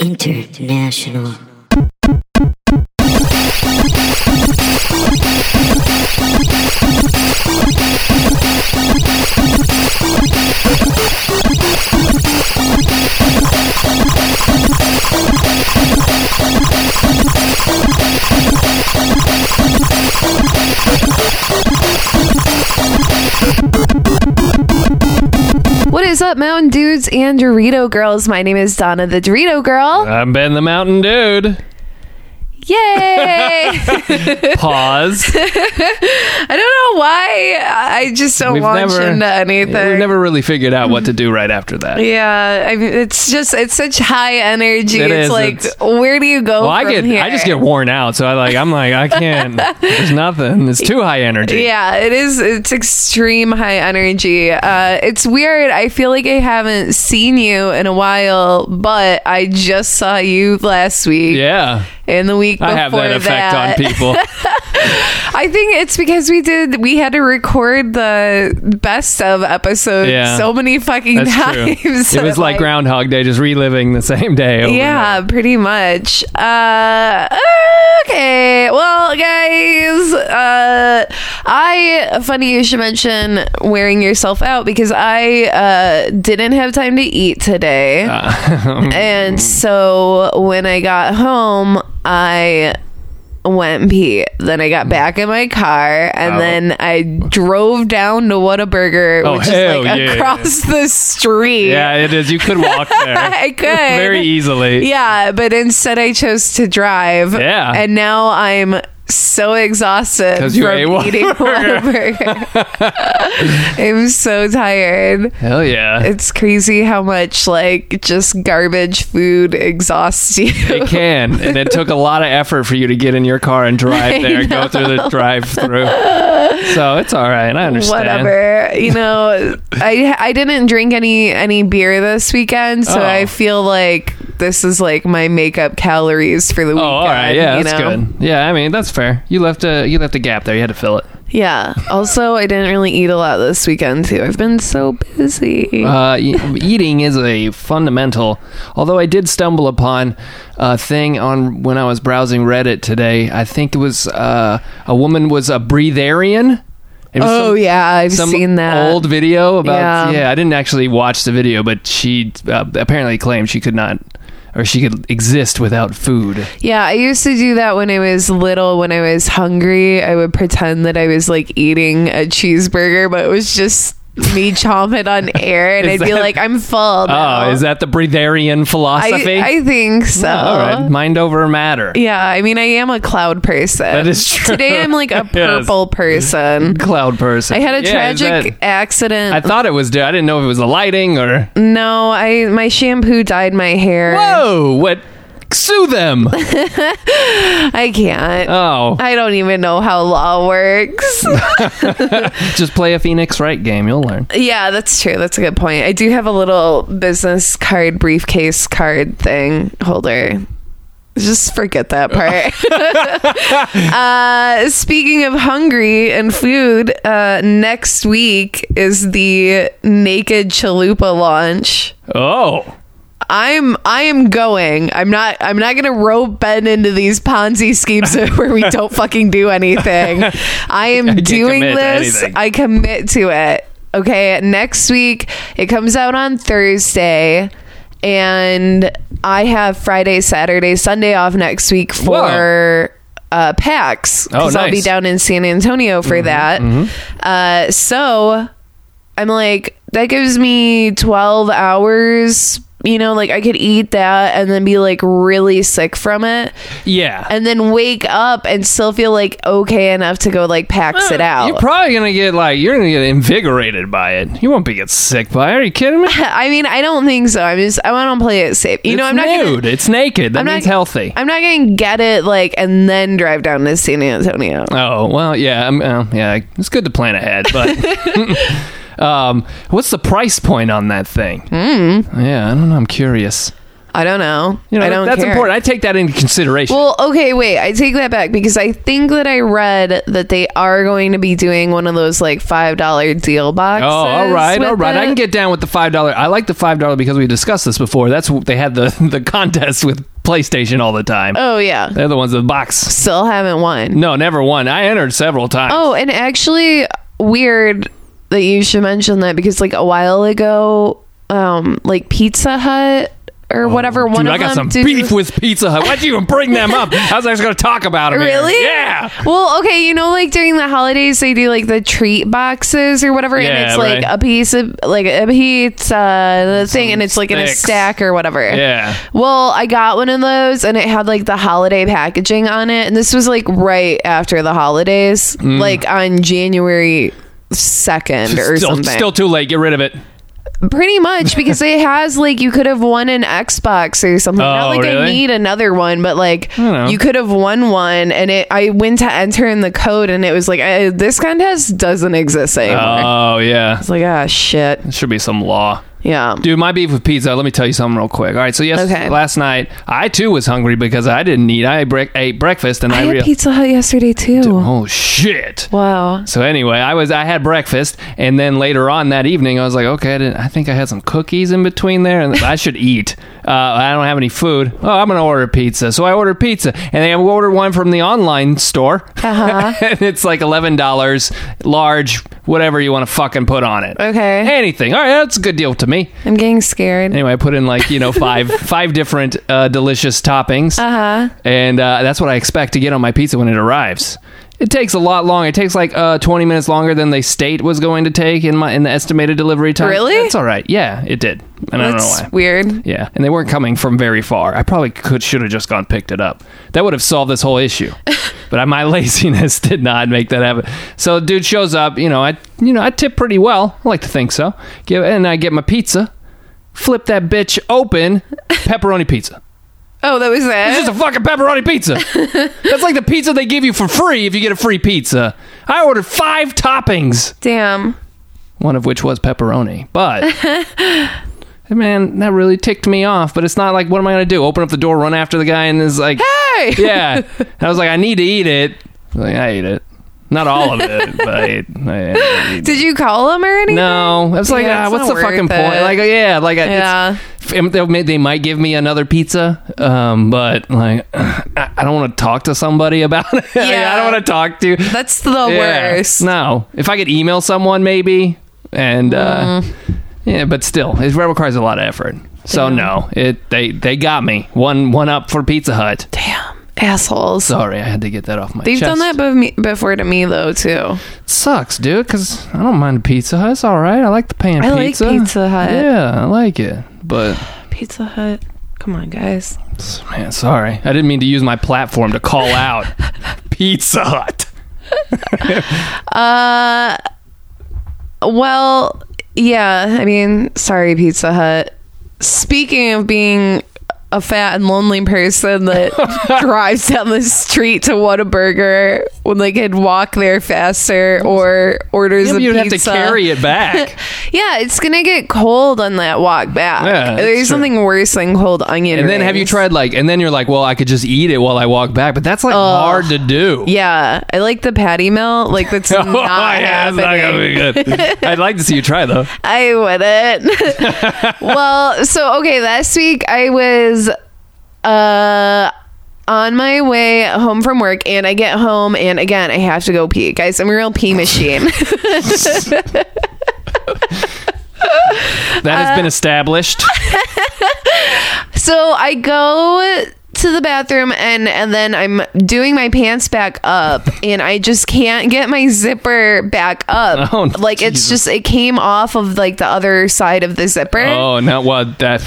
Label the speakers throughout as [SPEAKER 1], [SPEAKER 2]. [SPEAKER 1] International.
[SPEAKER 2] What is up, Mountain Dudes and Dorito Girls? My name is Donna the Dorito Girl.
[SPEAKER 3] I'm Ben the Mountain Dude.
[SPEAKER 2] Yay!
[SPEAKER 3] Pause.
[SPEAKER 2] I don't know why. I just don't
[SPEAKER 3] We've
[SPEAKER 2] launch
[SPEAKER 3] never-
[SPEAKER 2] into anything.
[SPEAKER 3] We've never really figured out what to do right after that.
[SPEAKER 2] yeah, I mean, it's just it's such high energy.
[SPEAKER 3] It
[SPEAKER 2] it's
[SPEAKER 3] is,
[SPEAKER 2] like
[SPEAKER 3] it's-
[SPEAKER 2] where do you go?
[SPEAKER 3] Well, I
[SPEAKER 2] from
[SPEAKER 3] get,
[SPEAKER 2] here?
[SPEAKER 3] I just get worn out. So I like, I'm like, I can't. There's nothing. It's too high energy.
[SPEAKER 2] Yeah, it is. It's extreme high energy. Uh, it's weird. I feel like I haven't seen you in a while, but I just saw you last week
[SPEAKER 3] Yeah.
[SPEAKER 2] and the week before
[SPEAKER 3] I have that effect
[SPEAKER 2] that.
[SPEAKER 3] on people.
[SPEAKER 2] I think it's because we did we had to record the best of episode
[SPEAKER 3] Yeah.
[SPEAKER 2] so many fucking
[SPEAKER 3] That's true.
[SPEAKER 2] times.
[SPEAKER 3] It was like Groundhog Day, just reliving the same day. over and
[SPEAKER 2] Yeah, pretty much. Uh, okay, well, guys, uh, I funny you should mention wearing yourself out because I uh, didn't have time to eat today,
[SPEAKER 3] Uh,
[SPEAKER 2] and so when I got home, I went and pee. Then I
[SPEAKER 3] Hmm.
[SPEAKER 2] got back in my car, and
[SPEAKER 3] Wow.
[SPEAKER 2] then I drove down to Whataburger,
[SPEAKER 3] Oh,
[SPEAKER 2] which
[SPEAKER 3] hell
[SPEAKER 2] is like
[SPEAKER 3] yeah.
[SPEAKER 2] across the street.
[SPEAKER 3] Yeah, it is. You could walk there
[SPEAKER 2] I could
[SPEAKER 3] very easily.
[SPEAKER 2] yeah, but instead I chose to drive.
[SPEAKER 3] Yeah.
[SPEAKER 2] And now I'm so exhausted
[SPEAKER 3] 'Cause you
[SPEAKER 2] from
[SPEAKER 3] ate one
[SPEAKER 2] eating Whataburger. I'm so tired.
[SPEAKER 3] Hell yeah.
[SPEAKER 2] It's crazy how much like just garbage food exhausts you.
[SPEAKER 3] It can. And it took a lot of effort for you to get in your car and drive there, and go through the drive through. So it's all right. I understand.
[SPEAKER 2] Whatever. You know, I I didn't drink any any beer this weekend, so
[SPEAKER 3] Oh.
[SPEAKER 2] I feel like this is like my makeup calories for the
[SPEAKER 3] Oh,
[SPEAKER 2] weekend.
[SPEAKER 3] all right. Yeah,
[SPEAKER 2] you
[SPEAKER 3] that's
[SPEAKER 2] know?
[SPEAKER 3] good. Yeah, I mean, that's fair. You left a you left a gap there. You had to fill it.
[SPEAKER 2] Yeah. Also, I didn't really eat a lot this weekend too. I've been so busy.
[SPEAKER 3] Uh, e- eating is a fundamental. Although I did stumble upon a thing on when I was browsing Reddit today. I think it was uh, a woman was a breatharian. It was
[SPEAKER 2] oh
[SPEAKER 3] some-
[SPEAKER 2] yeah, I've
[SPEAKER 3] some
[SPEAKER 2] seen that.
[SPEAKER 3] old video about
[SPEAKER 2] Yeah.
[SPEAKER 3] yeah. i didn't actually watch the video but she uh, apparently claimed she could not or she could exist without food
[SPEAKER 2] yeah, I used to do that when I was little. When I was hungry, I would pretend that I was like eating a cheeseburger, but it was just me chomping on air, and
[SPEAKER 3] Is
[SPEAKER 2] I'd be
[SPEAKER 3] that-
[SPEAKER 2] like, "I'm full." now."
[SPEAKER 3] oh is that the breatharian philosophy Oh,
[SPEAKER 2] I, I think so.
[SPEAKER 3] all right mind over matter
[SPEAKER 2] Yeah, I mean, I am a cloud person.
[SPEAKER 3] That is true.
[SPEAKER 2] Today, I'm like a
[SPEAKER 3] Yes.
[SPEAKER 2] purple person.
[SPEAKER 3] cloud person
[SPEAKER 2] I had a
[SPEAKER 3] Yeah, is
[SPEAKER 2] tragic
[SPEAKER 3] that-
[SPEAKER 2] accident.
[SPEAKER 3] i thought it was i didn't know if it was the lighting or
[SPEAKER 2] No, I my shampoo dyed my hair.
[SPEAKER 3] whoa what sue them
[SPEAKER 2] I can't.
[SPEAKER 3] oh
[SPEAKER 2] I don't even know how law works.
[SPEAKER 3] just play a phoenix wright game you'll learn
[SPEAKER 2] yeah, that's true. That's a good point. I do have a little business card briefcase card thing holder. Just forget that part. uh, speaking of hungry and food, uh, next week is the Naked Chalupa launch.
[SPEAKER 3] oh
[SPEAKER 2] I'm I am going. I'm not I'm not gonna rope Ben into these Ponzi schemes where we don't fucking do anything. I am
[SPEAKER 3] can't
[SPEAKER 2] doing
[SPEAKER 3] commit to
[SPEAKER 2] this.
[SPEAKER 3] anything.
[SPEAKER 2] I commit to it. Okay, next week it comes out on Thursday. And I have Friday, Saturday, Sunday off next week for uh, PAX.
[SPEAKER 3] Oh,
[SPEAKER 2] 'cause I'll be
[SPEAKER 3] nice. Mm-hmm.
[SPEAKER 2] down in San Antonio for that. Uh, so I'm like, that gives me 12 hours. You know, like I could eat that and then be like really sick from it
[SPEAKER 3] yeah
[SPEAKER 2] and then wake up and still feel like okay enough to go like pax it out.
[SPEAKER 3] You're probably gonna get like you're gonna get invigorated by it. You won't be get sick by it. Are you kidding me?
[SPEAKER 2] I mean, I don't think so. I'm just, I want to play it safe. You know,
[SPEAKER 3] it's
[SPEAKER 2] I'm not
[SPEAKER 3] nude.
[SPEAKER 2] gonna,
[SPEAKER 3] it's naked. That
[SPEAKER 2] I'm
[SPEAKER 3] means
[SPEAKER 2] not,
[SPEAKER 3] healthy.
[SPEAKER 2] I'm not going to get it like and then drive down to San Antonio.
[SPEAKER 3] oh well, yeah, I'm, uh, yeah. It's good to plan ahead, but um, what's the price point on that thing? Mm. Yeah, I don't know. I'm curious.
[SPEAKER 2] I don't know.
[SPEAKER 3] You
[SPEAKER 2] Hmm.
[SPEAKER 3] know,
[SPEAKER 2] I don't
[SPEAKER 3] that's
[SPEAKER 2] care.
[SPEAKER 3] important. I take that into consideration.
[SPEAKER 2] Well, okay, wait. I take that back because I think that I read that they are going to be doing one of those like five dollar deal boxes.
[SPEAKER 3] oh, all right,
[SPEAKER 2] with
[SPEAKER 3] all right. I
[SPEAKER 2] it.
[SPEAKER 3] can get down with the five dollar. I like the five dollar because we discussed this before. That's what- they had the the contest with PlayStation all the time.
[SPEAKER 2] Oh yeah,
[SPEAKER 3] They're the ones with the box.
[SPEAKER 2] still haven't won.
[SPEAKER 3] No, never won. I entered several times.
[SPEAKER 2] Oh, and actually, weird that you should mention that because like a while ago, um, like Pizza Hut or whatever
[SPEAKER 3] Oh, Dude,
[SPEAKER 2] one of
[SPEAKER 3] I got
[SPEAKER 2] them
[SPEAKER 3] some
[SPEAKER 2] did-
[SPEAKER 3] beef with Pizza Hut. Why'd you even bring them up? I was actually going to talk about them. here.
[SPEAKER 2] Really?
[SPEAKER 3] Yeah.
[SPEAKER 2] Well, okay, you know, like during the holidays, they do like the treat boxes or whatever,
[SPEAKER 3] Yeah,
[SPEAKER 2] and it's like
[SPEAKER 3] right.
[SPEAKER 2] a piece of like a pizza uh, the thing, and it's like in a
[SPEAKER 3] sticks.
[SPEAKER 2] stack or whatever.
[SPEAKER 3] Yeah.
[SPEAKER 2] Well, I got one of those, and it had like the holiday packaging on it, and this was like right after the holidays,
[SPEAKER 3] Hmm.
[SPEAKER 2] like on January second or
[SPEAKER 3] Still,
[SPEAKER 2] something.
[SPEAKER 3] still too late. Get rid of it.
[SPEAKER 2] Pretty much because it has like you could have won an Xbox or something. Not
[SPEAKER 3] Oh,
[SPEAKER 2] like I
[SPEAKER 3] really?
[SPEAKER 2] need another one, but like
[SPEAKER 3] don't know.
[SPEAKER 2] you could have won one. And it, I went to enter in the code, and it was like uh, this contest doesn't exist anymore.
[SPEAKER 3] Oh, yeah.
[SPEAKER 2] it's like ah shit,
[SPEAKER 3] There should be some law.
[SPEAKER 2] yeah.
[SPEAKER 3] Dude, my beef with pizza. Let me tell you something real quick. All right, so yes,
[SPEAKER 2] Okay.
[SPEAKER 3] last night I too was hungry because I didn't eat. I bre- ate breakfast and
[SPEAKER 2] I
[SPEAKER 3] I,
[SPEAKER 2] had
[SPEAKER 3] real-
[SPEAKER 2] Pizza Hut yesterday too.
[SPEAKER 3] Oh shit!
[SPEAKER 2] Wow.
[SPEAKER 3] So anyway, I was I had breakfast and then later on that evening I was like, okay, I, didn't, I think I had some cookies in between there and I should eat. Uh, I don't have any food. Oh, I'm gonna order pizza. So I ordered pizza and I ordered one from the online store.
[SPEAKER 2] Uh-huh.
[SPEAKER 3] and it's like eleven dollars, large, whatever you want to fucking put on it.
[SPEAKER 2] Okay.
[SPEAKER 3] Anything. All right, that's a good deal to me.
[SPEAKER 2] I'm getting scared.
[SPEAKER 3] Anyway, I put in like you know five five different uh, delicious toppings,
[SPEAKER 2] Uh huh.
[SPEAKER 3] and uh, that's what I expect to get on my pizza when it arrives. It takes a lot longer. It takes like uh, twenty minutes longer than they state was going to take in my in the estimated delivery time.
[SPEAKER 2] Really?
[SPEAKER 3] That's all right. Yeah, it did, and I don't know
[SPEAKER 2] That's
[SPEAKER 3] why.
[SPEAKER 2] weird.
[SPEAKER 3] Yeah, and they weren't coming from very far. I probably could should have just gone picked it up. That would have solved this whole issue. but my laziness did not make that happen. So dude shows up. You know, I you know I tip pretty well. I like to think so. Give and I get my pizza. Flip that bitch open. Pepperoni pizza.
[SPEAKER 2] Oh, that was
[SPEAKER 3] It's
[SPEAKER 2] that.
[SPEAKER 3] just a fucking pepperoni pizza. That's like the pizza they give you for free if you get a free pizza. I ordered five toppings
[SPEAKER 2] Damn.
[SPEAKER 3] one of which was pepperoni. But man, that really ticked me off. But it's not like, what am I gonna do? Open up the door, run after the guy, and it's like,
[SPEAKER 2] Hey.
[SPEAKER 3] yeah. And I was like, I need to eat it. I, was like, I ate it. Not all of it, but I ate, I ate it.
[SPEAKER 2] Did you call him or anything?
[SPEAKER 3] No, I was like,
[SPEAKER 2] Yeah,
[SPEAKER 3] ah,
[SPEAKER 2] it's
[SPEAKER 3] what's
[SPEAKER 2] not
[SPEAKER 3] the fucking
[SPEAKER 2] worth it.
[SPEAKER 3] point? Like, uh, yeah, like,
[SPEAKER 2] Yeah.
[SPEAKER 3] yeah. They may- they might give me another pizza, um, but like, I I don't want to talk to somebody about it. Like,
[SPEAKER 2] Yeah.
[SPEAKER 3] I don't want to talk to.
[SPEAKER 2] That's the
[SPEAKER 3] Yeah.
[SPEAKER 2] worst.
[SPEAKER 3] No, if I could email someone, maybe, and uh,
[SPEAKER 2] Mm.
[SPEAKER 3] yeah, but still, it requires a lot of effort. So no, it they they got me one one up for Pizza Hut.
[SPEAKER 2] Damn. Assholes.
[SPEAKER 3] Sorry, I had to get that off my.
[SPEAKER 2] They've
[SPEAKER 3] chest.
[SPEAKER 2] done that bev- me- before to me though too.
[SPEAKER 3] Sucks, dude. Because I don't mind Pizza Hut. It's all right. I like the pan
[SPEAKER 2] I like
[SPEAKER 3] pizza.
[SPEAKER 2] Pizza Hut.
[SPEAKER 3] Yeah, I like it. But
[SPEAKER 2] Pizza Hut. Come on, guys.
[SPEAKER 3] man, sorry, I didn't mean to use my platform to call out Pizza Hut.
[SPEAKER 2] Uh, well, yeah. I mean, sorry, Pizza Hut. Speaking of being a fat and lonely person that drives down the street to Whataburger when they could walk there faster or orders a
[SPEAKER 3] You'd
[SPEAKER 2] pizza.
[SPEAKER 3] have to carry it back.
[SPEAKER 2] Yeah, it's gonna get cold on that walk back.
[SPEAKER 3] Yeah, that's
[SPEAKER 2] There's
[SPEAKER 3] true.
[SPEAKER 2] something worse than cold onion.
[SPEAKER 3] And then have you
[SPEAKER 2] rings.
[SPEAKER 3] tried like and then you're like, well, I could just eat it while I walk back, but that's like hard to do.
[SPEAKER 2] Yeah, I like the patty melt. Like that's not
[SPEAKER 3] Oh, yeah, it's not gonna
[SPEAKER 2] happening.
[SPEAKER 3] be good. I'd like to see you try though.
[SPEAKER 2] I wouldn't. well, so okay, last week I was uh on my way home from work and I get home and again I have to go pee. Guys, I'm a real pee machine.
[SPEAKER 3] That has
[SPEAKER 2] Uh,
[SPEAKER 3] been established.
[SPEAKER 2] So I go to the bathroom and and then I'm doing my pants back up and I just can't get my zipper back up.
[SPEAKER 3] Oh,
[SPEAKER 2] like it's
[SPEAKER 3] Jesus.
[SPEAKER 2] just it came off of like the other side of the zipper.
[SPEAKER 3] Oh, no! Well, that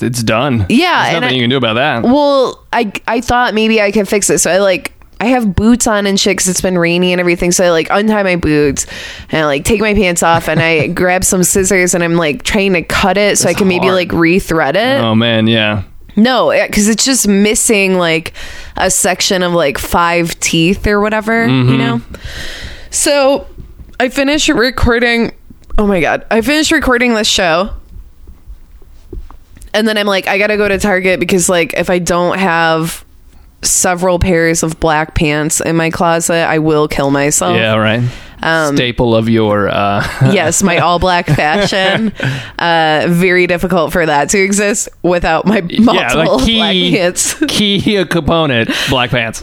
[SPEAKER 3] it's done.
[SPEAKER 2] Yeah,
[SPEAKER 3] There's
[SPEAKER 2] and
[SPEAKER 3] nothing
[SPEAKER 2] I-
[SPEAKER 3] you can do about that.
[SPEAKER 2] Well, I I thought maybe I could fix it. So I like I have boots on and shit 'cause it's been rainy and everything. So I like untie my boots and I like take my pants off and I grab some scissors and I'm like trying to cut it so I can maybe
[SPEAKER 3] hard.
[SPEAKER 2] like rethread it.
[SPEAKER 3] oh man, yeah.
[SPEAKER 2] No, because it's just missing like a section of like five teeth or whatever,
[SPEAKER 3] Mm-hmm.
[SPEAKER 2] you know? So I finished recording. Oh my God. I finished recording this show. and then I'm like, I gotta go to Target because like if I don't have several pairs of black pants in my closet, I will kill myself.
[SPEAKER 3] yeah, right.
[SPEAKER 2] Um,
[SPEAKER 3] Staple of your uh,
[SPEAKER 2] yes, my all black fashion. Uh, very difficult for that to exist without my multiple
[SPEAKER 3] yeah, like
[SPEAKER 2] black
[SPEAKER 3] key
[SPEAKER 2] pants.
[SPEAKER 3] key component black pants.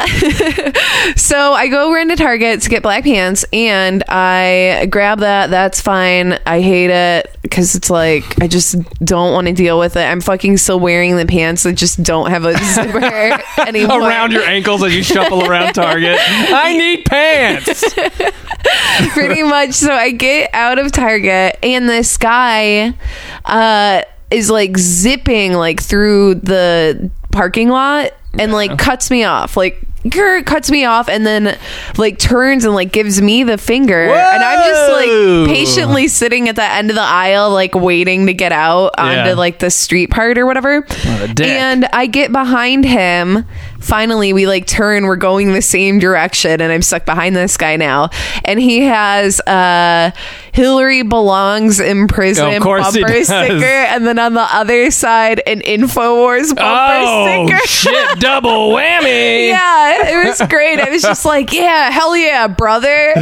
[SPEAKER 2] So I go over into Target to get black pants, and I grab that. That's fine. I hate it because it's like I just don't want to deal with it. I'm fucking still wearing the pants that just don't have a zipper anymore.
[SPEAKER 3] around your ankles as you shuffle around Target. I need pants.
[SPEAKER 2] pretty much. So I get out of Target, and this guy uh, is like zipping like through the parking lot and like cuts me off, like. grr, Cuts me off and then like turns and like gives me the finger, and I'm just
[SPEAKER 3] Whoa.
[SPEAKER 2] like patiently sitting at the end of the aisle, like waiting to get out onto
[SPEAKER 3] Yeah.
[SPEAKER 2] like the street part or whatever.
[SPEAKER 3] a dick.
[SPEAKER 2] And I get behind him. Finally, we like turn. We're going the same direction, and I'm stuck behind this guy now. And he has uh, "Hillary belongs in prison"
[SPEAKER 3] Of course he
[SPEAKER 2] bumper
[SPEAKER 3] does.
[SPEAKER 2] sticker, and then on the other side, an Infowars bumper
[SPEAKER 3] Oh
[SPEAKER 2] sticker.
[SPEAKER 3] shit! Double whammy.
[SPEAKER 2] Yeah, it was great. I was just like, yeah, hell yeah, brother.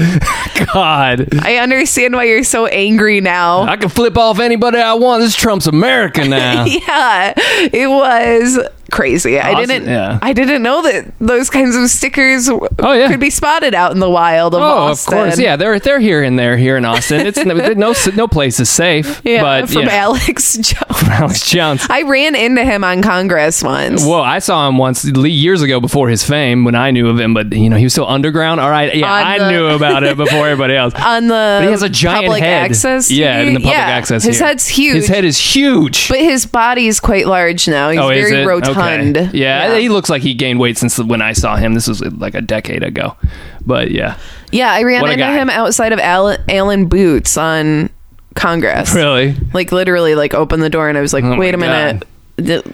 [SPEAKER 3] God,
[SPEAKER 2] I understand why you're so angry now.
[SPEAKER 3] I can flip off anybody I want. This Trump's America now.
[SPEAKER 2] yeah it was crazy i
[SPEAKER 3] Awesome,
[SPEAKER 2] didn't
[SPEAKER 3] yeah.
[SPEAKER 2] i didn't know that those kinds of stickers w-
[SPEAKER 3] Oh, yeah.
[SPEAKER 2] could be spotted out in the wild of
[SPEAKER 3] Oh,
[SPEAKER 2] Austin.
[SPEAKER 3] of course, yeah. They're they're here and they're here in Austin. It's no no, no place is safe.
[SPEAKER 2] yeah
[SPEAKER 3] but
[SPEAKER 2] from
[SPEAKER 3] you know,
[SPEAKER 2] alex jones
[SPEAKER 3] Alex Jones.
[SPEAKER 2] i ran into him on congress once
[SPEAKER 3] Whoa, I saw him once le- years ago before his fame when I knew of him, but you know he was still underground. All right, yeah,
[SPEAKER 2] On
[SPEAKER 3] I
[SPEAKER 2] the-
[SPEAKER 3] knew about it before everybody else.
[SPEAKER 2] on the
[SPEAKER 3] But he has a giant
[SPEAKER 2] Um, public
[SPEAKER 3] head.
[SPEAKER 2] access
[SPEAKER 3] yeah, in the public
[SPEAKER 2] yeah,
[SPEAKER 3] access.
[SPEAKER 2] his
[SPEAKER 3] here.
[SPEAKER 2] head's huge
[SPEAKER 3] His head is huge.
[SPEAKER 2] but his body is quite large now he's
[SPEAKER 3] oh, is
[SPEAKER 2] very
[SPEAKER 3] it?
[SPEAKER 2] rotund
[SPEAKER 3] Okay. Yeah, he looks like he gained weight since when I saw him. This was like a decade ago, but yeah,
[SPEAKER 2] Yeah, i ran
[SPEAKER 3] What a
[SPEAKER 2] into
[SPEAKER 3] guy.
[SPEAKER 2] him outside of alan, alan boots on congress
[SPEAKER 3] really.
[SPEAKER 2] like literally like opened the door and i was like
[SPEAKER 3] Oh my
[SPEAKER 2] wait a minute Th-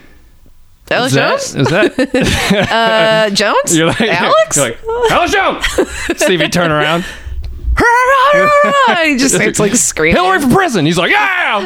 [SPEAKER 2] alex
[SPEAKER 3] Is that,
[SPEAKER 2] jones
[SPEAKER 3] is that
[SPEAKER 2] uh jones
[SPEAKER 3] you're like
[SPEAKER 2] alex
[SPEAKER 3] You're like, Alex Jones. Stevie turn around.
[SPEAKER 2] he just starts like screaming
[SPEAKER 3] Hillary for prison. He's like, yeah.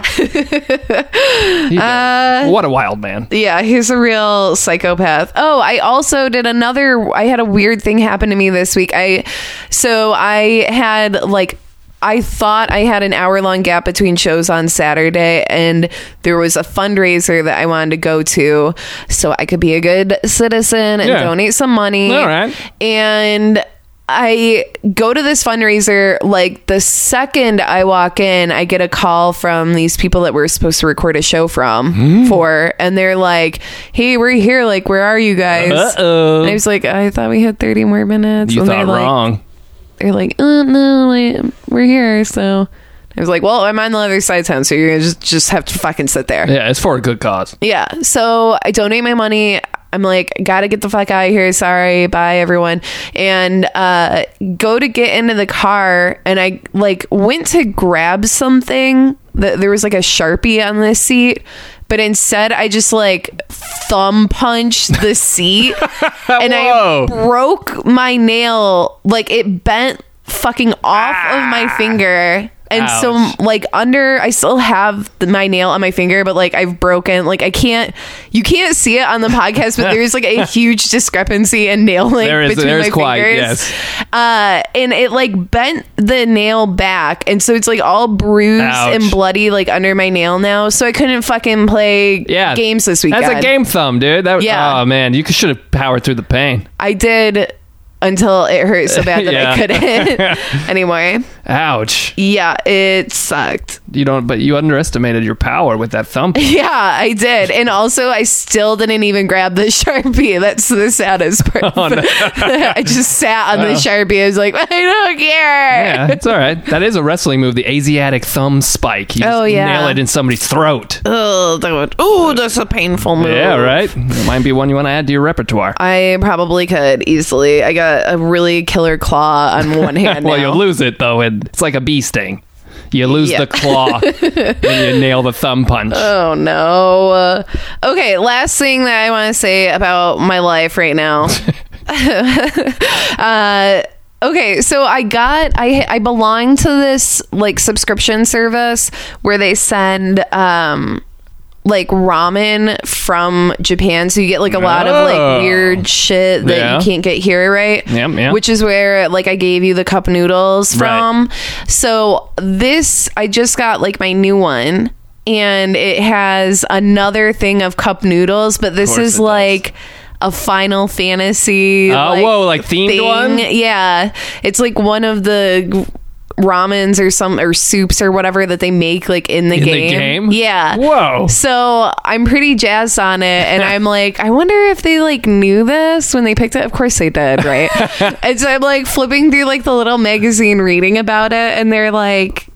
[SPEAKER 3] He
[SPEAKER 2] Uh,
[SPEAKER 3] does. what a wild man.
[SPEAKER 2] yeah he's a real psychopath oh i also did another i had a weird thing happen to me this week i so i had like I thought I had an hour long gap between shows on Saturday, and there was a fundraiser that I wanted to go to so I could be a good citizen and
[SPEAKER 3] Yeah.
[SPEAKER 2] donate some money.
[SPEAKER 3] All right.
[SPEAKER 2] And I go to this fundraiser. Like the second I walk in, I get a call from these people that we're supposed to record a show from
[SPEAKER 3] Hmm.
[SPEAKER 2] for, and they're like, "Hey, we're here. Like, where are you guys?"
[SPEAKER 3] Uh-oh.
[SPEAKER 2] And I was like, "I thought we had thirty more minutes."
[SPEAKER 3] You
[SPEAKER 2] and
[SPEAKER 3] thought
[SPEAKER 2] they're like,
[SPEAKER 3] wrong.
[SPEAKER 2] They're like, "Uh, no, like, we're here." So I was like, "Well, I'm on the other side of town, so you're gonna just just have to fucking sit there."
[SPEAKER 3] Yeah, it's for a good cause.
[SPEAKER 2] Yeah. So I donate my money. I'm like, gotta get the fuck out of here. Sorry. Bye, everyone. And uh, go to get into the car. And I like went to grab something. Th- There was like a Sharpie on this seat. But instead, I just like thumb punched the seat and
[SPEAKER 3] Whoa.
[SPEAKER 2] I broke my nail. Like it bent fucking off of my finger. And so
[SPEAKER 3] Ah. Ouch.
[SPEAKER 2] like under I still have the, my nail on my finger, but like I've broken like I can't you can't see it on the podcast, but there's like a huge discrepancy in nail length
[SPEAKER 3] There is-
[SPEAKER 2] between
[SPEAKER 3] there is
[SPEAKER 2] my
[SPEAKER 3] quite,
[SPEAKER 2] fingers. Uh and it like bent the nail back and so it's like all bruised
[SPEAKER 3] Ouch.
[SPEAKER 2] and bloody like under my nail now. So I couldn't fucking play
[SPEAKER 3] Yeah,
[SPEAKER 2] games this weekend.
[SPEAKER 3] That's a game thumb, dude. That,
[SPEAKER 2] Yeah.
[SPEAKER 3] Oh man, you should have powered through the pain.
[SPEAKER 2] I did until it hurt so bad that
[SPEAKER 3] Yeah.
[SPEAKER 2] I couldn't anymore.
[SPEAKER 3] Ouch.
[SPEAKER 2] Yeah, it sucked.
[SPEAKER 3] You don't. But you underestimated your power with that thumb.
[SPEAKER 2] Yeah, I did. And also, I still didn't even grab the Sharpie. That's the saddest part.
[SPEAKER 3] Oh,
[SPEAKER 2] I just sat on the Sharpie. I was like, I don't care.
[SPEAKER 3] yeah, it's all right. That is a wrestling move, the Asiatic thumb spike. You
[SPEAKER 2] Oh,
[SPEAKER 3] just
[SPEAKER 2] yeah.
[SPEAKER 3] nail it in somebody's throat.
[SPEAKER 2] Oh, that would, oh, that's a painful move.
[SPEAKER 3] Yeah, right. It might be one you want to add to your repertoire.
[SPEAKER 2] I probably could easily. I got a really killer claw on one hand.
[SPEAKER 3] well,
[SPEAKER 2] now.
[SPEAKER 3] you lose it though, and it's like a bee sting. You lose
[SPEAKER 2] Yeah.
[SPEAKER 3] the claw when you nail the thumb punch.
[SPEAKER 2] Oh no. Uh, okay, last thing that I want to say about my life right now. uh, okay, so I got I I belong to this like subscription service where they send um like ramen from Japan, so you get like a lot of
[SPEAKER 3] Oh.
[SPEAKER 2] like weird shit that
[SPEAKER 3] Yeah.
[SPEAKER 2] you can't get here, right?
[SPEAKER 3] Yeah, yeah.
[SPEAKER 2] Which is where like I gave you the cup noodles
[SPEAKER 3] Right.
[SPEAKER 2] from. So this I just got like my new one and it has another thing of cup noodles, but this
[SPEAKER 3] course it
[SPEAKER 2] is
[SPEAKER 3] does.
[SPEAKER 2] like a Final Fantasy.
[SPEAKER 3] Oh, whoa, like themed one?
[SPEAKER 2] Yeah, it's like one of the g- ramens or some or soups or whatever that they make like in the
[SPEAKER 3] In the
[SPEAKER 2] game.
[SPEAKER 3] game?
[SPEAKER 2] Yeah.
[SPEAKER 3] Whoa.
[SPEAKER 2] So I'm pretty jazzed on it, and I'm like, I wonder if they like knew this when they picked it. Of course they did, right? and so I'm like flipping through like the little magazine, reading about it, and they're like.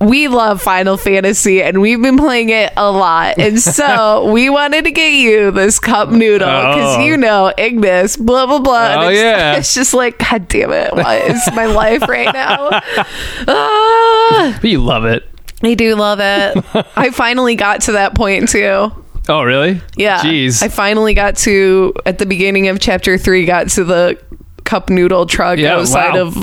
[SPEAKER 2] We love Final Fantasy and we've been playing it a lot. And so we wanted to get you this cup noodle because
[SPEAKER 3] Oh.
[SPEAKER 2] you know, Ignis, blah, blah, blah. And
[SPEAKER 3] Oh,
[SPEAKER 2] it's,
[SPEAKER 3] yeah.
[SPEAKER 2] it's just like, God damn it. What is my life right now? Ah.
[SPEAKER 3] But you love it.
[SPEAKER 2] I do love it. I finally got to that point too.
[SPEAKER 3] Oh, really?
[SPEAKER 2] Yeah.
[SPEAKER 3] Jeez.
[SPEAKER 2] I finally got to at the beginning of chapter three got to the cup noodle truck
[SPEAKER 3] Yeah,
[SPEAKER 2] outside
[SPEAKER 3] wow.
[SPEAKER 2] of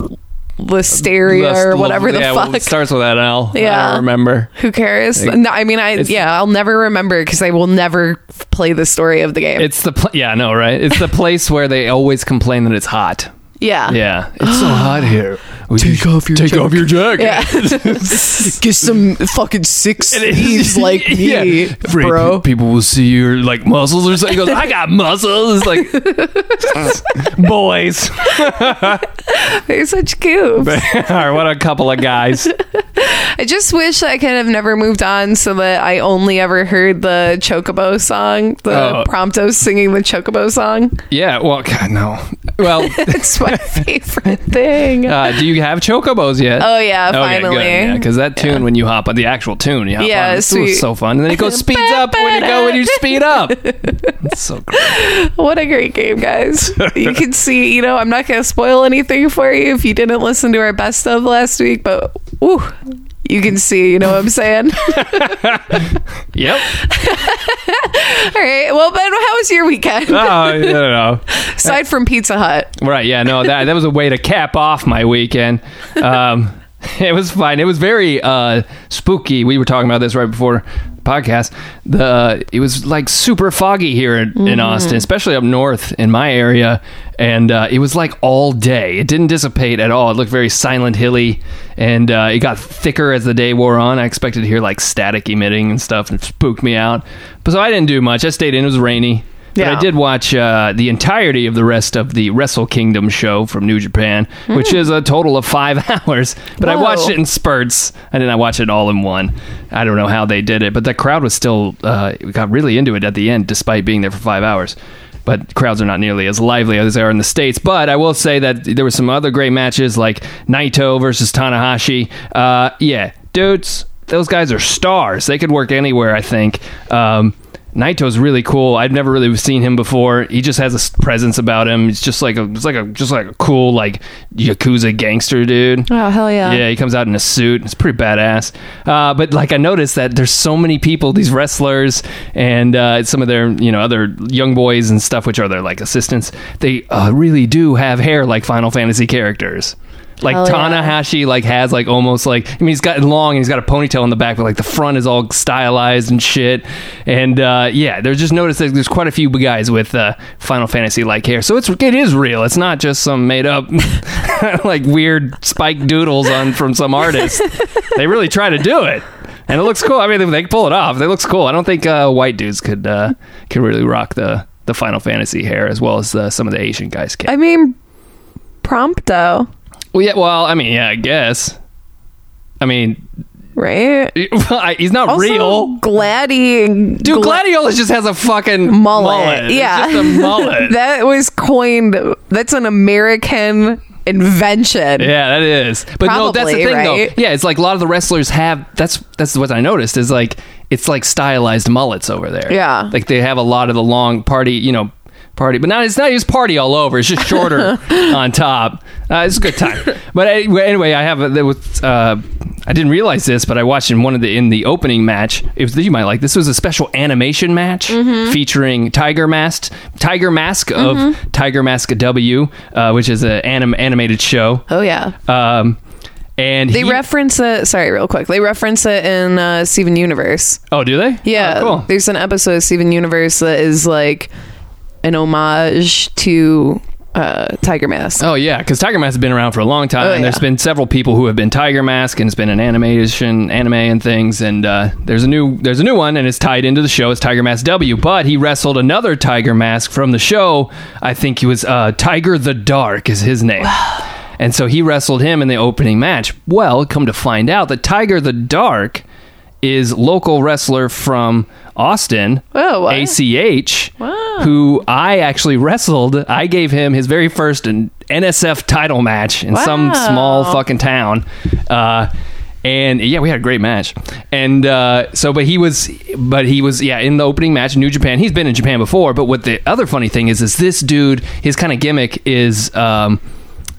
[SPEAKER 2] Listeria or
[SPEAKER 3] Lust-
[SPEAKER 2] whatever the
[SPEAKER 3] yeah, well,
[SPEAKER 2] fuck.
[SPEAKER 3] it starts with that L. I
[SPEAKER 2] Yeah.
[SPEAKER 3] don't remember.
[SPEAKER 2] Who cares? No, I mean, I yeah, I'll never remember because I will never f- play the story of the game.
[SPEAKER 3] It's the pl- yeah, I know, right? It's the place where they always complain that it's hot.
[SPEAKER 2] yeah.
[SPEAKER 3] Yeah, it's so hot here. Would you
[SPEAKER 1] Take off your
[SPEAKER 3] take
[SPEAKER 1] jacket.
[SPEAKER 3] off your jacket.
[SPEAKER 2] Yeah.
[SPEAKER 1] Get some fucking six thieves like me,
[SPEAKER 3] Yeah. Afraid
[SPEAKER 1] bro.
[SPEAKER 3] pe- people will see your like muscles or something. He goes, I got muscles. It's like boys.
[SPEAKER 2] They're such goofs.
[SPEAKER 3] Or what a couple of guys.
[SPEAKER 2] I just wish I could have never moved on so that I only ever heard the Chocobo song, the
[SPEAKER 3] Oh.
[SPEAKER 2] Prompto singing the Chocobo song.
[SPEAKER 3] Yeah. Well, God, no. Well,
[SPEAKER 2] It's my favorite thing.
[SPEAKER 3] uh, do you have chocobos yet?
[SPEAKER 2] Oh yeah, finally.
[SPEAKER 3] because that tune when you hop on the actual tune, you hop
[SPEAKER 2] Yeah,
[SPEAKER 3] on, it's
[SPEAKER 2] sweet.
[SPEAKER 3] was so fun. And then it goes speeds up when you go when you speed up. It's so great.
[SPEAKER 2] What a great game, guys. you can see, you know, I'm not gonna spoil anything for you if you didn't listen to our best of last week, but ooh, you can see, you know what I'm saying?
[SPEAKER 3] Yep.
[SPEAKER 2] All right. Well, Ben, how was your weekend?
[SPEAKER 3] Oh, I don't know.
[SPEAKER 2] Aside from Pizza Hut.
[SPEAKER 3] Right. Yeah. No. That that was a way to cap off my weekend. Um, it was fine. It was very uh, spooky. We were talking about this right before podcast. The it was like super foggy here in, in Austin, especially up north in my area, and uh, it was like all day. It didn't dissipate at all. It looked very silent hilly, and uh, it got thicker as the day wore on. I expected to hear like static emitting and stuff, and it spooked me out. But so I didn't do much. I stayed in. It was rainy. But
[SPEAKER 2] Yeah.
[SPEAKER 3] I did watch uh, the entirety of the rest of the Wrestle Kingdom show from New Japan, which is a total of five hours. But I
[SPEAKER 2] Whoa.
[SPEAKER 3] watched it in spurts. I did not watch it all in one. I don't know how they did it, but the crowd was still uh, got really into it at the end, despite being there for five hours. But crowds are not nearly as lively as they are in the states. But I will say that there were some other great matches, like Naito versus Tanahashi. Uh, yeah, dudes, those guys are stars. They could work anywhere, I think. Um, Naito's really cool. I've never really seen him before. He just has a s- presence about him. He's just like a, it's like a, just like a cool like yakuza gangster dude.
[SPEAKER 2] Oh hell
[SPEAKER 3] Yeah, he comes out in a suit. It's pretty badass. Uh, but like I noticed that there's so many people, these wrestlers and uh, some of their you know other young boys and stuff, which are their like assistants. They uh, really do have hair like Final Fantasy characters. Like
[SPEAKER 2] Hell yeah.
[SPEAKER 3] Tanahashi, like has like almost like I mean he's got long and he's got a ponytail in the back, but like the front is all stylized and shit. And uh, yeah, there's just noticed that there's quite a few guys with uh, Final Fantasy like hair, so it's it is real. It's not just some made up like weird spike doodles on from some artist. they really try to do it, and it looks cool. I mean, they, they can pull it off. It looks cool. I don't think uh, white dudes could uh, could really rock the the Final Fantasy hair as well as uh, some of the Asian guys can.
[SPEAKER 2] I mean Prompto,
[SPEAKER 3] well, yeah. Well, I mean, yeah. I guess. I mean,
[SPEAKER 2] right?
[SPEAKER 3] he's not real.
[SPEAKER 2] Gladi
[SPEAKER 3] Dude,
[SPEAKER 2] Gla-
[SPEAKER 3] Gladiolus just has a fucking
[SPEAKER 2] Mullet,
[SPEAKER 3] mullet. It's
[SPEAKER 2] yeah.
[SPEAKER 3] just a mullet.
[SPEAKER 2] That was coined that's an American invention.
[SPEAKER 3] Yeah, that is. But no, that's
[SPEAKER 2] Probably,
[SPEAKER 3] the thing
[SPEAKER 2] right?
[SPEAKER 3] though. Yeah, it's like a lot of the wrestlers have that's that's what I noticed is like it's like stylized mullets over there.
[SPEAKER 2] Yeah.
[SPEAKER 3] Like they have a lot of the long party, you know, party, but not it's not just party all over. It's just shorter on top. Uh, it's a good time. But anyway, anyway I have a, there was uh I didn't realize this, but I watched in one of the in the opening match. It was you might like this was a special animation match
[SPEAKER 2] Mm-hmm.
[SPEAKER 3] featuring Tiger Mask, Tiger Mask of Tiger Mask W, uh, which is an anim, animated show.
[SPEAKER 2] Oh yeah.
[SPEAKER 3] Um, And
[SPEAKER 2] They
[SPEAKER 3] he-
[SPEAKER 2] reference it. Sorry, real quick. They reference it in uh, Steven Universe.
[SPEAKER 3] Oh, do they?
[SPEAKER 2] Yeah,
[SPEAKER 3] Oh, cool.
[SPEAKER 2] there's an episode of Steven Universe that is like an homage to uh, Tiger Mask.
[SPEAKER 3] Oh yeah, because Tiger Mask has been around for a long time,
[SPEAKER 2] Oh,
[SPEAKER 3] and there's
[SPEAKER 2] yeah.
[SPEAKER 3] been several people who have been Tiger Mask, and it's been an animation, anime, and things. And uh, there's a new, there's a new one, and it's tied into the show. It's Tiger Mask W, but he wrestled another Tiger Mask from the show. I think he was uh, Tiger the Dark is his name. And so he wrestled him in the opening match. Well, come to find out that Tiger the Dark is local wrestler from Austin,
[SPEAKER 2] Oh, what?
[SPEAKER 3] ACH, who I actually wrestled. I gave him his very first N- NSF title match in some
[SPEAKER 2] Wow.
[SPEAKER 3] small fucking town. Uh, and yeah, we had a great match. And uh, so, but he was, but he was, yeah, in the opening match, New Japan. He's been in Japan before, but what the other funny thing is, is this dude, his kind of gimmick is, um,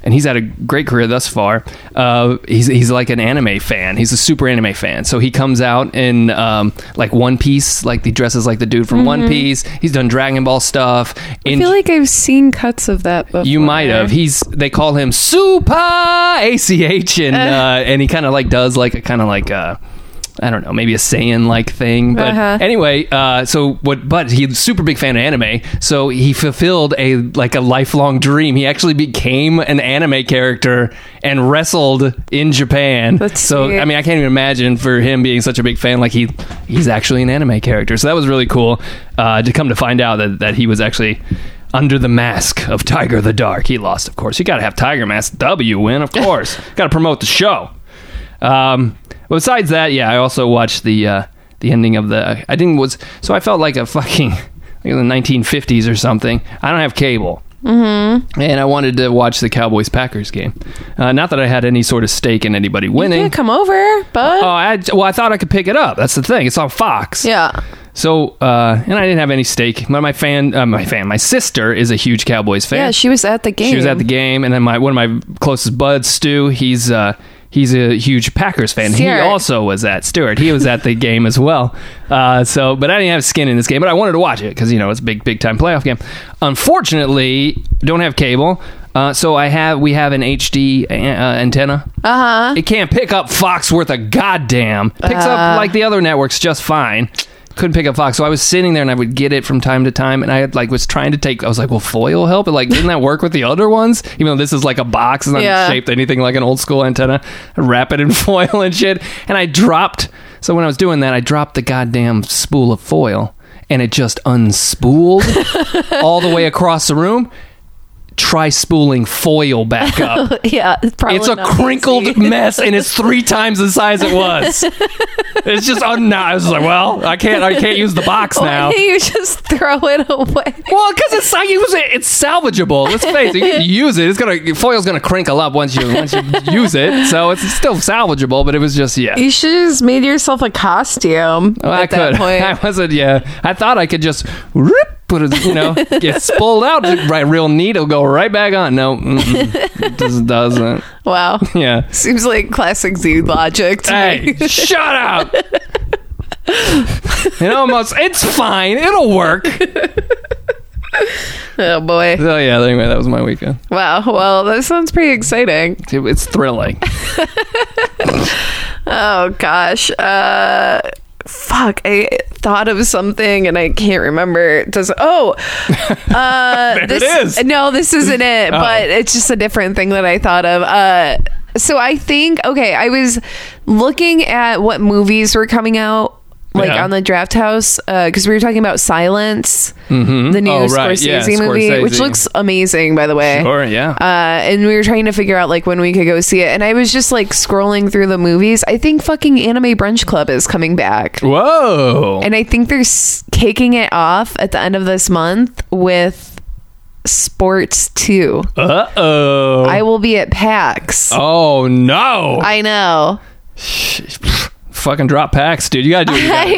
[SPEAKER 3] and he's had a great career thus far. Uh, he's he's like an anime fan. He's a super anime fan. So he comes out in um, like One Piece, like he dresses like the dude from One Piece. He's done Dragon Ball stuff.
[SPEAKER 2] Mm-hmm. I
[SPEAKER 3] In-
[SPEAKER 2] feel like I've seen cuts of that before.
[SPEAKER 3] you might have. He's they call him Super ACH, and uh, and he kind of like does like a kind of like uh, I don't know, maybe a Saiyan like thing. But
[SPEAKER 2] Uh-huh.
[SPEAKER 3] anyway, uh, so what? But he's a super big fan of anime, so he fulfilled a like a lifelong dream. He actually became an anime character and wrestled in Japan.
[SPEAKER 2] That's
[SPEAKER 3] so
[SPEAKER 2] sweet.
[SPEAKER 3] I mean, I can't even imagine for him being such a big fan. Like he he's actually an anime character. So that was really cool uh, to come to find out that that he was actually under the mask of Tiger the Dark. He lost, of course. You got to have Tiger Mask W win, of course. got to promote the show. Um, but besides that, yeah, I also watched the uh, the ending of the. I didn't was so I felt like a fucking like in the 1950s or something. I don't have cable. Mm-hmm. And I wanted to watch the Cowboys Packers game. Uh, not that I had any sort of stake in anybody winning.
[SPEAKER 2] Yeah, come over, but
[SPEAKER 3] Oh, I, well, I thought I could pick it up. That's the thing. It's on Fox.
[SPEAKER 2] yeah.
[SPEAKER 3] So, uh, and I didn't have any stake. My, my fan, uh, my fan, my sister is a huge Cowboys fan.
[SPEAKER 2] Yeah, she was at the game.
[SPEAKER 3] She was at the game, and then my one of my closest buds, Stu. He's uh, he's a huge Packers fan.
[SPEAKER 2] Stuart.
[SPEAKER 3] He also was at Stewart. He was at the game as well. Uh, so, but I didn't have skin in this game, but I wanted to watch it because you know it's a big big time playoff game. Unfortunately, don't have cable. Uh, so I have we have an HD uh, antenna. Uh huh. It can't pick up Fox worth a goddamn. Picks up like the other networks just fine. Couldn't pick up Fox, so I was sitting there and I would get it from time to time, and I had, like was trying to take. I was like, "Will foil help?" And like, didn't that work with the other ones? Even though this is like a box, it's not
[SPEAKER 2] Yeah.
[SPEAKER 3] shaped anything like an old school antenna. I wrap it in foil and shit, and I dropped. So when I was doing that, I dropped the goddamn spool of foil, and it just unspooled all the way across the room. Try spooling foil back up.
[SPEAKER 2] Yeah, it's probably
[SPEAKER 3] It's a
[SPEAKER 2] not
[SPEAKER 3] crinkled
[SPEAKER 2] easy.
[SPEAKER 3] mess, and it's three times the size it was. it's just un- no, I was just like, well, I can't, I can't use the box now.
[SPEAKER 2] Why do you just throw it away?
[SPEAKER 3] Well, because it's like- it was- it's salvageable. Let's face it, you can use it. It's gonna foil's gonna crinkle up once you once you use it, so it's still salvageable. But it was just yeah.
[SPEAKER 2] You should have just made yourself a costume at
[SPEAKER 3] Well, I
[SPEAKER 2] that
[SPEAKER 3] could.
[SPEAKER 2] point.
[SPEAKER 3] I wasn't. Yeah, I thought I could just rip, put it, you know, get spooled out. Right, real neat. It'll go right back on. No, mm-mm. it just doesn't.
[SPEAKER 2] wow.
[SPEAKER 3] Yeah.
[SPEAKER 2] Seems like classic Z logic to
[SPEAKER 3] Hey,
[SPEAKER 2] me.
[SPEAKER 3] shut up. it almost it's fine. It'll work.
[SPEAKER 2] Oh boy.
[SPEAKER 3] So yeah, anyway, that was my weekend.
[SPEAKER 2] Wow. Well, that sounds pretty exciting.
[SPEAKER 3] It- it's thrilling.
[SPEAKER 2] Oh gosh. Uh fuck. I thought of something and I can't remember. It does Oh. Uh
[SPEAKER 3] it
[SPEAKER 2] this
[SPEAKER 3] is.
[SPEAKER 2] No, this isn't it,
[SPEAKER 3] Oh.
[SPEAKER 2] but it's just a different thing that I thought of. Uh so I think okay, I was looking at what movies were coming out like
[SPEAKER 3] Yeah.
[SPEAKER 2] on the draft house because we were talking about Silence, the new
[SPEAKER 3] Oh, right.
[SPEAKER 2] Scorsese
[SPEAKER 3] Yeah,
[SPEAKER 2] movie, which
[SPEAKER 3] Scorsese.
[SPEAKER 2] looks amazing, by the way
[SPEAKER 3] Or yeah.
[SPEAKER 2] uh, and we were trying to figure out like when we could go see it. And I was just like scrolling through the movies. I think fucking Anime Brunch Club is coming back,
[SPEAKER 3] Whoa.
[SPEAKER 2] and I think they're s- kicking it off at the end of this month with Sports Two.
[SPEAKER 3] Uh oh.
[SPEAKER 2] I will be at PAX.
[SPEAKER 3] oh no.
[SPEAKER 2] I know,
[SPEAKER 3] Fucking drop packs, dude. You gotta do what you
[SPEAKER 2] I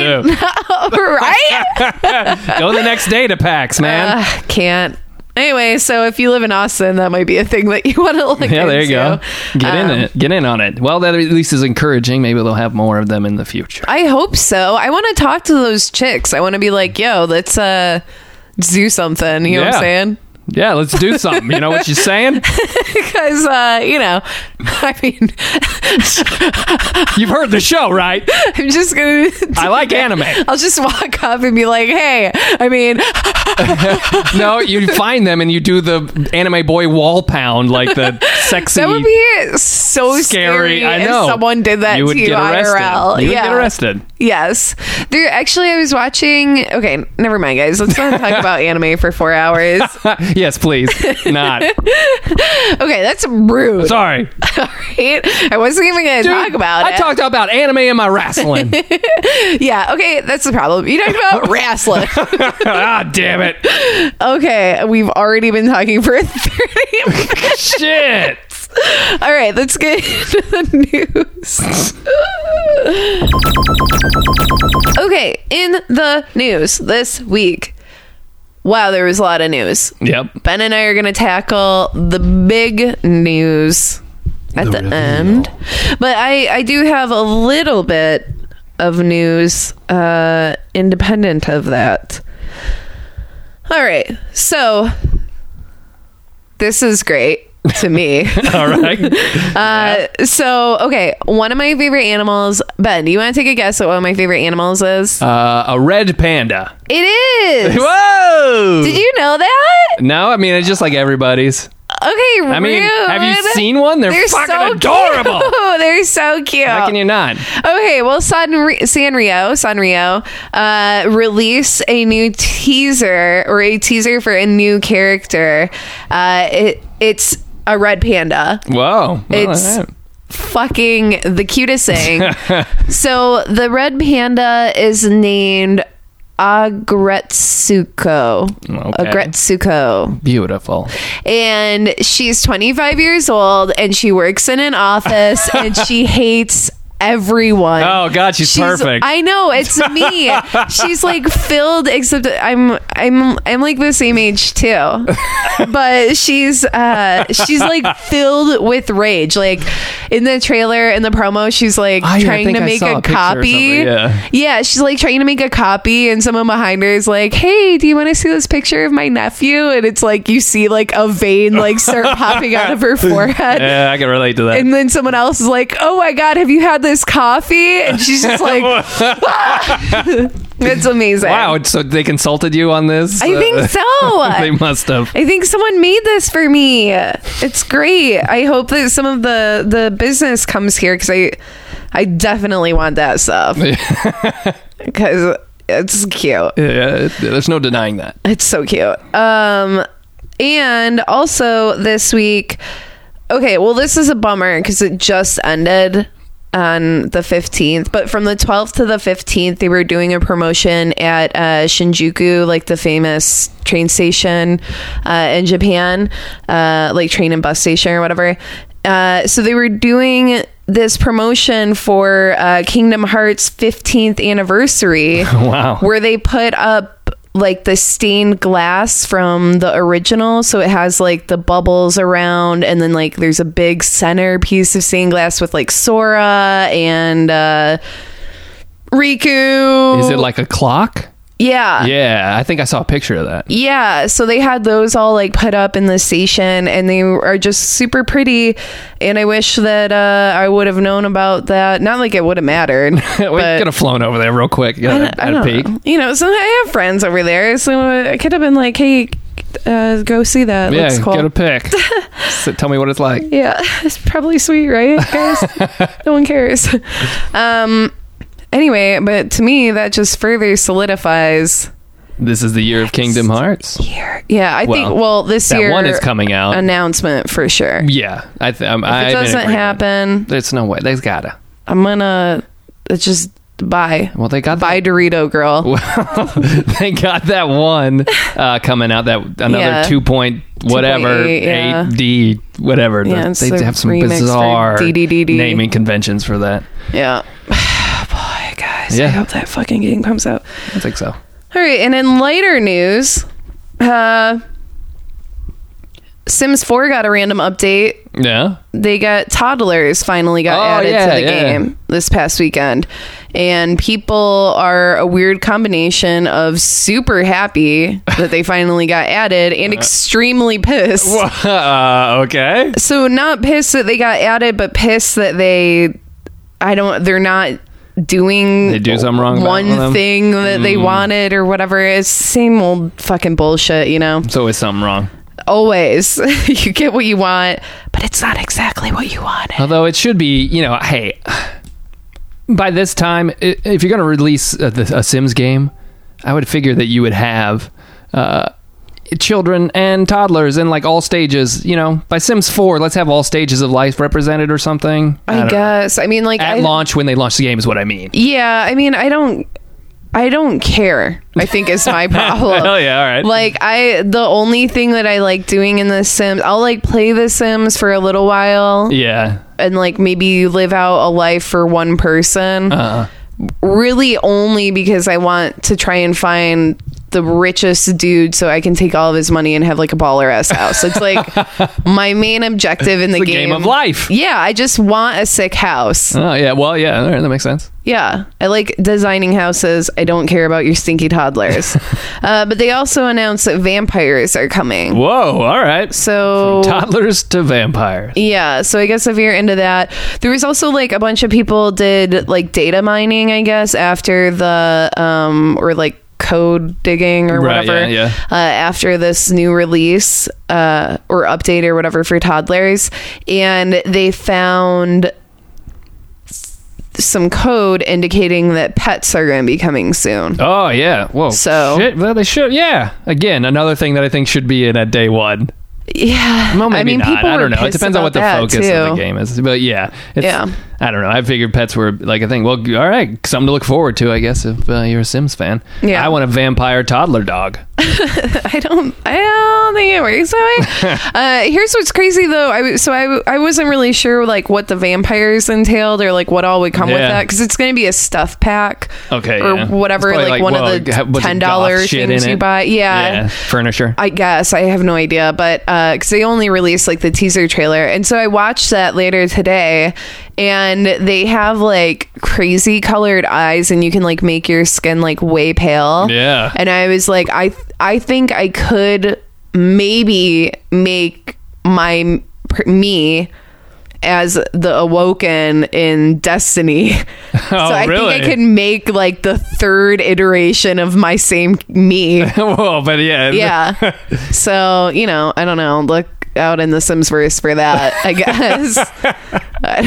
[SPEAKER 3] gotta do.
[SPEAKER 2] right?
[SPEAKER 3] Go the next day to packs, man.
[SPEAKER 2] Ugh, can't. Anyway, so if you live in Austin, that might be a thing that you want to look into.
[SPEAKER 3] yeah, there you go. Get in
[SPEAKER 2] Um,
[SPEAKER 3] it. Get in on it. Well, that at least is encouraging. Maybe they'll have more of them in the future.
[SPEAKER 2] I hope so. I want to talk to those chicks. I want to be like, yo, let's uh do something. You know what
[SPEAKER 3] Yeah.
[SPEAKER 2] I'm saying?
[SPEAKER 3] Yeah, let's do something. You know what she's saying?
[SPEAKER 2] because uh, you know, I mean,
[SPEAKER 3] You've heard the show, right?
[SPEAKER 2] I'm just gonna.
[SPEAKER 3] I like anime.
[SPEAKER 2] I'll just walk up and be like, "Hey, I mean,
[SPEAKER 3] No, you find them and you do the anime boy wall pound, like the sexy.
[SPEAKER 2] that would be so scary."
[SPEAKER 3] I
[SPEAKER 2] if
[SPEAKER 3] know.
[SPEAKER 2] someone did that
[SPEAKER 3] you
[SPEAKER 2] to
[SPEAKER 3] would
[SPEAKER 2] you
[SPEAKER 3] get arrested.
[SPEAKER 2] IRL.
[SPEAKER 3] You would
[SPEAKER 2] yeah,
[SPEAKER 3] get arrested.
[SPEAKER 2] Yes. There actually I was watching okay, never mind guys. Let's not talk about anime for four hours.
[SPEAKER 3] yes, please. Not.
[SPEAKER 2] Okay, that's rude.
[SPEAKER 3] Sorry.
[SPEAKER 2] Right? I wasn't even gonna talk about
[SPEAKER 3] I
[SPEAKER 2] it.
[SPEAKER 3] talked about anime and my wrestling.
[SPEAKER 2] yeah, okay, that's the problem. You talked about wrestling.
[SPEAKER 3] ah, damn it.
[SPEAKER 2] Okay, we've already been talking for 30 minutes.
[SPEAKER 3] Shit.
[SPEAKER 2] All right, let's get into the news. okay, in the news this week. Wow, there was a lot of news.
[SPEAKER 3] Yep.
[SPEAKER 2] Ben and I are going to tackle the big news at the,
[SPEAKER 3] reveal.
[SPEAKER 2] end. But I, I do have a little bit of news uh, independent of that. All right. So this is great to me.
[SPEAKER 3] All right.
[SPEAKER 2] uh, so, okay. One of my favorite animals, Ben, do you want to take a guess at what my favorite animals is?
[SPEAKER 3] Uh, a red panda.
[SPEAKER 2] it is.
[SPEAKER 3] Whoa.
[SPEAKER 2] Did you know that?
[SPEAKER 3] No, I mean it's just like everybody's.
[SPEAKER 2] Okay,
[SPEAKER 3] I mean, have you
[SPEAKER 2] rude.
[SPEAKER 3] seen one? They're fucking adorable.
[SPEAKER 2] Cute. They're so cute.
[SPEAKER 3] How can you not?
[SPEAKER 2] okay, well, Sanrio, Sanrio, Sanrio uh, release a new teaser or a teaser for a new character. Uh, it, it's a red panda.
[SPEAKER 3] Whoa. Well,
[SPEAKER 2] It's-
[SPEAKER 3] all right.
[SPEAKER 2] Fucking the cutest thing. so the red panda is named Agretsuko.
[SPEAKER 3] Okay.
[SPEAKER 2] Agretsuko
[SPEAKER 3] beautiful.
[SPEAKER 2] and she's 25 years old and she works in an office and she hates everyone.
[SPEAKER 3] Oh God, she's, perfect.
[SPEAKER 2] I know it's me. she's like filled, except I'm I'm I'm like the same age too, but she's uh she's like filled with rage. Like in the trailer in the promo, she's like
[SPEAKER 3] Oh, yeah, I
[SPEAKER 2] trying
[SPEAKER 3] think
[SPEAKER 2] to
[SPEAKER 3] I
[SPEAKER 2] make
[SPEAKER 3] saw
[SPEAKER 2] a,
[SPEAKER 3] a picture or
[SPEAKER 2] copy.
[SPEAKER 3] something, yeah.
[SPEAKER 2] Yeah, she's like trying to make a copy, and someone behind her is like, "Hey, do you want to see this picture of my nephew?" And it's like you see like a vein like start popping out of her forehead.
[SPEAKER 3] yeah, I can relate to that.
[SPEAKER 2] And then someone else is like, "Oh my god, have you had this coffee?" And she's just like, "Ah!" "It's amazing."
[SPEAKER 3] wow. So they consulted you on this? Uh,
[SPEAKER 2] I think so.
[SPEAKER 3] they must have.
[SPEAKER 2] I think someone made this for me. It's great. I hope that some of the the business comes here because I I definitely want that stuff because it's cute.
[SPEAKER 3] Yeah, there's no denying that.
[SPEAKER 2] It's so cute. Um, and also this week, okay, well, this is a bummer because it just ended on the 15th, but from the 12th to the 15th, they were doing a promotion at uh, Shinjuku, like the famous train station uh, in Japan, uh, like train and bus station or whatever. Uh, so they were doing this promotion for uh, Kingdom Hearts 15th anniversary
[SPEAKER 3] Wow.
[SPEAKER 2] where they put up like the stained glass from the original so it has like the bubbles around and then like there's a big center piece of stained glass with like Sora and uh Riku
[SPEAKER 3] Is it like a clock?
[SPEAKER 2] yeah
[SPEAKER 3] Yeah, I think I saw a picture of that.
[SPEAKER 2] yeah, so they had those all like put up in the station and they are just super pretty. And I wish that uh, I would have known about that. Not like it would have mattered.
[SPEAKER 3] we
[SPEAKER 2] but-
[SPEAKER 3] could have flown over there real quick. Yeah,
[SPEAKER 2] I don't- I
[SPEAKER 3] had a
[SPEAKER 2] don't
[SPEAKER 3] peek.
[SPEAKER 2] know. You know, so I have friends over there, so I could have been like, "Hey, uh, go see that.
[SPEAKER 3] Yeah,
[SPEAKER 2] Looks cool."
[SPEAKER 3] get a pic. so tell me what it's like.
[SPEAKER 2] yeah, it's probably sweet, right, guys? no one cares. Um, anyway, but to me, that just further solidifies.
[SPEAKER 3] This is the year of Kingdom Hearts.
[SPEAKER 2] Yeah, I think.
[SPEAKER 3] Well,
[SPEAKER 2] Well, this
[SPEAKER 3] that
[SPEAKER 2] year
[SPEAKER 3] one is coming out.
[SPEAKER 2] Announcement for sure. If
[SPEAKER 3] yeah, I th- I'm,
[SPEAKER 2] it doesn't happen,
[SPEAKER 3] There's no way. They've gotta.
[SPEAKER 2] I'm gonna it's just buy
[SPEAKER 3] Well, they got
[SPEAKER 2] buy Dorito girl.
[SPEAKER 3] Well, they got that one uh, coming out. That another
[SPEAKER 2] Yeah.
[SPEAKER 3] two point whatever
[SPEAKER 2] 2.8, yeah.
[SPEAKER 3] eight D whatever.
[SPEAKER 2] Yeah,
[SPEAKER 3] The-
[SPEAKER 2] it's
[SPEAKER 3] they
[SPEAKER 2] the
[SPEAKER 3] have some
[SPEAKER 2] remix for
[SPEAKER 3] bizarre
[SPEAKER 2] DDDD.
[SPEAKER 3] naming conventions for that.
[SPEAKER 2] Yeah. Boy, guys,
[SPEAKER 3] Yeah.
[SPEAKER 2] I hope that fucking game comes out.
[SPEAKER 3] I think so.
[SPEAKER 2] All right, and in lighter news, uh, Sims 4 got a random update.
[SPEAKER 3] Yeah.
[SPEAKER 2] They got toddlers finally got
[SPEAKER 3] Oh,
[SPEAKER 2] added
[SPEAKER 3] yeah,
[SPEAKER 2] to the
[SPEAKER 3] yeah.
[SPEAKER 2] game this past weekend. and people are a weird combination of super happy that they finally got added and extremely pissed.
[SPEAKER 3] uh, okay.
[SPEAKER 2] So not pissed that they got added, but pissed that they, I don't, they're not doing
[SPEAKER 3] They do something wrong about one of
[SPEAKER 2] one
[SPEAKER 3] them. Mm.
[SPEAKER 2] thing that they wanted or whatever it's same old fucking bullshit you know
[SPEAKER 3] It's always something wrong.
[SPEAKER 2] always you get what you want but it's not exactly what you wanted
[SPEAKER 3] Although it should be, you know, hey, by this time, i- if you're going to release a, the- a Sims game, I would figure that you would have uh, children and toddlers in like all stages. You know, by Sims 4, let's have all stages of life represented or something.
[SPEAKER 2] I,
[SPEAKER 3] don't know.
[SPEAKER 2] guess I mean like
[SPEAKER 3] At
[SPEAKER 2] I,
[SPEAKER 3] launch, when they launch the game, is what I mean.
[SPEAKER 2] yeah I mean I don't I don't care I think is my problem
[SPEAKER 3] Hell Oh, yeah, all right.
[SPEAKER 2] like I the only thing that I like doing in the Sims I'll like play the Sims for a little while
[SPEAKER 3] yeah.
[SPEAKER 2] and like maybe live out a life for one person
[SPEAKER 3] Uh,
[SPEAKER 2] really only because I want to try and find the richest dude so I can take all of his money and have like a baller ass house. It's like my main objective in the,
[SPEAKER 3] the game of life.
[SPEAKER 2] Yeah, I just want a sick house.
[SPEAKER 3] oh, yeah. Well, yeah, all right, that makes sense.
[SPEAKER 2] Yeah, I like designing houses. I don't care about your stinky toddlers. uh, but they also announced that vampires are coming.
[SPEAKER 3] Whoa, all right.
[SPEAKER 2] So
[SPEAKER 3] Toddlers to vampires.
[SPEAKER 2] Yeah, so I guess if you're into that, there was also like a bunch of people did like data mining, I guess, after the um or like code digging or
[SPEAKER 3] Right,
[SPEAKER 2] whatever
[SPEAKER 3] yeah, yeah.
[SPEAKER 2] Uh, after this new release uh or update or whatever for toddlers and they found some code indicating that pets are going to be coming soon.
[SPEAKER 3] Oh yeah! Whoa!
[SPEAKER 2] So-
[SPEAKER 3] shit. Well, they should. Yeah. Again, another thing that I think should be in at day one.
[SPEAKER 2] Yeah.
[SPEAKER 3] Well, maybe
[SPEAKER 2] I mean,
[SPEAKER 3] not.
[SPEAKER 2] people
[SPEAKER 3] I
[SPEAKER 2] were
[SPEAKER 3] don't know. It
[SPEAKER 2] pissed
[SPEAKER 3] depends on
[SPEAKER 2] about
[SPEAKER 3] what the
[SPEAKER 2] that,
[SPEAKER 3] focus of
[SPEAKER 2] too.
[SPEAKER 3] the game is. But yeah, it's,
[SPEAKER 2] Yeah.
[SPEAKER 3] I don't know. I figured pets were like a thing. Well, g- all right, something to look forward to, I guess. If uh, you're a Sims fan,
[SPEAKER 2] Yeah.
[SPEAKER 3] I want a vampire toddler dog.
[SPEAKER 2] I don't. I don't think it works that way. uh, here's what's crazy though. I w- so I w- I wasn't really sure like what the vampires entailed or like what all would come with
[SPEAKER 3] Yeah.
[SPEAKER 2] that because it's going to be a stuff pack.
[SPEAKER 3] Okay,
[SPEAKER 2] Or
[SPEAKER 3] yeah.
[SPEAKER 2] whatever,
[SPEAKER 3] It's
[SPEAKER 2] like,
[SPEAKER 3] probably
[SPEAKER 2] one
[SPEAKER 3] well,
[SPEAKER 2] of the
[SPEAKER 3] ha- was it
[SPEAKER 2] ten
[SPEAKER 3] goth
[SPEAKER 2] dollars
[SPEAKER 3] shit
[SPEAKER 2] things
[SPEAKER 3] in
[SPEAKER 2] you
[SPEAKER 3] it?
[SPEAKER 2] buy. Yeah.
[SPEAKER 3] furniture.
[SPEAKER 2] I guess I have no idea, but because they only released like the teaser trailer, and so I watched that later today, and they have like crazy colored eyes, and you can like make your skin like way pale.
[SPEAKER 3] Yeah.
[SPEAKER 2] and I was like, I I think I could maybe make my me as the awoken in destiny so i
[SPEAKER 3] Oh, really?
[SPEAKER 2] think i can make like the third iteration of my same me
[SPEAKER 3] well, but yeah,
[SPEAKER 2] yeah. So, you know, I don't know. Look out in the Simsverse for that, I guess. I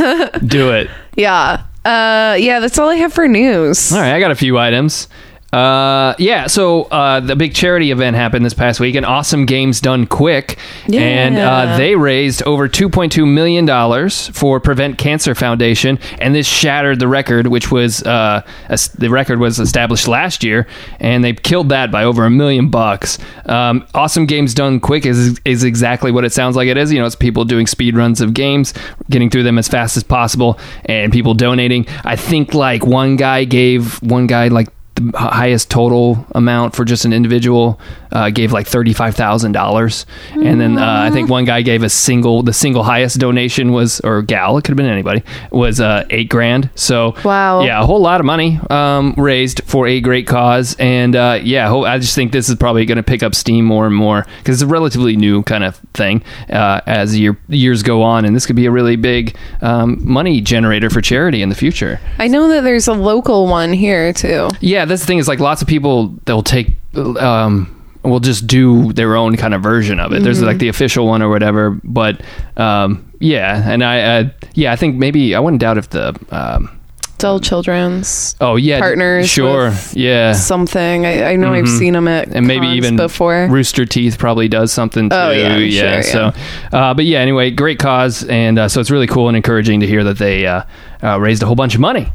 [SPEAKER 2] don't know.
[SPEAKER 3] do it.
[SPEAKER 2] Yeah. Uh, yeah, that's all I have for news.
[SPEAKER 3] All right, I got a few items. Uh, yeah, so uh, the big charity event happened this past week, and Awesome Games Done Quick, and uh,
[SPEAKER 2] Yeah.
[SPEAKER 3] they raised over 2.2 million dollars for Prevent Cancer Foundation, and this shattered the record, which was uh, es- the record was established last year, and they killed that by over a million bucks. Um, awesome Games Done Quick is is exactly what it sounds like it is. You know, it's people doing speed runs of games, getting through them as fast as possible, and people donating. I think like one guy gave one guy like the h- highest total amount for just an individual uh, gave like thirty-five thousand dollars, and then uh, I think one guy gave a single. The single highest donation was, or gal, it could have been anybody, was uh, eight grand. So
[SPEAKER 2] Wow.
[SPEAKER 3] yeah, a whole lot of money um, raised for a great cause, and uh, yeah, ho- I just think this is probably going to pick up steam more and more because it's a relatively new kind of thing uh, as year, years go on, and this could be a really big um, money generator for charity in the future.
[SPEAKER 2] I know that there's a local one here, too.
[SPEAKER 3] Yeah, that's the thing is like lots of people they'll take um will just do their own kind of version of it. There's
[SPEAKER 2] Mm-hmm.
[SPEAKER 3] like the official one or whatever, but um yeah, and I uh, yeah, I think maybe I wouldn't doubt if the um
[SPEAKER 2] Dull Children's
[SPEAKER 3] oh yeah,
[SPEAKER 2] Partners
[SPEAKER 3] sure.
[SPEAKER 2] with
[SPEAKER 3] Yeah. Mm-hmm.
[SPEAKER 2] something. I, I know I've seen them at
[SPEAKER 3] and maybe
[SPEAKER 2] cons
[SPEAKER 3] even
[SPEAKER 2] before.
[SPEAKER 3] Rooster Teeth probably does something too.
[SPEAKER 2] Oh, yeah, I'm sure,
[SPEAKER 3] so, Uh, but yeah, anyway, great cause, and uh, so it's really cool and encouraging to hear that they uh, uh, raised a whole bunch of money.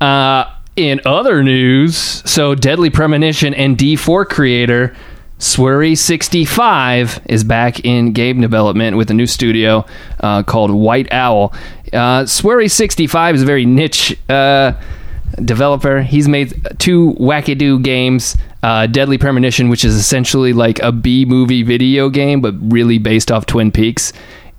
[SPEAKER 3] Uh, in other news, so Deadly Premonition and D4 creator Swery65 is back in game development with a new studio uh, called White Owl. Uh, Swery65 is a very niche. Uh, developer. He's made two wackadoo games, uh, Deadly Premonition, which is essentially like a B movie video game, but really based off Twin Peaks.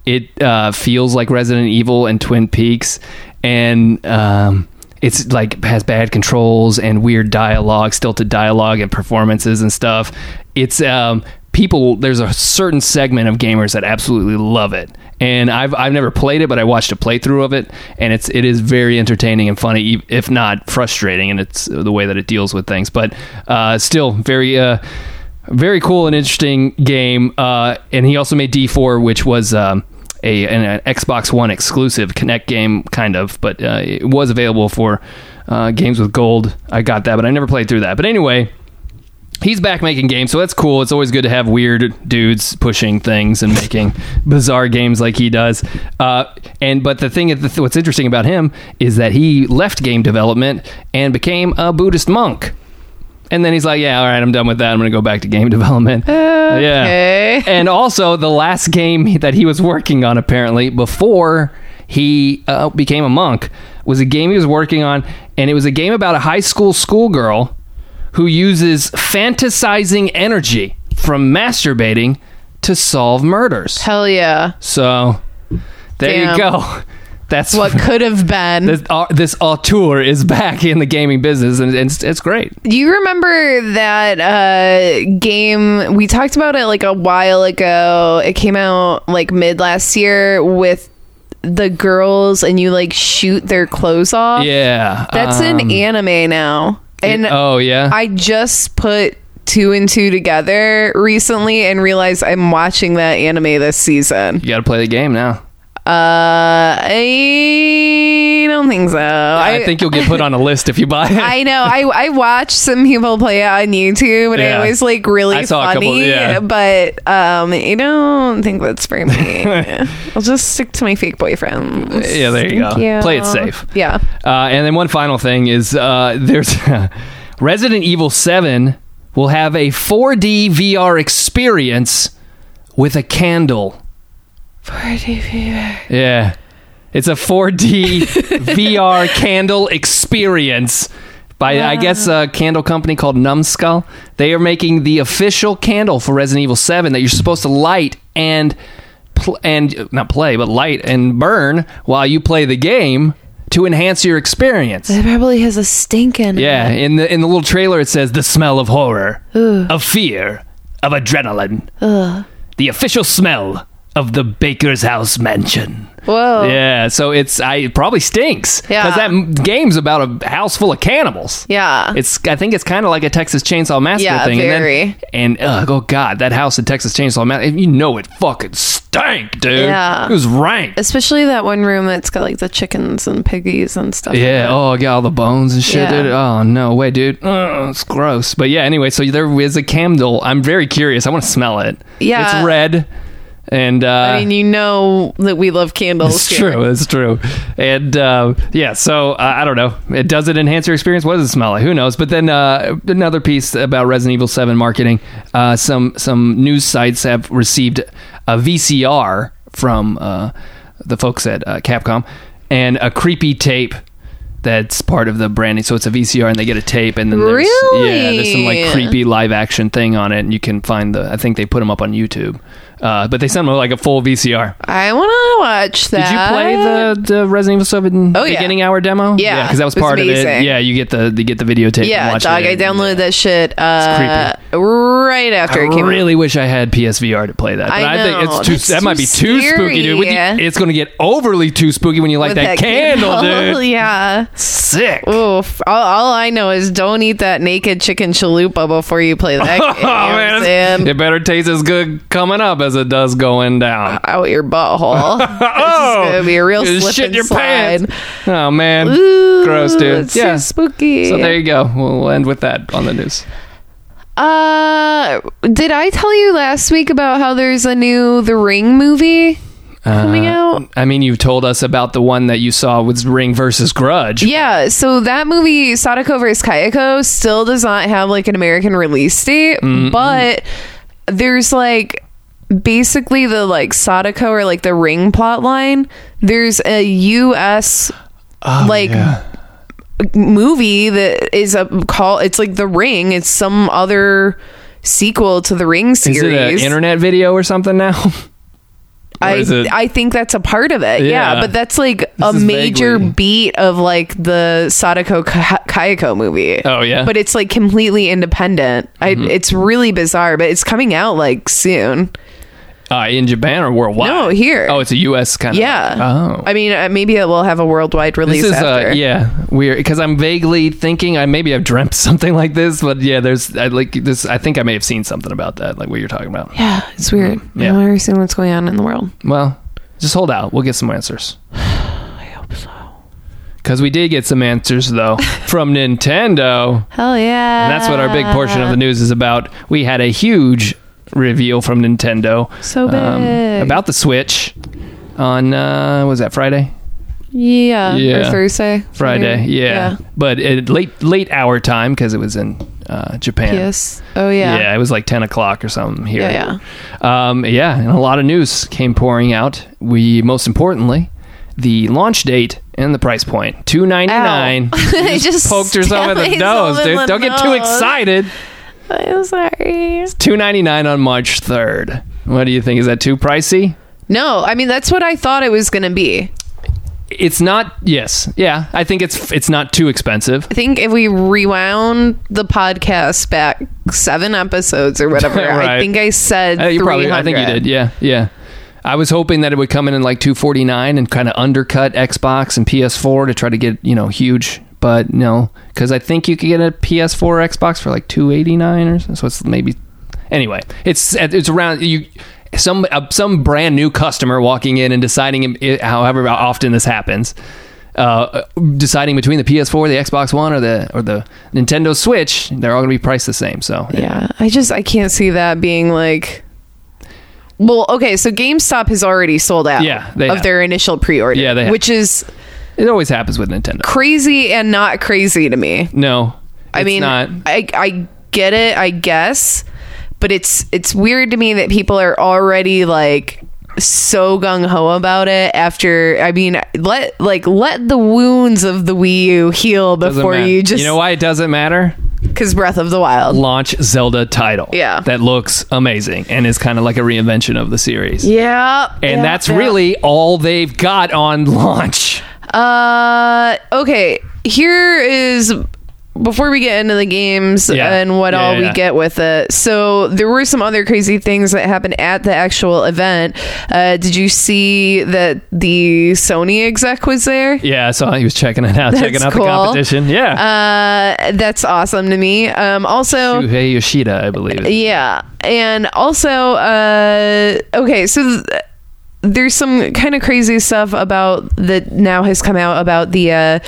[SPEAKER 3] It uh, feels like Resident Evil and Twin Peaks, and um, it's like has bad controls and weird dialogue, stilted dialogue and performances and stuff. It's um, people. There's a certain segment of gamers that absolutely love it, and I've I've never played it, but I watched a playthrough of it, and it's it is very entertaining and funny, ev- if not frustrating, and it's the way that it deals with things, but uh, still very. Uh, very cool and interesting game. Uh, and he also made D4, which was um, a an, an Xbox One exclusive Kinect game, kind of, but uh, it was available for uh, games with gold. I got that, but I never played through that. But anyway, he's back making games, so that's cool. It's always good to have weird dudes pushing things and making bizarre games like he does. Uh, and but the thing, is- the th- what's interesting about him is that he left game development and became a Buddhist monk. And then he's like, "Yeah, all right, I'm done with that. I'm going to go back to game development."
[SPEAKER 2] Okay.
[SPEAKER 3] Yeah. And also, the last game that he was working on, apparently, before he uh, became a monk, was a game he was working on, and it was a game about a high school schoolgirl who uses fantasizing energy from masturbating to solve murders.
[SPEAKER 2] Hell yeah.
[SPEAKER 3] So, there
[SPEAKER 2] Damn.
[SPEAKER 3] you go. That's
[SPEAKER 2] What could have been.
[SPEAKER 3] This, au- this auteur is back in the gaming business, and it's, it's great.
[SPEAKER 2] Do you remember that uh, game? We talked about it like a while ago. It came out like mid last year with the girls, and you like shoot their clothes off.
[SPEAKER 3] Yeah,
[SPEAKER 2] Oh. That's
[SPEAKER 3] um,
[SPEAKER 2] an anime now. And
[SPEAKER 3] oh yeah,
[SPEAKER 2] I just put two and two together recently and realized I'm watching that anime this season.
[SPEAKER 3] you got to play the game now.
[SPEAKER 2] Uh, I don't think so.
[SPEAKER 3] I, think you'll get put on a list if you buy it.
[SPEAKER 2] I know. I I watched some people play it on YouTube, and
[SPEAKER 3] Yeah.
[SPEAKER 2] it was like really
[SPEAKER 3] I saw a couple-
[SPEAKER 2] funny.
[SPEAKER 3] yeah.
[SPEAKER 2] But um, I don't think that's for me. I'll just stick to my fake boyfriends.
[SPEAKER 3] Yeah, there you
[SPEAKER 2] Thank
[SPEAKER 3] go. Play it safe.
[SPEAKER 2] Yeah.
[SPEAKER 3] Uh, and then one final thing is uh, there's Resident Evil 7 will have a 4D VR experience with a candle. Yeah. It's a 4D VR candle experience by, I guess, a candle company called Numbskull. They are making the official candle for Resident Evil 7 that you're supposed to light and pl- and not play, but light and burn while you play the game to enhance your experience.
[SPEAKER 2] It probably has a stink in it.
[SPEAKER 3] Yeah, in the in the little trailer it says the smell of horror, of fear, of adrenaline. The official smell of the Baker's House mansion.
[SPEAKER 2] Whoa.
[SPEAKER 3] Yeah, so it's I it probably stinks
[SPEAKER 2] Oh. Yeah.
[SPEAKER 3] because that m- game's about a house full of cannibals.
[SPEAKER 2] Yeah.
[SPEAKER 3] It's I think it's kind of like a Texas Chainsaw Massacre
[SPEAKER 2] Yeah,
[SPEAKER 3] thing.
[SPEAKER 2] very.
[SPEAKER 3] And, then, and uh, oh god, that house in Texas Chainsaw Massacre, you know it fucking stank, dude.
[SPEAKER 2] Yeah.
[SPEAKER 3] it was rank.
[SPEAKER 2] Especially that one room that's got like the chickens and piggies and stuff.
[SPEAKER 3] Yeah. Oh, yeah. All the bones and shit,
[SPEAKER 2] Yeah.
[SPEAKER 3] dude. Oh no way, dude. Ugh, it's gross. But yeah. Anyway, so there is a candle. I'm very curious. I want to smell it.
[SPEAKER 2] Yeah.
[SPEAKER 3] It's red, and uh,
[SPEAKER 2] I mean, you know that we love candles.
[SPEAKER 3] it's
[SPEAKER 2] here.
[SPEAKER 3] true. It's true. And uh, yeah, so uh, I don't know. It does it enhance your experience? What does it smell like? Who knows? But then uh, another piece about Resident Evil Seven marketing. Uh, some some news sites have received a VCR from uh, the folks at uh, Capcom and a creepy tape. That's part of the branding, so it's a VCR, and they get a tape, and then there's, yeah, there's some like
[SPEAKER 2] Really?
[SPEAKER 3] creepy creepy live action thing on it, and you can find the. I think they put them up on YouTube, uh, but they sent them like a full VCR.
[SPEAKER 2] I want to watch that.
[SPEAKER 3] Did you play the, the Resident Evil Seven
[SPEAKER 2] Oh, yeah.
[SPEAKER 3] beginning hour demo?
[SPEAKER 2] Yeah,
[SPEAKER 3] because that was
[SPEAKER 2] it was
[SPEAKER 3] part of it.
[SPEAKER 2] amazing.
[SPEAKER 3] Yeah, you get the you get the videotape. and
[SPEAKER 2] Yeah,
[SPEAKER 3] watch
[SPEAKER 2] dog.
[SPEAKER 3] It
[SPEAKER 2] I downloaded that shit uh, right after it
[SPEAKER 3] I
[SPEAKER 2] came out.
[SPEAKER 3] really wish I had PSVR to play that. But I,
[SPEAKER 2] I
[SPEAKER 3] think
[SPEAKER 2] know,
[SPEAKER 3] it's too.
[SPEAKER 2] that's
[SPEAKER 3] that
[SPEAKER 2] too
[SPEAKER 3] might be too spooky, dude. When you-
[SPEAKER 2] scary.
[SPEAKER 3] it's going to get overly too spooky when you light
[SPEAKER 2] with
[SPEAKER 3] that, candle, dude.
[SPEAKER 2] Yeah.
[SPEAKER 3] Sick.
[SPEAKER 2] Oof. All, all I know is don't eat that naked chicken chalupa before you play that.
[SPEAKER 3] Oh
[SPEAKER 2] game,
[SPEAKER 3] man,
[SPEAKER 2] Sam.
[SPEAKER 3] it's- it better taste as good coming up as it does going down.
[SPEAKER 2] out your butthole. Uh, this is gonna be a real
[SPEAKER 3] you
[SPEAKER 2] slip
[SPEAKER 3] Oh. shit
[SPEAKER 2] and
[SPEAKER 3] your
[SPEAKER 2] slide.
[SPEAKER 3] pants. Oh man,
[SPEAKER 2] Ooh,
[SPEAKER 3] gross, dude.
[SPEAKER 2] It's
[SPEAKER 3] yeah.
[SPEAKER 2] so spooky.
[SPEAKER 3] So there you go. We'll we'll end with that on the news.
[SPEAKER 2] uh, did I tell you last week about how there's a new The Ring movie?
[SPEAKER 3] Uh,
[SPEAKER 2] Coming out?
[SPEAKER 3] I mean, you told us about the one that you saw was Ring versus Grudge.
[SPEAKER 2] Yeah, so that movie Sadako vs. Kayako still does not have like an American release date, but there's like basically the like Sadako or like the Ring plot line. There's a U.S. like
[SPEAKER 3] yeah.
[SPEAKER 2] movie that is a call. It's like the Ring. It's some other sequel to the Ring
[SPEAKER 3] Is it
[SPEAKER 2] series.
[SPEAKER 3] an internet video or something now? Or
[SPEAKER 2] I
[SPEAKER 3] is it-
[SPEAKER 2] I think that's a part of it. Yeah,
[SPEAKER 3] Yeah.
[SPEAKER 2] but that's like
[SPEAKER 3] This
[SPEAKER 2] a
[SPEAKER 3] is
[SPEAKER 2] major
[SPEAKER 3] vaguely-
[SPEAKER 2] beat of like the Sadako Ka- Kayako movie.
[SPEAKER 3] Oh, yeah? Mm-hmm.
[SPEAKER 2] but it's like completely independent. I it's really bizarre, but it's coming out like soon.
[SPEAKER 3] Uh, in Japan or worldwide?
[SPEAKER 2] No, here.
[SPEAKER 3] Oh, it's a U.S. kind of.
[SPEAKER 2] Yeah.
[SPEAKER 3] Oh.
[SPEAKER 2] I mean, uh, maybe it will have a worldwide release
[SPEAKER 3] this is
[SPEAKER 2] after.
[SPEAKER 3] uh, yeah weird because I'm vaguely thinking I maybe I've dreamt something like this, but yeah, there's I like this. I think I may have seen something about that, like what you're talking about.
[SPEAKER 2] Yeah, it's weird.
[SPEAKER 3] Mm-hmm. Yeah.
[SPEAKER 2] I don't understand what's going on in the world.
[SPEAKER 3] Well, just hold out. We'll get some answers. I hope so. Because we did get some answers though from Nintendo.
[SPEAKER 2] Hell yeah.
[SPEAKER 3] And that's what our big portion of the news is about. We had a huge reveal from Nintendo.
[SPEAKER 2] So
[SPEAKER 3] um,
[SPEAKER 2] big.
[SPEAKER 3] about the Switch on uh, was that Friday?
[SPEAKER 2] Yeah.
[SPEAKER 3] Yeah.
[SPEAKER 2] Or Thursday.
[SPEAKER 3] Friday,
[SPEAKER 2] Something-
[SPEAKER 3] yeah. But at late late hour time because it was in uh, Japan.
[SPEAKER 2] Yes. Oh, yeah.
[SPEAKER 3] it was like ten o'clock or something here.
[SPEAKER 2] Yeah,
[SPEAKER 3] yeah, um, yeah. And a lot of news came pouring out. We most importantly, the launch date and the price point two ninety nine.
[SPEAKER 2] I just
[SPEAKER 3] Poked herself in the nose, dude. Don't get too excited.
[SPEAKER 2] I'm sorry.
[SPEAKER 3] Two ninety nine on March third. What do you think? Is that too pricey?
[SPEAKER 2] No, I mean that's what I thought it was going to be.
[SPEAKER 3] It's not. Yes. Yeah. I think it's it's not too expensive.
[SPEAKER 2] I think if we rewound the podcast back seven episodes or whatever, I
[SPEAKER 3] Right.
[SPEAKER 2] think I said
[SPEAKER 3] Uh, you probably. I think you
[SPEAKER 2] 300.
[SPEAKER 3] did. Yeah. Yeah. I was hoping that it would come in at like 249 and kind of undercut Xbox and PS4 to try to get you know huge, but no, because I think you could get a PS4 or Xbox for like 289 or so. So it's maybe. Anyway, it's it's around you. Some uh, some brand new customer walking in and deciding, it, however often this happens, uh, deciding between the PS4, the Xbox One, or the or the Nintendo Switch, they're all going to be priced the same. So
[SPEAKER 2] Yeah, I just I can't see that being like. Well, okay, so GameStop has already sold out
[SPEAKER 3] Yeah, they
[SPEAKER 2] of
[SPEAKER 3] have.
[SPEAKER 2] their initial pre-order,
[SPEAKER 3] Yeah, they have.
[SPEAKER 2] which is
[SPEAKER 3] it always happens with Nintendo.
[SPEAKER 2] crazy and not crazy to me.
[SPEAKER 3] No,
[SPEAKER 2] I
[SPEAKER 3] it's
[SPEAKER 2] mean,
[SPEAKER 3] not.
[SPEAKER 2] I I get it, I guess, but it's it's weird to me that people are already like so gung ho about it after. I mean, let like let the wounds of the Wii U heal
[SPEAKER 3] Doesn't
[SPEAKER 2] before
[SPEAKER 3] matter.
[SPEAKER 2] you just
[SPEAKER 3] you know why it doesn't matter.
[SPEAKER 2] because Breath of the Wild.
[SPEAKER 3] Launch Zelda title,
[SPEAKER 2] Yeah.
[SPEAKER 3] that looks amazing and is kind of like a reinvention of the series.
[SPEAKER 2] Yeah,
[SPEAKER 3] And that's really all they've got on launch.
[SPEAKER 2] Uh, okay. Here is before we get into the games
[SPEAKER 3] Yeah.
[SPEAKER 2] and what
[SPEAKER 3] Yeah,
[SPEAKER 2] all
[SPEAKER 3] yeah,
[SPEAKER 2] we
[SPEAKER 3] yeah.
[SPEAKER 2] get with it. So there were some other crazy things that happened at the actual event. Uh, did you see that the Sony exec was there?
[SPEAKER 3] Yeah, so he was checking it out, checking out
[SPEAKER 2] cool.
[SPEAKER 3] the competition. Yeah,
[SPEAKER 2] Uh, that's awesome to me. Um, also.
[SPEAKER 3] Shuhei Yoshida, I believe.
[SPEAKER 2] Yeah. And also, uh, okay, so th- there's some kind of crazy stuff about that now has come out about the uh,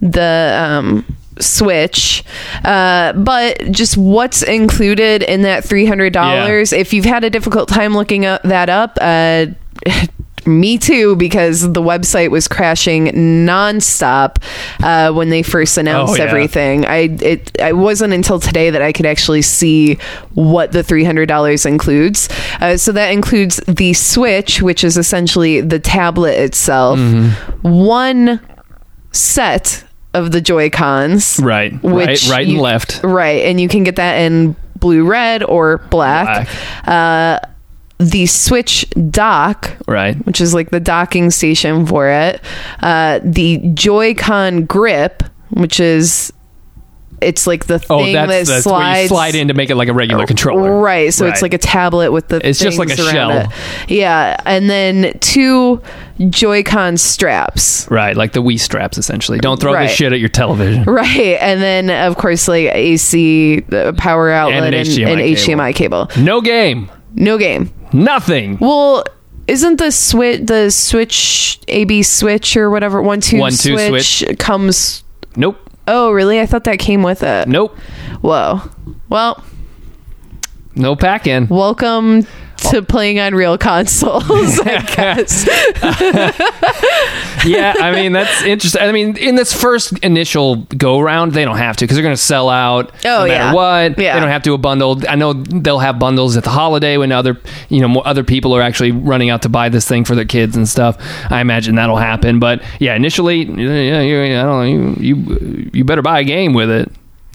[SPEAKER 2] the um, Switch, uh, but just what's included in that three hundred dollars? If you've had a difficult time looking up, that up. Uh, Me too, because the website was crashing nonstop uh, when they first announced
[SPEAKER 3] Oh, yeah.
[SPEAKER 2] everything. I it it wasn't until today that I could actually see what the three hundred dollars includes. Uh, so that includes the Switch, which is essentially the tablet itself,
[SPEAKER 3] Mm-hmm.
[SPEAKER 2] one set of the Joy Cons,
[SPEAKER 3] Right, right,
[SPEAKER 2] Which
[SPEAKER 3] right,
[SPEAKER 2] you-
[SPEAKER 3] and left.
[SPEAKER 2] Right, and you can get that in blue, red, or black. Uh, the Switch dock,
[SPEAKER 3] Right.
[SPEAKER 2] which is like the docking station for it. Uh, the Joy-Con grip, which is it's like the
[SPEAKER 3] Oh,
[SPEAKER 2] thing that
[SPEAKER 3] that's, that's where you
[SPEAKER 2] slides
[SPEAKER 3] slide in to make it like a regular controller.
[SPEAKER 2] Right, so it's like a tablet with the
[SPEAKER 3] It's just like
[SPEAKER 2] things
[SPEAKER 3] a
[SPEAKER 2] around
[SPEAKER 3] shell.
[SPEAKER 2] it. Yeah, and then two Joy-Con straps.
[SPEAKER 3] right, like the Wii straps essentially. Don't throw
[SPEAKER 2] Right.
[SPEAKER 3] this shit at your television.
[SPEAKER 2] Right, and then of course like AC uh, power outlet and,
[SPEAKER 3] an
[SPEAKER 2] and
[SPEAKER 3] HDMI
[SPEAKER 2] HDMI
[SPEAKER 3] cable.
[SPEAKER 2] cable.
[SPEAKER 3] No game,
[SPEAKER 2] No game.
[SPEAKER 3] nothing.
[SPEAKER 2] Well, isn't the switch the switch AB switch or whatever one two
[SPEAKER 3] One, two,
[SPEAKER 2] switch, comes?
[SPEAKER 3] Nope,
[SPEAKER 2] Oh, really? I thought that came with it.
[SPEAKER 3] nope,
[SPEAKER 2] Whoa. Well,
[SPEAKER 3] no pack in.
[SPEAKER 2] welcome to playing on real consoles. I guess.
[SPEAKER 3] yeah, I mean that's interesting. I mean, in this first initial go round, they don't have to because they're going to sell out.
[SPEAKER 2] Oh,
[SPEAKER 3] no matter
[SPEAKER 2] yeah.
[SPEAKER 3] what,
[SPEAKER 2] Yeah.
[SPEAKER 3] they don't have to do a bundle. I know they'll have bundles at the holiday when other you know more other people are actually running out to buy this thing for their kids and stuff. I imagine that'll happen. But yeah, initially, yeah, yeah, you- I don't know, you you you better buy a game with it.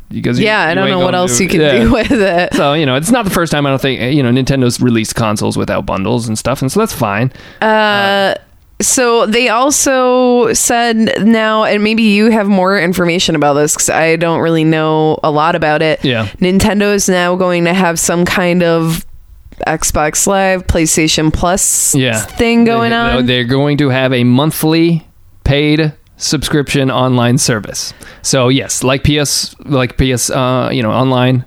[SPEAKER 3] because you-
[SPEAKER 2] yeah, I
[SPEAKER 3] you
[SPEAKER 2] don't
[SPEAKER 3] ain't
[SPEAKER 2] know what
[SPEAKER 3] gonna
[SPEAKER 2] else you can
[SPEAKER 3] yeah.
[SPEAKER 2] do with it.
[SPEAKER 3] So you know, it's not the first time I don't think you know Nintendo's released consoles without bundles and stuff, and so that's fine.
[SPEAKER 2] Uh, so they also said now, and maybe you have more information about this because I don't really know a lot about it.
[SPEAKER 3] Yeah.
[SPEAKER 2] Nintendo is now going to have some kind of Xbox Live, PlayStation Plus
[SPEAKER 3] Yeah,
[SPEAKER 2] thing going
[SPEAKER 3] They-
[SPEAKER 2] on.
[SPEAKER 3] They're going to have a monthly paid subscription online service. So yes, like PS, like PS, uh, you know, online.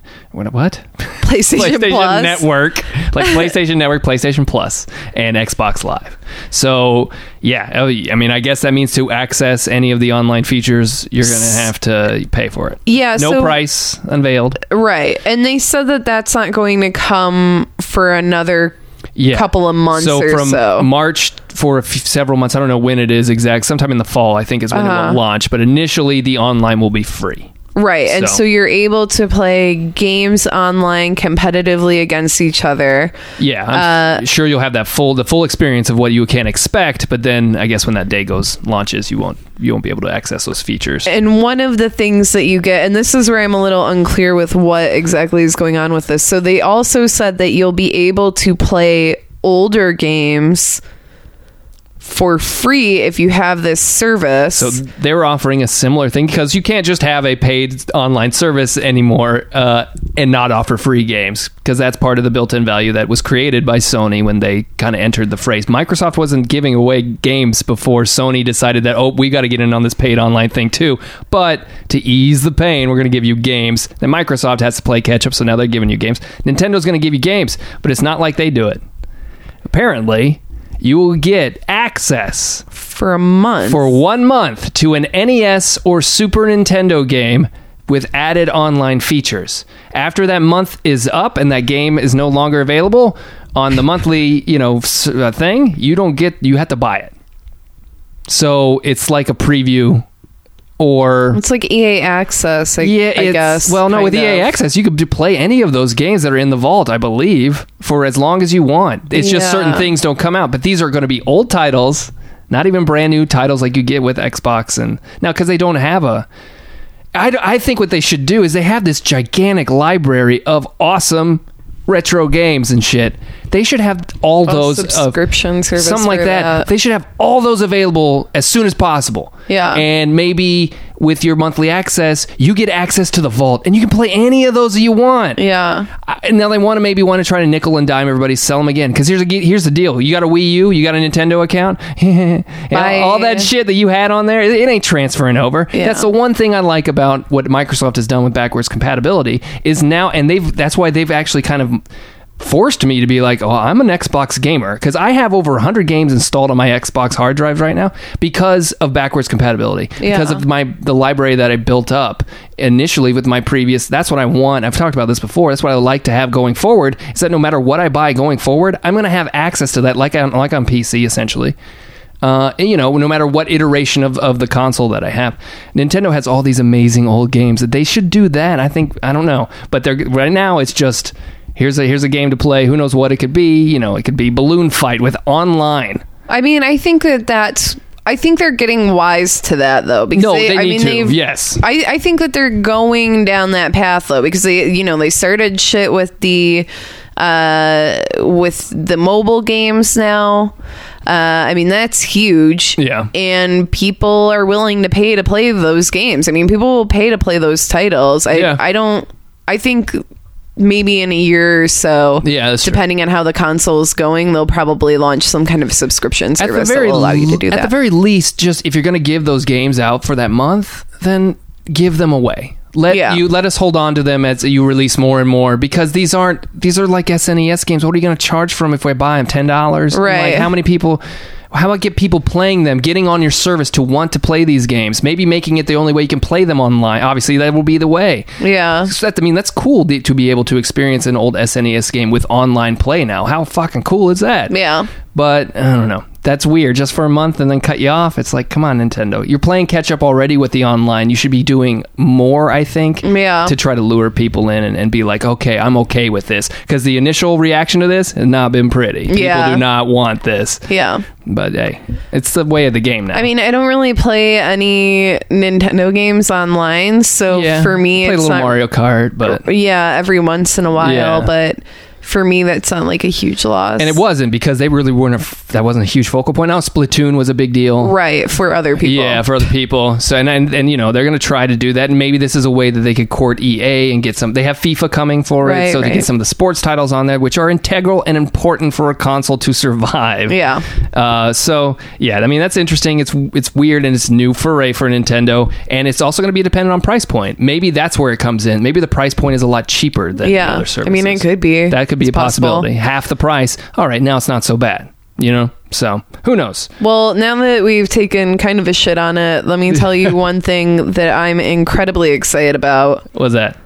[SPEAKER 3] What? What?
[SPEAKER 2] PlayStation,
[SPEAKER 3] PlayStation
[SPEAKER 2] Plus.
[SPEAKER 3] Network, like PlayStation Network, PlayStation Plus, and Xbox Live. So yeah, oh, I mean, I guess that means to access any of the online features, you're gonna have to pay for it.
[SPEAKER 2] Yeah,
[SPEAKER 3] no
[SPEAKER 2] so-
[SPEAKER 3] price unveiled.
[SPEAKER 2] Right. And they said that that's not going to come for another
[SPEAKER 3] Yeah,
[SPEAKER 2] couple of months
[SPEAKER 3] So
[SPEAKER 2] or
[SPEAKER 3] from
[SPEAKER 2] so.
[SPEAKER 3] March for a f- several months, I don't know when it is exact. Sometime in the fall, I think is when it
[SPEAKER 2] Uh-huh.
[SPEAKER 3] will launch. But initially, the online will be free.
[SPEAKER 2] Right. And
[SPEAKER 3] So-
[SPEAKER 2] so you're able to play games online competitively against each other.
[SPEAKER 3] Yeah,
[SPEAKER 2] Uh,
[SPEAKER 3] I'm sure you'll have that full the full experience of what you can expect. But then, I guess when that day goes launches, you won't you won't be able to access those features.
[SPEAKER 2] And one of the things that you get, and this is where I'm a little unclear with what exactly is going on with this. So they also said that you'll be able to play older games for free if you have this service.
[SPEAKER 3] So they were offering a similar thing because you can't just have a paid online service anymore uh, and not offer free games because that's part of the built-in value that was created by Sony when they kind of entered the phrase. Microsoft wasn't giving away games before Sony decided that oh we got to get in on this paid online thing too. But to ease the pain, we're going to give you games. Then Microsoft has to play catch up, so now they're giving you games. Nintendo's going to give you games, but it's not like they do it. Apparently, you will get access
[SPEAKER 2] for a month.
[SPEAKER 3] for one month to an NES or Super Nintendo game with added online features. After that month is up and that game is no longer available on the monthly, you know, s- uh, thing, you don't get you have to buy it. So it's like a preview or
[SPEAKER 2] it's like EA Access, I,
[SPEAKER 3] yeah,
[SPEAKER 2] I
[SPEAKER 3] it's-
[SPEAKER 2] guess.
[SPEAKER 3] Well, no,
[SPEAKER 2] kind
[SPEAKER 3] with EA
[SPEAKER 2] of.
[SPEAKER 3] Access, you could d- play any of those games that are in the vault, I believe, for as long as you want. It's just certain
[SPEAKER 2] Yeah.
[SPEAKER 3] things don't come out, but these are going to be old titles, not even brand new titles like you get with Xbox and now because they don't have a. I, d- I think what they should do is they have this gigantic library of awesome retro games and shit. They should have all
[SPEAKER 2] A
[SPEAKER 3] those of-
[SPEAKER 2] Oh, subscription service,
[SPEAKER 3] something like
[SPEAKER 2] for
[SPEAKER 3] that. They should have all those available as soon as possible.
[SPEAKER 2] Yeah.
[SPEAKER 3] And maybe with your monthly access, you get access to the vault and you can play any of those that you want.
[SPEAKER 2] yeah,
[SPEAKER 3] I- And now they want to maybe want to try to nickel and dime everybody, sell them again. Because here's a ge- here's the deal: you got a Wii U, you got a Nintendo account, and
[SPEAKER 2] Bye.
[SPEAKER 3] all that shit that you had on there, it, it ain't transferring over.
[SPEAKER 2] Yeah.
[SPEAKER 3] That's the one thing I like about what Microsoft has done with backwards compatibility is now, and they've that's why they've actually kind of forced me to be like, oh, I'm an Xbox gamer because I have over 100 games installed on my Xbox hard drive right now because of backwards compatibility, because
[SPEAKER 2] Yeah.
[SPEAKER 3] of my the library that I built up initially with my previous. That's what I want. I've talked about this before. That's what I like to have going forward. Is that no matter what I buy going forward, I'm going to have access to that, like on like on PC essentially. Uh, and, you know, no matter what iteration of, of the console that I have, Nintendo has all these amazing old games that they should do that. I think I don't know, but they're right now it's just here's a here's a game to play. Who knows what it could be? You know, it could be balloon fight with online.
[SPEAKER 2] I mean, I think that that's. I think they're getting wise to that though, because
[SPEAKER 3] No,
[SPEAKER 2] they,
[SPEAKER 3] they
[SPEAKER 2] I
[SPEAKER 3] need
[SPEAKER 2] mean,
[SPEAKER 3] to.
[SPEAKER 2] they've-
[SPEAKER 3] Yes.
[SPEAKER 2] I, I think that they're going down that path though, because they, you know, they started shit with the, uh, with the mobile games now. Uh, I mean, that's huge.
[SPEAKER 3] Yeah.
[SPEAKER 2] and people are willing to pay to play those games. I mean, people will pay to play those titles. I,
[SPEAKER 3] Yeah.
[SPEAKER 2] I don't. I think maybe in a year or so.
[SPEAKER 3] Yeah, that's true.
[SPEAKER 2] depending on how the console is going, they'll probably launch some kind of subscription service that will allow you to do
[SPEAKER 3] l-
[SPEAKER 2] that.
[SPEAKER 3] At the very least, just if you're going to give those games out for that month, then give them away. Let
[SPEAKER 2] Yeah.
[SPEAKER 3] you let us hold on to them as you release more and more because these aren't these are like SNES games. What are you going to charge from if we buy them? Ten dollars?
[SPEAKER 2] Right.
[SPEAKER 3] how many people? How about get people playing them, getting on your service to want to play these games? Maybe making it the only way you can play them online. Obviously, that will be the way.
[SPEAKER 2] yeah.
[SPEAKER 3] So that, I mean, that's cool to to be able to experience E an old SNES game with online play now. How fucking cool is that?
[SPEAKER 2] Yeah.
[SPEAKER 3] But I don't know. that's weird just for a month and then cut you off. It's like, come on, Nintendo. You're playing catch up already with the online. You should be doing more, I think,
[SPEAKER 2] Yeah.
[SPEAKER 3] to try to lure people in and, and be like, okay, I'm okay with this. Because the initial reaction to this has not been pretty.
[SPEAKER 2] Yeah.
[SPEAKER 3] People do not want this.
[SPEAKER 2] Yeah.
[SPEAKER 3] But hey, it's the way of the game now.
[SPEAKER 2] I mean, I don't really play any Nintendo games online, so for me,
[SPEAKER 3] play
[SPEAKER 2] it's
[SPEAKER 3] a little
[SPEAKER 2] not,
[SPEAKER 3] Mario Kart, but
[SPEAKER 2] Yeah, every once in a while,
[SPEAKER 3] Yeah.
[SPEAKER 2] but for me, that's not like a huge loss.
[SPEAKER 3] and it wasn't because they really weren't. A, f- that wasn't a huge focal point. Now Splatoon was a big deal.
[SPEAKER 2] right for other people.
[SPEAKER 3] Yeah, for other people. So and, and and you know they're gonna try to do that, and maybe this is a way that they could court EA and get some. They have FIFA coming for
[SPEAKER 2] Right,
[SPEAKER 3] it, so they
[SPEAKER 2] right.
[SPEAKER 3] get some of the sports titles on there, which are integral and important for a console to survive.
[SPEAKER 2] Yeah.
[SPEAKER 3] Uh, so yeah, I mean that's interesting. It's it's weird and it's new foray for Nintendo, and it's also gonna be dependent on price point. Maybe that's where it comes in. Maybe the price point is a lot cheaper than
[SPEAKER 2] Yeah.
[SPEAKER 3] other services.
[SPEAKER 2] I mean, it could be.
[SPEAKER 3] That could be
[SPEAKER 2] It's
[SPEAKER 3] a possibility. Half the price. All right, now it's not so bad. You know, so who knows?
[SPEAKER 2] Well, now that we've taken kind of a shit on it, let me tell you one thing that I'm incredibly excited about.
[SPEAKER 3] What's that?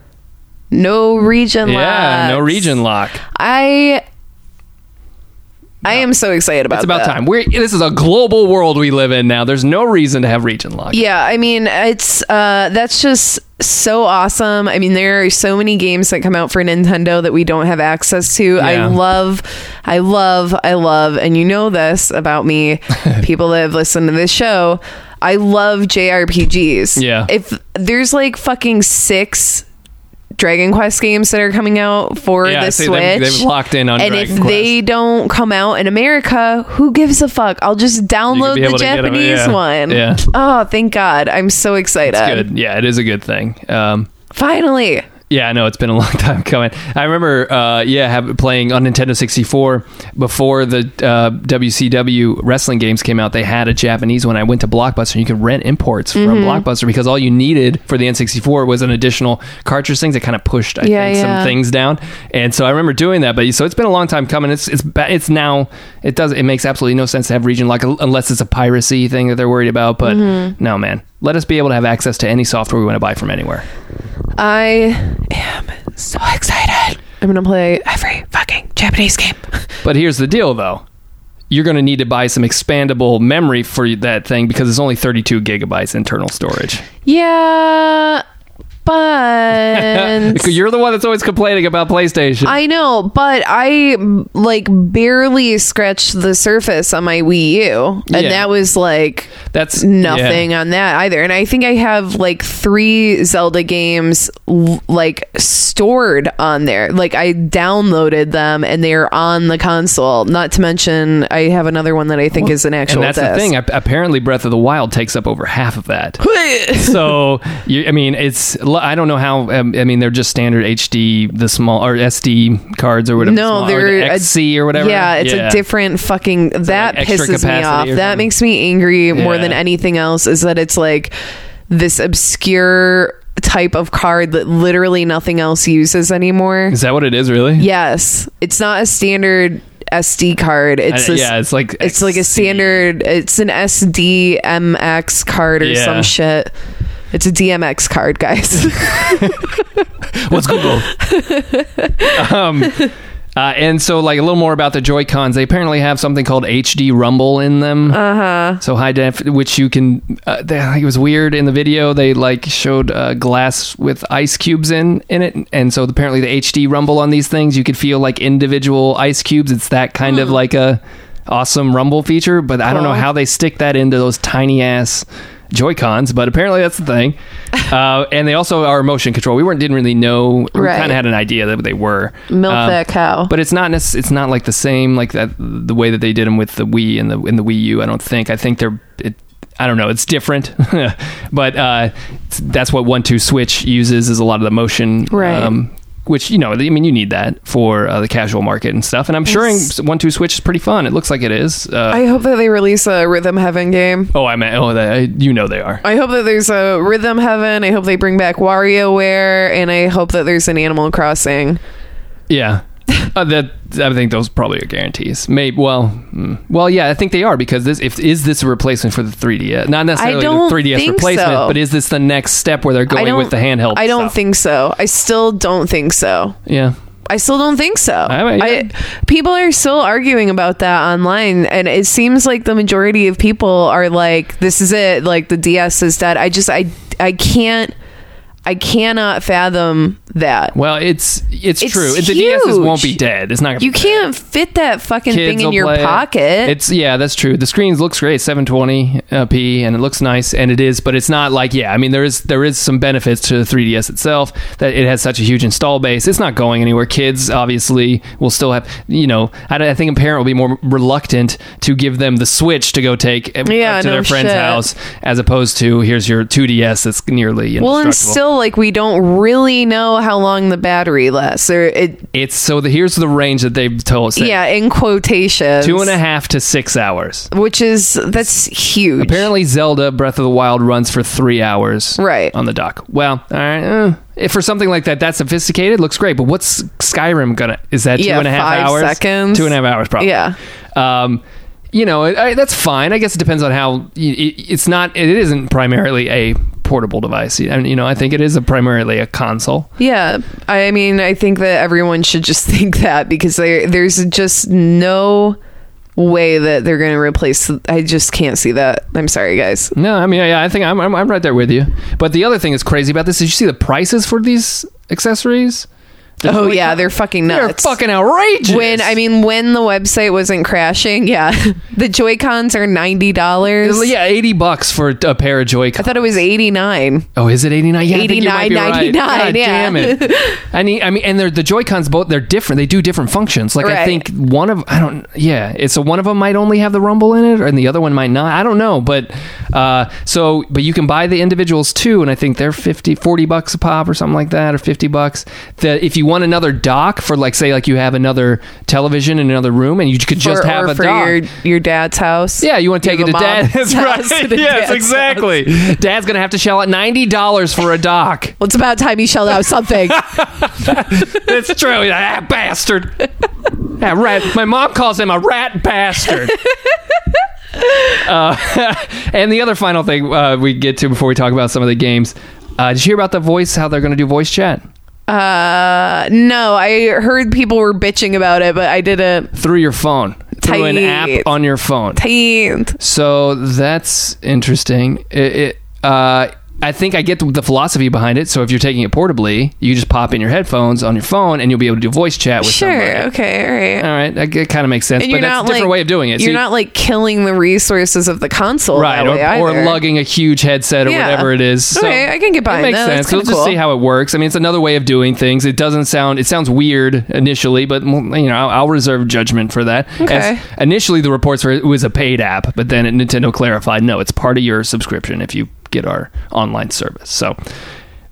[SPEAKER 2] No region
[SPEAKER 3] Yeah,
[SPEAKER 2] locks.
[SPEAKER 3] no region lock.
[SPEAKER 2] I I am so excited about
[SPEAKER 3] It's about
[SPEAKER 2] that.
[SPEAKER 3] time. We're this is a global world we live in now. There's no reason to have region lock.
[SPEAKER 2] Yeah, I mean, it's uh that's just so awesome. I mean, there are so many games that come out for Nintendo that we don't have access to. I
[SPEAKER 3] Yeah.
[SPEAKER 2] love I love I love and you know this about me, people that have listened to this show. I love JRPGs.
[SPEAKER 3] Yeah.
[SPEAKER 2] If there's like fucking 6 Dragon Quest games that are coming out for
[SPEAKER 3] Yeah, I
[SPEAKER 2] the
[SPEAKER 3] see
[SPEAKER 2] Switch.
[SPEAKER 3] they've- they've locked in on
[SPEAKER 2] And
[SPEAKER 3] Dragon
[SPEAKER 2] if they don't come out in America, who gives a fuck? I'll just download
[SPEAKER 3] be
[SPEAKER 2] the
[SPEAKER 3] able to get 'em,
[SPEAKER 2] Japanese
[SPEAKER 3] yeah.
[SPEAKER 2] one.
[SPEAKER 3] Yeah.
[SPEAKER 2] Oh, thank God. I'm so excited.
[SPEAKER 3] It's good. Yeah, it is a good thing. Um,
[SPEAKER 2] Finally.
[SPEAKER 3] yeah, I know it's been a long time coming. I remember, uh, yeah, have, playing on Nintendo 64 before the uh, WCW wrestling games came out. They had a Japanese one. I went to Blockbuster, and you could rent imports from
[SPEAKER 2] Mm-hmm.
[SPEAKER 3] Blockbuster because all you needed for the N64 was an additional cartridge things that kind of pushed, I
[SPEAKER 2] Yeah,
[SPEAKER 3] think,
[SPEAKER 2] yeah.
[SPEAKER 3] some things down. And so I remember doing that. But so it's been a long time coming. It's it's ba- it's now it does it makes absolutely no sense to have region like unless it's a piracy thing that they're worried about. But
[SPEAKER 2] Mm-hmm.
[SPEAKER 3] no, man, let us be able to have access to any software we want to buy from anywhere.
[SPEAKER 2] I am so excited. I'm going to play every fucking Japanese game.
[SPEAKER 3] But here's the deal, though. You're going to need to buy some expandable memory for that thing because it's only 32 gigabytes internal storage.
[SPEAKER 2] Yeah. But.
[SPEAKER 3] You're the one that's always complaining about PlayStation.
[SPEAKER 2] I know, but I like barely scratched the surface on my Wii U, and
[SPEAKER 3] Yeah.
[SPEAKER 2] that was like
[SPEAKER 3] that's
[SPEAKER 2] nothing
[SPEAKER 3] yeah.
[SPEAKER 2] on that either. And I think I have like three Zelda games l- like stored on there. Like I downloaded them and they are on the console. Not to mention I have another one that I think is an actual.
[SPEAKER 3] And that's the
[SPEAKER 2] disc.
[SPEAKER 3] thing. Ap- Apparently, Breath of the Wild takes up over half of that. so, you, I mean, it's I don't know how. Um, I mean, they're just standard HD, the small or SD cards or whatever.
[SPEAKER 2] No,
[SPEAKER 3] small, or
[SPEAKER 2] they're
[SPEAKER 3] the
[SPEAKER 2] a-
[SPEAKER 3] XC or whatever.
[SPEAKER 2] Yeah, it's a different fucking. That
[SPEAKER 3] like extra
[SPEAKER 2] pisses me
[SPEAKER 3] capacity
[SPEAKER 2] off.
[SPEAKER 3] or
[SPEAKER 2] That
[SPEAKER 3] something.
[SPEAKER 2] makes me angry more
[SPEAKER 3] Yeah.
[SPEAKER 2] than anything else. Is that it's like this obscure type of card that literally nothing else uses anymore.
[SPEAKER 3] Is that what it is? Really?
[SPEAKER 2] Yes, it's not a standard SD card. It's
[SPEAKER 3] I-
[SPEAKER 2] this,
[SPEAKER 3] yeah, it's like
[SPEAKER 2] it's like a
[SPEAKER 3] XC.
[SPEAKER 2] standard. It's an SDMX card or
[SPEAKER 3] Yeah.
[SPEAKER 2] some shit. It's a DMX card, guys.
[SPEAKER 3] What's Google? um, uh, and so, like a little more about the Joy Cons. They apparently have something called HD Rumble in them. Uh
[SPEAKER 2] Uh-huh.
[SPEAKER 3] huh. So high def, which you can. Uh, they, like, it was weird in the video. They like showed uh, glass with ice cubes in in it, and so apparently the HD Rumble on these things, you could feel like individual ice cubes. It's that kind of like a awesome rumble feature. But I don't know
[SPEAKER 2] Hmm. Cool.
[SPEAKER 3] how they stick that into those tiny ass. Joy Cons, but apparently that's the thing. Uh, and they also are motion control. We weren't didn't really know. We
[SPEAKER 2] Right.
[SPEAKER 3] kind of had an idea that they were
[SPEAKER 2] Milk that cow.
[SPEAKER 3] Um, But it's not necess- it's not like the same like that the way that they did them with the Wii and the in the Wii U. I don't think. I think they're. It, I don't know. It's different, but uh, it's- that's what One Two Switch uses is a lot of the motion. um,
[SPEAKER 2] Right.
[SPEAKER 3] which you know, I mean, you need that for uh, the casual market and stuff. And I'm sure
[SPEAKER 2] Yes.
[SPEAKER 3] One Two Switch is pretty fun. It looks like it is. Uh,
[SPEAKER 2] I hope that they release a Rhythm Heaven game.
[SPEAKER 3] oh, I mean, oh, they, you know they are.
[SPEAKER 2] I hope that there's a Rhythm Heaven. I hope they bring back WarioWare, and I hope that there's an Animal Crossing.
[SPEAKER 3] Yeah. Uh, that I think those probably are guarantees. Maybe well, mm. well, yeah, I think they are because this if is this a replacement for the 3DS? Not necessarily
[SPEAKER 2] don't
[SPEAKER 3] the 3DS
[SPEAKER 2] think
[SPEAKER 3] replacement,
[SPEAKER 2] so.
[SPEAKER 3] but is this the next step where they're
[SPEAKER 2] I
[SPEAKER 3] going
[SPEAKER 2] don't
[SPEAKER 3] with the handheld?
[SPEAKER 2] I don't
[SPEAKER 3] stuff?
[SPEAKER 2] think so. I still don't think so.
[SPEAKER 3] Yeah,
[SPEAKER 2] I still don't think so.
[SPEAKER 3] I mean, yeah.
[SPEAKER 2] I- people are still arguing about that online, and it seems like the majority of people are like, "This is it. Like the DS is dead." I just, I, I can't, I cannot fathom that.
[SPEAKER 3] Well, it's it's,
[SPEAKER 2] It's
[SPEAKER 3] true. The DSs won't be
[SPEAKER 2] huge.
[SPEAKER 3] dead. It's not. Gonna
[SPEAKER 2] You
[SPEAKER 3] be
[SPEAKER 2] can't fit that fucking
[SPEAKER 3] dead. Kids
[SPEAKER 2] thing in
[SPEAKER 3] will
[SPEAKER 2] your
[SPEAKER 3] play it.
[SPEAKER 2] pocket.
[SPEAKER 3] It's yeah, that's true. The screen looks great, 720p, and it looks nice, and it is. But it's not like yeah. I mean, there is there is some benefits to the 3ds itself that it has such a huge install base. It's not going anywhere. Kids obviously will still have you know. I, don't- I think a parent will be more reluctant to give them the Switch to go take uh,
[SPEAKER 2] Yeah,
[SPEAKER 3] up to
[SPEAKER 2] no
[SPEAKER 3] their friend's
[SPEAKER 2] shit.
[SPEAKER 3] house as opposed to here's your 2ds that's nearly
[SPEAKER 2] well, and
[SPEAKER 3] indestructible.
[SPEAKER 2] still, like we don't really know how long the battery lasts, or it,
[SPEAKER 3] it's so the, here's the range that they've told. said.
[SPEAKER 2] yeah, in quotations,
[SPEAKER 3] Two and a half to six hours.
[SPEAKER 2] which is that's huge.
[SPEAKER 3] Apparently, Zelda Breath of the Wild runs for three hours
[SPEAKER 2] Right.
[SPEAKER 3] on the dock. Well, all right. eh. If for something like that, that sophisticated looks great. But what's Skyrim gonna? Is that
[SPEAKER 2] Yeah,
[SPEAKER 3] two and a half
[SPEAKER 2] five
[SPEAKER 3] hours?
[SPEAKER 2] seconds.
[SPEAKER 3] Two and a half hours, probably.
[SPEAKER 2] Yeah.
[SPEAKER 3] Um, you know, I, I- that's fine. I guess it depends on how. It, it's not. It isn't primarily a portable device. I mean, you know, I think it is a primarily a console.
[SPEAKER 2] Yeah, I mean, I think that everyone should just think that because there, there's just no way that they're going to replace. I just can't see that. I'm sorry, guys.
[SPEAKER 3] No, I mean, yeah, I think I'm, I'm, I'm right there with you. But the other thing that's crazy about this is you see the prices for these accessories. The
[SPEAKER 2] Oh
[SPEAKER 3] Joy-Con-
[SPEAKER 2] yeah, they're fucking
[SPEAKER 3] they're
[SPEAKER 2] nuts.
[SPEAKER 3] fucking outrageous.
[SPEAKER 2] when I mean when the website wasn't crashing, yeah, the Joy Cons are ninety dollars.
[SPEAKER 3] yeah, eighty bucks for a pair of Joy.
[SPEAKER 2] I
[SPEAKER 3] Cons.
[SPEAKER 2] thought it was eighty nine.
[SPEAKER 3] Oh, is it eighty nine? Yeah, I think you might be right.
[SPEAKER 2] $89.99,
[SPEAKER 3] God
[SPEAKER 2] yeah.
[SPEAKER 3] damn it. I need. I mean, and they're the Joy Cons. Both they're different. They do different functions. Like I
[SPEAKER 2] Right.
[SPEAKER 3] think one of I don't. Yeah, it's so one of them might only have the rumble in it, and the other one might not. I don't know, but uh, so but you can buy the individuals too, and I think they're 50, 40 bucks a pop or something like that, or fifty bucks. That if you want another dock for like say like you have another television in another room, and you could just
[SPEAKER 2] or,
[SPEAKER 3] have
[SPEAKER 2] or
[SPEAKER 3] a
[SPEAKER 2] for
[SPEAKER 3] dock.
[SPEAKER 2] your your dad's house.
[SPEAKER 3] Yeah, you want to take it
[SPEAKER 2] Give
[SPEAKER 3] to
[SPEAKER 2] a
[SPEAKER 3] dad.
[SPEAKER 2] mom's
[SPEAKER 3] That's
[SPEAKER 2] house
[SPEAKER 3] right.
[SPEAKER 2] to
[SPEAKER 3] yes,
[SPEAKER 2] dad's
[SPEAKER 3] exactly. Dad's gonna have to shell out ninety dollars for a dock.
[SPEAKER 2] Well, it's about time you shelled out something.
[SPEAKER 3] That's true. That bastard. That rat. My mom calls him a rat bastard. Uh, and the other final thing uh, we get to before we talk about some of the games. Uh, did you hear about the voice? How they're going to do voice chat?
[SPEAKER 2] uh, no, I heard people were bitching about it, but I didn't.
[SPEAKER 3] through your phone through an
[SPEAKER 2] Tight.
[SPEAKER 3] app on your phone.
[SPEAKER 2] Taint.
[SPEAKER 3] So that's interesting. It, it, uh, I think I get the, the philosophy behind it. So if you're taking it portably, you just pop in your headphones on your phone, and you'll be able to do voice chat with
[SPEAKER 2] Sure.
[SPEAKER 3] somebody.
[SPEAKER 2] Okay. All right.
[SPEAKER 3] All right, that, kind of makes sense,
[SPEAKER 2] and
[SPEAKER 3] but
[SPEAKER 2] you're
[SPEAKER 3] that's
[SPEAKER 2] not
[SPEAKER 3] a different
[SPEAKER 2] like,
[SPEAKER 3] way of doing it. So
[SPEAKER 2] You're
[SPEAKER 3] you-
[SPEAKER 2] not like killing the resources of the console,
[SPEAKER 3] right,
[SPEAKER 2] That way
[SPEAKER 3] or, or
[SPEAKER 2] either.
[SPEAKER 3] lugging a huge headset or
[SPEAKER 2] Yeah.
[SPEAKER 3] whatever it is. So
[SPEAKER 2] Okay, I can get behind
[SPEAKER 3] It makes
[SPEAKER 2] that. That's
[SPEAKER 3] sense. We'll
[SPEAKER 2] kinda
[SPEAKER 3] just
[SPEAKER 2] cool.
[SPEAKER 3] see how it works. I mean, it's another way of doing things. It doesn't sound. It sounds weird initially, but well, you know, I'll, I'll reserve judgment for that.
[SPEAKER 2] Okay.
[SPEAKER 3] As- initially, the reports were it was a paid app, but then Nintendo clarified, no, it's part of your subscription if you get our online service. So.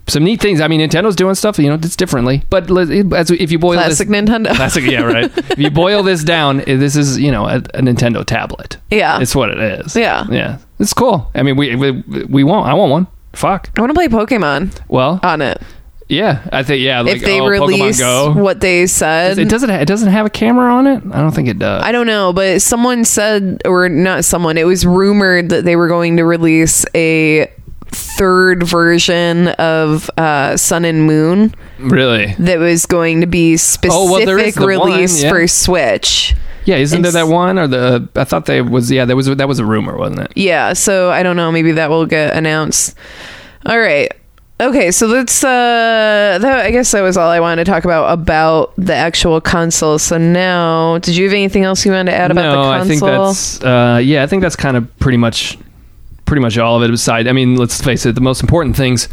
[SPEAKER 3] Some neat things. I mean, Nintendo's doing stuff, you know, it's differently. But li- as we- if you boil
[SPEAKER 2] Classic
[SPEAKER 3] this,
[SPEAKER 2] Nintendo.
[SPEAKER 3] classic, yeah, right. if you boil this down, eh, this is you know a, a Nintendo tablet.
[SPEAKER 2] Yeah.
[SPEAKER 3] it's what it is.
[SPEAKER 2] Yeah.
[SPEAKER 3] yeah, it's cool. I mean, we we, we won't. I want one. Fuck.
[SPEAKER 2] I want to play Pokemon
[SPEAKER 3] Well,
[SPEAKER 2] on it.
[SPEAKER 3] yeah, I think yeah. Like,
[SPEAKER 2] Uh, if they
[SPEAKER 3] oh,
[SPEAKER 2] release
[SPEAKER 3] Pokemon Go.
[SPEAKER 2] what they said,
[SPEAKER 3] It doesn't. It doesn't have a camera on it. I don't think it does.
[SPEAKER 2] I don't know, but someone said, or not someone, it was rumored that they were going to release a third version of uh, Sun and Moon
[SPEAKER 3] really?
[SPEAKER 2] that was going to be specific
[SPEAKER 3] Oh, well, there is the one,
[SPEAKER 2] release
[SPEAKER 3] yeah.
[SPEAKER 2] for Switch.
[SPEAKER 3] Yeah, isn't there
[SPEAKER 2] It's-
[SPEAKER 3] that one or the? I thought they was. Yeah, that was that was a rumor, wasn't it?
[SPEAKER 2] Yeah, so I don't know, maybe that will get announced. All right. Okay, so that's uh that I guess that was all I wanted to talk about about the actual console. So now, did you have anything else you wanted to add about
[SPEAKER 3] no,
[SPEAKER 2] the console?
[SPEAKER 3] I think that's. Uh, yeah, I think that's kind of pretty much, pretty much all of it. Aside, I mean, let's face it, the most important things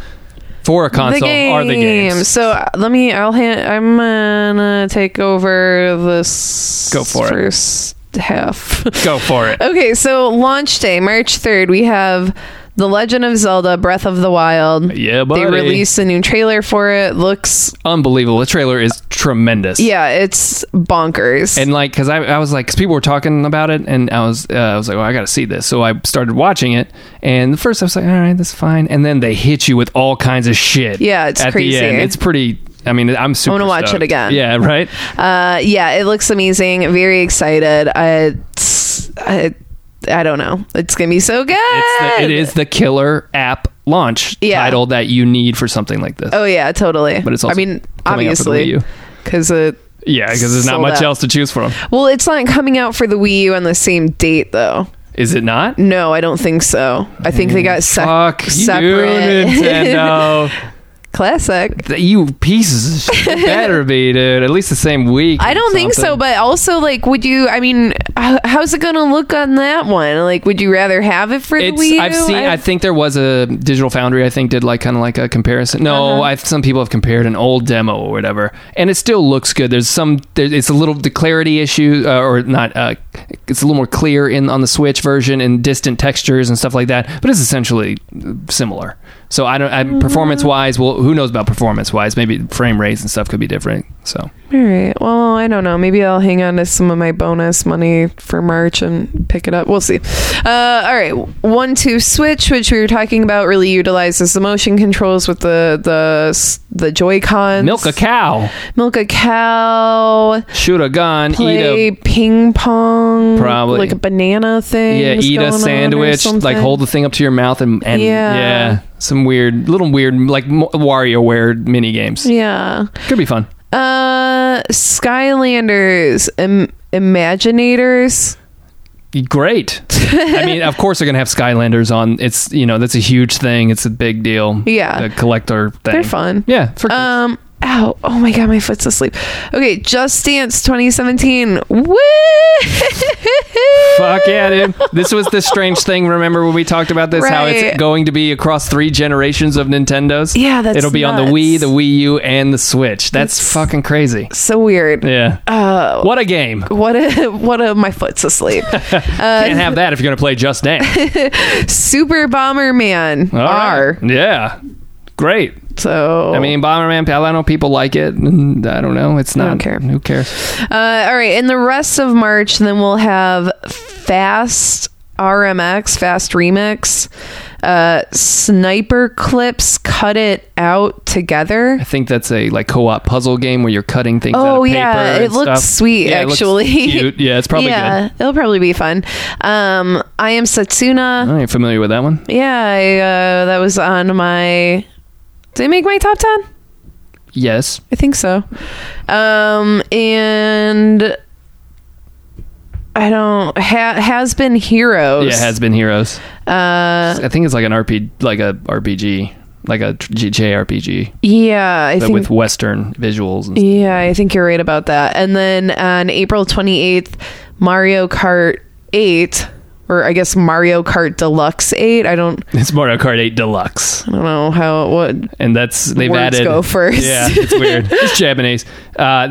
[SPEAKER 3] for a console are the games.
[SPEAKER 2] So uh, let me. I'll hand. I'm gonna take over this.
[SPEAKER 3] Go for it.
[SPEAKER 2] first half.
[SPEAKER 3] Go for it.
[SPEAKER 2] okay, so launch day, March third. We have The Legend of Zelda: Breath of the Wild.
[SPEAKER 3] Yeah, buddy.
[SPEAKER 2] They released a new trailer for it. Looks,
[SPEAKER 3] Unbelievable. The trailer is tremendous.
[SPEAKER 2] yeah, it's bonkers.
[SPEAKER 3] and like because I, I was like because people were talking about it and i was uh, i was like well i gotta see this so i started watching it and the first i was like all right that's fine and then they hit you with all kinds of shit
[SPEAKER 2] Yeah, it's
[SPEAKER 3] at
[SPEAKER 2] crazy.
[SPEAKER 3] the end it's pretty i mean i'm super
[SPEAKER 2] wanna watch it
[SPEAKER 3] stoked.
[SPEAKER 2] again.
[SPEAKER 3] yeah right
[SPEAKER 2] uh, yeah, it looks amazing. Very excited. I, I, I don't know. It's gonna be so good.
[SPEAKER 3] it's the, it is the killer app launch
[SPEAKER 2] Yeah.
[SPEAKER 3] title that you need for something like this
[SPEAKER 2] Oh yeah, totally.
[SPEAKER 3] But it's also
[SPEAKER 2] I mean,
[SPEAKER 3] coming out for the Wii
[SPEAKER 2] obviously,
[SPEAKER 3] U.
[SPEAKER 2] because it.
[SPEAKER 3] Yeah, because there's not
[SPEAKER 2] Sold
[SPEAKER 3] much
[SPEAKER 2] out.
[SPEAKER 3] else to choose from.
[SPEAKER 2] Well, it's not coming out for the Wii U on the same date though.
[SPEAKER 3] Is it not?
[SPEAKER 2] No, I don't think so. I think
[SPEAKER 3] Mm,
[SPEAKER 2] they got se-
[SPEAKER 3] Fuck you,
[SPEAKER 2] separate.
[SPEAKER 3] Nintendo.
[SPEAKER 2] Classic.
[SPEAKER 3] Th- you pieces of shit better be, dude. At least the same week.
[SPEAKER 2] I
[SPEAKER 3] or
[SPEAKER 2] don't think so,
[SPEAKER 3] something.
[SPEAKER 2] but also, like, would you? I mean, h- how's it gonna look on that one? Like, would you rather have it for
[SPEAKER 3] It's,
[SPEAKER 2] the Wii U?
[SPEAKER 3] I've seen. i think there was a Digital Foundry. I think did like kind of like a comparison. No, I've some people have compared an old demo or whatever, and it still looks good. There's some. There, it's a little the clarity issue, uh, or not. Uh, it's a little more clear in on the Switch version and distant textures and stuff like that. But it's essentially similar. So I don't. I, Performance wise, well, who knows about performance wise? Maybe frame rates and stuff could be different. So
[SPEAKER 2] All right. Well, I don't know. Maybe I'll hang on to some of my bonus money for March and pick it up. We'll see. Uh, all right. One two switch, which we were talking about, really utilizes the motion controls with the the s- the Joy Cons.
[SPEAKER 3] milk a cow,
[SPEAKER 2] Milk a cow.
[SPEAKER 3] shoot a gun, eat
[SPEAKER 2] Play
[SPEAKER 3] a
[SPEAKER 2] ping pong.
[SPEAKER 3] Probably.
[SPEAKER 2] like a banana thing.
[SPEAKER 3] Yeah,
[SPEAKER 2] is
[SPEAKER 3] eat
[SPEAKER 2] going
[SPEAKER 3] a
[SPEAKER 2] on or
[SPEAKER 3] sandwich. Like
[SPEAKER 2] something.
[SPEAKER 3] hold the thing up to your mouth and, and
[SPEAKER 2] Yeah.
[SPEAKER 3] yeah. some weird, little weird, like Mo- WarioWare mini games.
[SPEAKER 2] Yeah.
[SPEAKER 3] Could be fun.
[SPEAKER 2] Uh, Skylanders, Im- Imaginators.
[SPEAKER 3] Great. I mean, of course they're gonna have Skylanders on. It's you know that's a huge thing. It's a big deal.
[SPEAKER 2] Yeah.
[SPEAKER 3] a collector thing.
[SPEAKER 2] They're fun.
[SPEAKER 3] Yeah, for
[SPEAKER 2] Um, ow. Oh my god, my foot's asleep. Okay, Just Dance 2017. Woo!
[SPEAKER 3] Fuck yeah, dude. This was the strange thing. Remember when we talked about this? How
[SPEAKER 2] Right.
[SPEAKER 3] it's going to be across three generations of Nintendos?
[SPEAKER 2] Yeah, that's
[SPEAKER 3] It'll be on
[SPEAKER 2] nuts.
[SPEAKER 3] the Wii, the Wii U, and the Switch. That's, fucking crazy.
[SPEAKER 2] So weird.
[SPEAKER 3] Yeah.
[SPEAKER 2] Uh,
[SPEAKER 3] what a game.
[SPEAKER 2] what a what a my foot's asleep. Uh,
[SPEAKER 3] Can't have that if you're gonna play Just Dance.
[SPEAKER 2] Super Bomberman
[SPEAKER 3] All right.
[SPEAKER 2] R.
[SPEAKER 3] Yeah. Great.
[SPEAKER 2] So
[SPEAKER 3] I mean, Bomberman, I know people like it. And I don't know. It's not.
[SPEAKER 2] don't care.
[SPEAKER 3] Who cares?
[SPEAKER 2] Uh, all right, in the rest of March, then we'll have Fast RMX, Fast Remix, uh, Sniper Clips, Cut It Out Together.
[SPEAKER 3] I think that's a like co-op puzzle game where you're cutting things out
[SPEAKER 2] Oh
[SPEAKER 3] of paper.
[SPEAKER 2] yeah,
[SPEAKER 3] and
[SPEAKER 2] it looks
[SPEAKER 3] stuff.
[SPEAKER 2] sweet
[SPEAKER 3] Yeah, it looks
[SPEAKER 2] actually.
[SPEAKER 3] cute. Yeah, it's probably
[SPEAKER 2] yeah,
[SPEAKER 3] good.
[SPEAKER 2] it'll probably be fun. Um, I am Satsuna.
[SPEAKER 3] Oh, you're familiar with that one?
[SPEAKER 2] Yeah, I, uh, that was on my. Did it make my top ten?
[SPEAKER 3] Yes.
[SPEAKER 2] I think so. Um, and I don't ha- has been heroes.
[SPEAKER 3] Yeah, it has been Heroes.
[SPEAKER 2] Uh,
[SPEAKER 3] I think it's like an RP, like a RPG, like a JRPG,
[SPEAKER 2] yeah, I
[SPEAKER 3] but
[SPEAKER 2] think.
[SPEAKER 3] with Western visuals. And
[SPEAKER 2] yeah, I think you're right about that. And then on April 28th, Mario Kart 8, or I guess Mario Kart Deluxe 8. I don't,
[SPEAKER 3] It's Mario Kart 8 Deluxe.
[SPEAKER 2] I don't know how what.
[SPEAKER 3] and that's they've
[SPEAKER 2] Words
[SPEAKER 3] added
[SPEAKER 2] go first.
[SPEAKER 3] Yeah, it's weird. it's Japanese. Uh,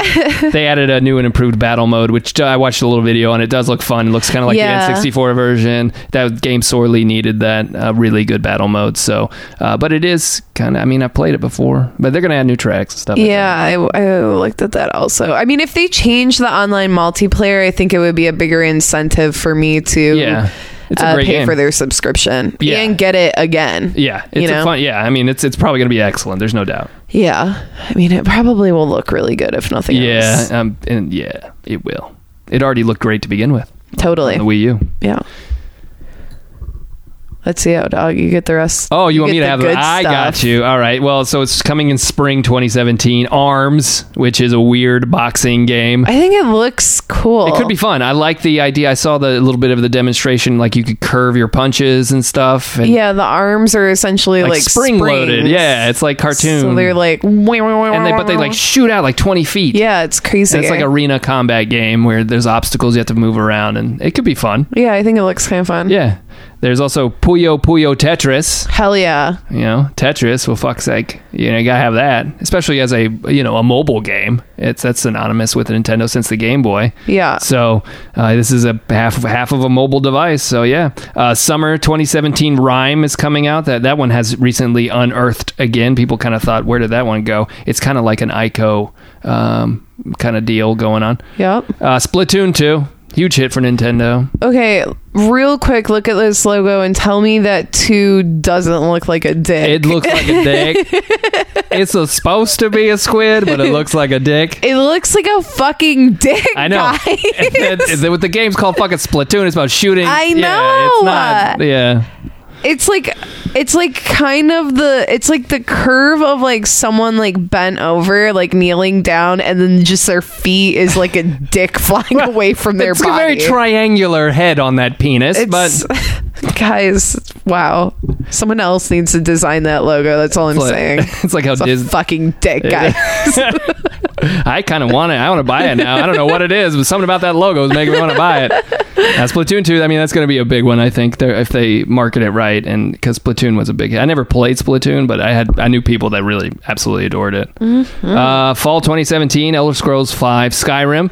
[SPEAKER 3] they added a new and improved battle mode, which uh, I watched a little video on. It does look fun. It looks kind of like
[SPEAKER 2] Yeah.
[SPEAKER 3] the N64 version. That game sorely needed that uh, really good battle mode. So, uh, but it is kind of. I mean, I played it before, but they're gonna add new tracks and stuff. like
[SPEAKER 2] Yeah,
[SPEAKER 3] that.
[SPEAKER 2] I, I looked at that also. I mean, if they change the online multiplayer, I think it would be a bigger incentive for me to
[SPEAKER 3] yeah. It's a
[SPEAKER 2] uh,
[SPEAKER 3] great
[SPEAKER 2] pay
[SPEAKER 3] game.
[SPEAKER 2] for their subscription
[SPEAKER 3] Yeah.
[SPEAKER 2] and get it again.
[SPEAKER 3] yeah, it's
[SPEAKER 2] you
[SPEAKER 3] a
[SPEAKER 2] know?
[SPEAKER 3] fun. Yeah, I mean, it's it's probably gonna be excellent. There's no doubt.
[SPEAKER 2] Yeah. I mean, it probably will look really good if nothing
[SPEAKER 3] Yeah,
[SPEAKER 2] else.
[SPEAKER 3] um, and yeah, it will. It already looked great to begin with.
[SPEAKER 2] Totally.
[SPEAKER 3] on The Wii U.
[SPEAKER 2] Yeah. Let's see how dog you get the rest.
[SPEAKER 3] Oh, you, want
[SPEAKER 2] get
[SPEAKER 3] me to
[SPEAKER 2] the
[SPEAKER 3] have
[SPEAKER 2] good
[SPEAKER 3] it? I got
[SPEAKER 2] stuff.
[SPEAKER 3] you. All right. Well, so it's coming in spring 2017. Arms, which is a weird boxing game.
[SPEAKER 2] I Oh. think it looks cool.
[SPEAKER 3] It could be fun. I like the idea. I saw the little bit of the demonstration, like you could curve your punches and stuff. And
[SPEAKER 2] Yeah, the arms are essentially like,
[SPEAKER 3] Like, spring loaded.
[SPEAKER 2] springs.
[SPEAKER 3] Yeah, it's like cartoon.
[SPEAKER 2] So they're like, and
[SPEAKER 3] and they but they like shoot out like 20 feet.
[SPEAKER 2] yeah, it's crazy.
[SPEAKER 3] And it's like arena combat game where there's obstacles you have to move around, and it could be fun.
[SPEAKER 2] yeah, I think it looks kind of fun.
[SPEAKER 3] Yeah. There's also Puyo Puyo Tetris.
[SPEAKER 2] Hell yeah.
[SPEAKER 3] you know tetris well fuck's sake you know you gotta have that especially as a you know a mobile game it's that's synonymous with nintendo since the game boy
[SPEAKER 2] Yeah.
[SPEAKER 3] so uh, this is a half of half of a mobile device so yeah uh, summer 2017 rhyme is coming out that that one has recently unearthed again people kind of thought where did that one go it's kind of like an ico um, kind of deal going on
[SPEAKER 2] Yep.
[SPEAKER 3] uh, splatoon 2 huge hit for nintendo
[SPEAKER 2] Okay, real quick, look at this logo and tell me that two doesn't look like a dick.
[SPEAKER 3] it looks like a dick it's a, supposed to be a squid but it looks like a dick
[SPEAKER 2] It looks like a fucking dick.
[SPEAKER 3] I know.
[SPEAKER 2] guys.
[SPEAKER 3] And then- and then what the game's called fucking Splatoon. It's about shooting.
[SPEAKER 2] I
[SPEAKER 3] Yeah, it's not-
[SPEAKER 2] know.
[SPEAKER 3] Yeah.
[SPEAKER 2] it's like it's like kind of the it's like the curve of like someone like bent over like kneeling down and then just their feet is like a dick flying away from their
[SPEAKER 3] it's a
[SPEAKER 2] body
[SPEAKER 3] very triangular head on that penis,
[SPEAKER 2] it's,
[SPEAKER 3] but
[SPEAKER 2] guys wow someone else needs to design that logo that's all i'm
[SPEAKER 3] like-
[SPEAKER 2] saying
[SPEAKER 3] it's like how
[SPEAKER 2] it's a
[SPEAKER 3] Disney.
[SPEAKER 2] fucking dick guy
[SPEAKER 3] I kind of want it. I want to buy it now. I don't know what it is, but something about that logo is making me want to buy it. Now, Splatoon 2, I mean, that's going to be a big one, I think, there- if they market it right. And because Splatoon was a big hit. I never played Splatoon, but I had I knew people that really absolutely adored it.
[SPEAKER 2] Mm-hmm.
[SPEAKER 3] Uh, fall 2017, Elder Scrolls 5, Skyrim.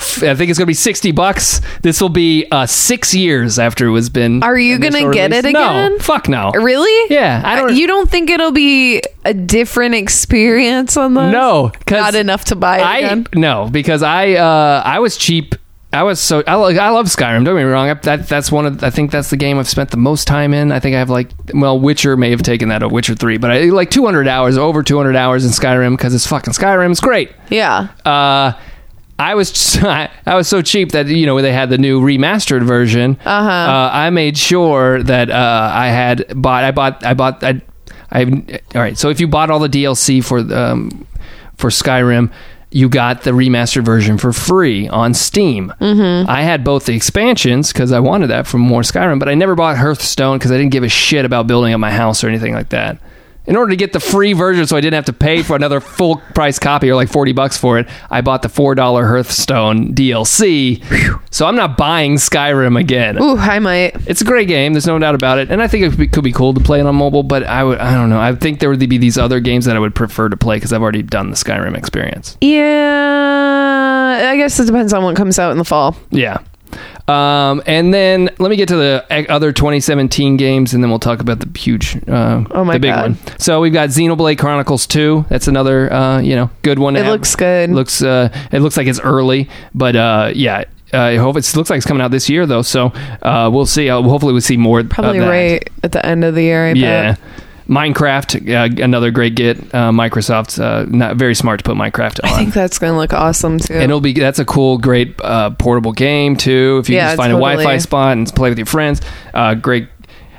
[SPEAKER 3] F- I think it's going to be 60 bucks. This will be uh, six years after it was been.
[SPEAKER 2] Are you gonna
[SPEAKER 3] initial
[SPEAKER 2] get
[SPEAKER 3] release.
[SPEAKER 2] it again?
[SPEAKER 3] No. Fuck no.
[SPEAKER 2] really Uh,
[SPEAKER 3] Yeah. I don't.
[SPEAKER 2] you don't think it'll be a different experience on this
[SPEAKER 3] No, 'cause
[SPEAKER 2] not enough to buy it
[SPEAKER 3] I
[SPEAKER 2] again
[SPEAKER 3] no because I uh, I was cheap. I was so I, lo- I love Skyrim. Don't get me wrong. I, that that's one of I think that's the game I've spent the most time in. I think I have like well, Witcher may have taken that of Witcher three, but I like 200 hours over 200 hours in Skyrim because it's fucking Skyrim. It's great.
[SPEAKER 2] yeah
[SPEAKER 3] Uh, I was I, was so cheap that you know they had the new remastered version.
[SPEAKER 2] Uh-huh.
[SPEAKER 3] Uh, I made sure that uh, I had bought I bought I bought I, I all right. So if you bought all the DLC for um, for Skyrim. You got the remastered version for free on Steam. Mm-hmm. I had both the expansions because I wanted that for more Skyrim, but I never bought Hearthstone because I didn't give a shit about building up my house or anything like that. In order to get the free version, so I didn't have to pay for another full price copy or like forty bucks for it, I bought the four dollar Hearthstone DLC. So I'm not buying Skyrim again.
[SPEAKER 2] ooh i might
[SPEAKER 3] It's a great game. There's no doubt about it, and I think it could be, could be cool to play it on mobile. But I would, I don't know. I think there would be these other games that I would prefer to play because I've already done the Skyrim experience.
[SPEAKER 2] Yeah, I guess it depends on what comes out in the fall.
[SPEAKER 3] Yeah. Um, and then let me get to the e- other 2017 games, and then we'll talk about the huge, uh,
[SPEAKER 2] Oh my
[SPEAKER 3] the big
[SPEAKER 2] God.
[SPEAKER 3] one. So we've got Xenoblade Chronicles 2. That's another, uh, you know, good one. to
[SPEAKER 2] It
[SPEAKER 3] have.
[SPEAKER 2] looks good.
[SPEAKER 3] looks uh it looks like it's early but uh yeah I hope it looks like it's coming out this year though so uh we'll see uh, hopefully we'll see more
[SPEAKER 2] probably
[SPEAKER 3] of that.
[SPEAKER 2] right at the end of the year. I
[SPEAKER 3] yeah
[SPEAKER 2] bet.
[SPEAKER 3] Minecraft uh, another great get uh Microsoft's uh not very smart to put Minecraft on
[SPEAKER 2] I think that's gonna look awesome too.
[SPEAKER 3] and it'll be that's a cool, great uh, portable game too. If you
[SPEAKER 2] Yeah,
[SPEAKER 3] just find
[SPEAKER 2] totally.
[SPEAKER 3] a Wi-Fi spot and play with your friends, uh, great.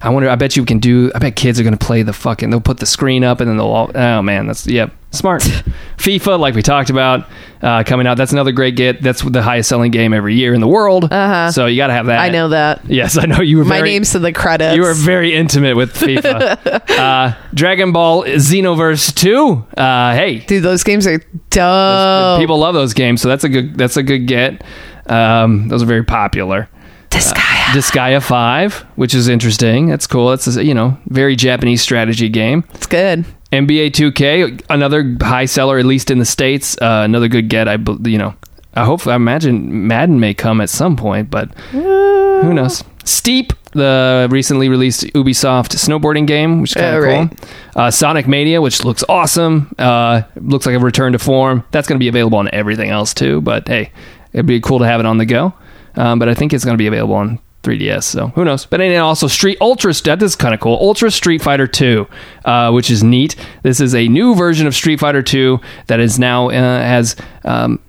[SPEAKER 3] I wonder. I bet you can do. I bet kids are going to play the fucking. They'll put the screen up and then they'll. All, oh man, that's yeah, smart. FIFA, like we talked about, uh, coming out. That's another great get. That's the highest selling game every year in the world.
[SPEAKER 2] Uh-huh.
[SPEAKER 3] So you got to have that.
[SPEAKER 2] I know that.
[SPEAKER 3] Yes, I know you were.
[SPEAKER 2] My
[SPEAKER 3] very,
[SPEAKER 2] name's in the credits.
[SPEAKER 3] you are very intimate with FIFA. uh, Dragon Ball Xenoverse Two. Uh, hey,
[SPEAKER 2] Dude, those games are dope.
[SPEAKER 3] People love those games, so that's a good that's a good get. Um, those are very popular.
[SPEAKER 2] Disgaea.
[SPEAKER 3] Disgaea Five, which is interesting. That's cool. That's a, you know very Japanese strategy game.
[SPEAKER 2] It's good.
[SPEAKER 3] NBA 2K, another high seller at least in the states. Uh, another good get. I bel- you know I hope I imagine Madden may come at some point, but who knows? Steep, the recently released Ubisoft snowboarding game, which is kind
[SPEAKER 2] Oh,
[SPEAKER 3] of
[SPEAKER 2] right.
[SPEAKER 3] cool. Uh, Sonic Mania, which looks awesome. Uh, looks like a return to form. That's going to be available on everything else too. But hey, it'd be cool to have it on the go. Um, but I think it's going to be available on 3DS. So who knows? But and also Street Ultra. That is kind of cool. Ultra Street Fighter 2, uh, which is neat. This is a new version of Street Fighter 2 that is now uh, has. Um,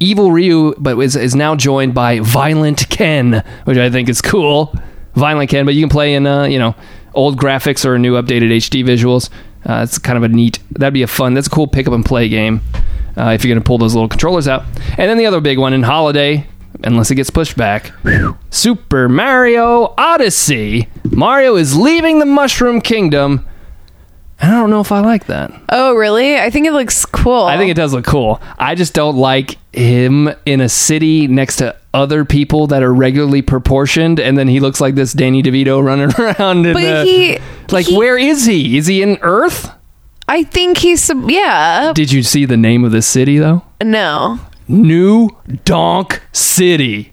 [SPEAKER 3] evil Ryu, but is, is now joined by Violent Ken, which I think is cool. Violent Ken, but you can play in uh, you know old graphics or new updated HD visuals. Uh, it's kind of a neat. That'd be a fun. That's a cool pick up and play game uh, if you're gonna pull those little controllers out. And then the other big one in Holiday, unless it gets pushed back, Super Mario Odyssey. Mario is leaving the Mushroom Kingdom. I don't know if I like that.
[SPEAKER 2] Oh, really? I think it looks cool.
[SPEAKER 3] I think it does look cool. I just don't like him in a city next to other people that are regularly proportioned, and then he looks like this Danny DeVito running around. In
[SPEAKER 2] But
[SPEAKER 3] the-
[SPEAKER 2] he-
[SPEAKER 3] like,
[SPEAKER 2] he-
[SPEAKER 3] where is he? Is he in Earth?
[SPEAKER 2] I think he's sub- yeah.
[SPEAKER 3] Did you see the name of this city though?
[SPEAKER 2] No.
[SPEAKER 3] New Donk City.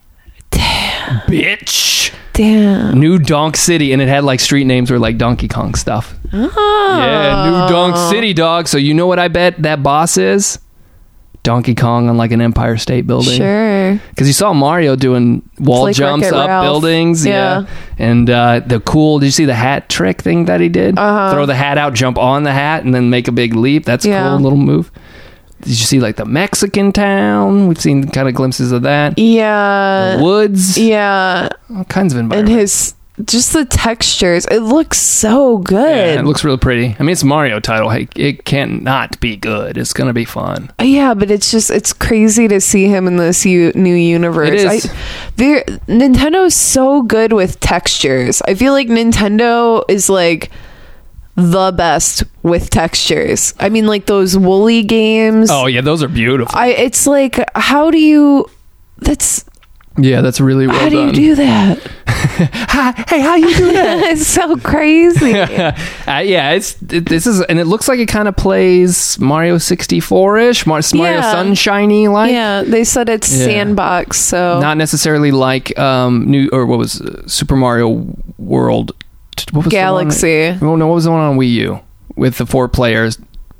[SPEAKER 3] Damn, bitch.
[SPEAKER 2] Damn.
[SPEAKER 3] New Donk City, and it had like street names were like Donkey Kong stuff.
[SPEAKER 2] Oh.
[SPEAKER 3] Yeah, New Donk City, dog. So you know what I bet that boss is? Donkey Kong on like an Empire State Building.
[SPEAKER 2] Sure.
[SPEAKER 3] because you saw Mario doing wall
[SPEAKER 2] like
[SPEAKER 3] jumps
[SPEAKER 2] Wreck-It
[SPEAKER 3] up
[SPEAKER 2] Ralph.
[SPEAKER 3] buildings,
[SPEAKER 2] Yeah.
[SPEAKER 3] yeah. And uh, the cool, did you see the hat trick thing that he did?
[SPEAKER 2] Uh-huh.
[SPEAKER 3] Throw the hat out, jump on the hat, and then make a big leap. That's a
[SPEAKER 2] Yeah.
[SPEAKER 3] cool little move. Did you see like the Mexican town? We've seen kind of glimpses of that.
[SPEAKER 2] Yeah.
[SPEAKER 3] Woods,
[SPEAKER 2] Yeah.
[SPEAKER 3] all kinds of
[SPEAKER 2] and
[SPEAKER 3] environment.
[SPEAKER 2] his just the textures. It looks so good.
[SPEAKER 3] Yeah, it looks really pretty. I mean, it's a Mario title. It, it can't not be good. It's gonna be fun.
[SPEAKER 2] Yeah, but it's just it's crazy to see him in this u- new universe.
[SPEAKER 3] It is.
[SPEAKER 2] I, they're- Nintendo's so good with textures. I feel like Nintendo is like the best with textures. I mean, like those woolly games.
[SPEAKER 3] Oh yeah, those are beautiful.
[SPEAKER 2] I it's like how do you? That's
[SPEAKER 3] yeah, that's really well
[SPEAKER 2] how do you
[SPEAKER 3] done.
[SPEAKER 2] do that?
[SPEAKER 3] Hi, hey, how you doing?
[SPEAKER 2] it's so crazy.
[SPEAKER 3] uh, yeah, it's it, this is and it looks like it kind of plays Mario 64ish, Mar- Mario
[SPEAKER 2] Yeah.
[SPEAKER 3] Sunshiny like.
[SPEAKER 2] yeah, they said it's
[SPEAKER 3] Yeah.
[SPEAKER 2] sandbox. So
[SPEAKER 3] Not necessarily like um new or what was uh, Super Mario World t- what was the one-
[SPEAKER 2] Galaxy.
[SPEAKER 3] Oh no, what was the one on Wii U with the four players?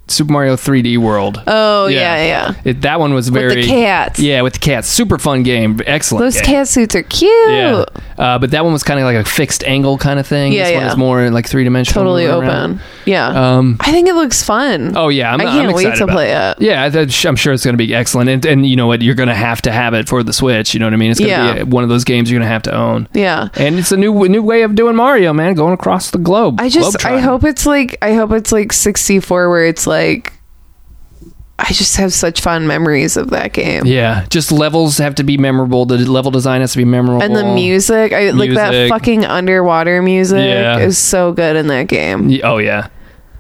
[SPEAKER 3] Super Mario 3D World.
[SPEAKER 2] Oh yeah, yeah.
[SPEAKER 3] It, that one was very
[SPEAKER 2] With the cats.
[SPEAKER 3] Yeah, with the cats. Super fun game. Excellent.
[SPEAKER 2] Those
[SPEAKER 3] game.
[SPEAKER 2] cat suits are cute.
[SPEAKER 3] Yeah. Uh, but that one was kind of like a fixed angle kind of thing.
[SPEAKER 2] Yeah,
[SPEAKER 3] this one
[SPEAKER 2] yeah.
[SPEAKER 3] is more like three dimensional.
[SPEAKER 2] Totally open. Yeah.
[SPEAKER 3] Um,
[SPEAKER 2] I think it looks fun.
[SPEAKER 3] Oh yeah, I'm,
[SPEAKER 2] I
[SPEAKER 3] I'm
[SPEAKER 2] can't wait
[SPEAKER 3] excited
[SPEAKER 2] to
[SPEAKER 3] about
[SPEAKER 2] play it.
[SPEAKER 3] Yeah, I- I'm sh- I'm sure it's going to be excellent, and, and you know what, you're going to have to have it for the Switch. You know what I mean? It's going to
[SPEAKER 2] Yeah.
[SPEAKER 3] be one of those games you're going to have to own.
[SPEAKER 2] Yeah.
[SPEAKER 3] And it's a new new way of doing Mario, man, going across the globe.
[SPEAKER 2] I just I
[SPEAKER 3] Globetrotting.
[SPEAKER 2] hope it's like I hope it's like 64 where it's like I just have such fond memories of that game.
[SPEAKER 3] Yeah, just levels have to be memorable. The level design has to be memorable.
[SPEAKER 2] And the music, I like that
[SPEAKER 3] Music.
[SPEAKER 2] fucking underwater music
[SPEAKER 3] Yeah.
[SPEAKER 2] is so good in that game.
[SPEAKER 3] Y- Oh yeah.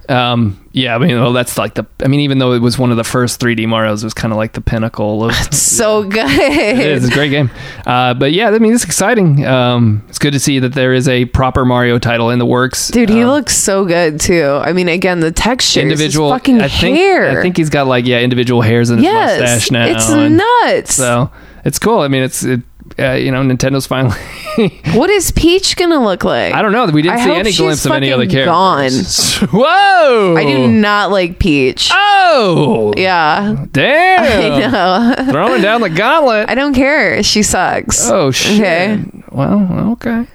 [SPEAKER 3] Um, yeah, I mean, well, that's like the. I mean, even though it was one of the first 3D Mario's, it was kind of like the pinnacle of
[SPEAKER 2] So good.
[SPEAKER 3] it is. It's a great game. Uh, but yeah, I mean, it's exciting. Um, it's good to see that there is a proper Mario title in the works.
[SPEAKER 2] Dude, he
[SPEAKER 3] Um,
[SPEAKER 2] looks so good too. I mean, again, the texture,
[SPEAKER 3] individual
[SPEAKER 2] fucking
[SPEAKER 3] I think,
[SPEAKER 2] hair.
[SPEAKER 3] I think he's got like yeah, individual hairs in his mustache now.
[SPEAKER 2] It's
[SPEAKER 3] and
[SPEAKER 2] nuts.
[SPEAKER 3] So it's cool. I mean, it's it, uh, you know, Nintendo's finally.
[SPEAKER 2] What is Peach gonna look like?
[SPEAKER 3] I don't know. We didn't
[SPEAKER 2] I
[SPEAKER 3] see
[SPEAKER 2] hope
[SPEAKER 3] any
[SPEAKER 2] she's
[SPEAKER 3] glimpse of any
[SPEAKER 2] fucking
[SPEAKER 3] other character.
[SPEAKER 2] gone.
[SPEAKER 3] Whoa!
[SPEAKER 2] I do not like Peach.
[SPEAKER 3] Oh
[SPEAKER 2] Yeah.
[SPEAKER 3] damn!
[SPEAKER 2] I know.
[SPEAKER 3] Throwing down the gauntlet.
[SPEAKER 2] I don't care. She sucks.
[SPEAKER 3] oh shit!
[SPEAKER 2] Okay.
[SPEAKER 3] Well, okay.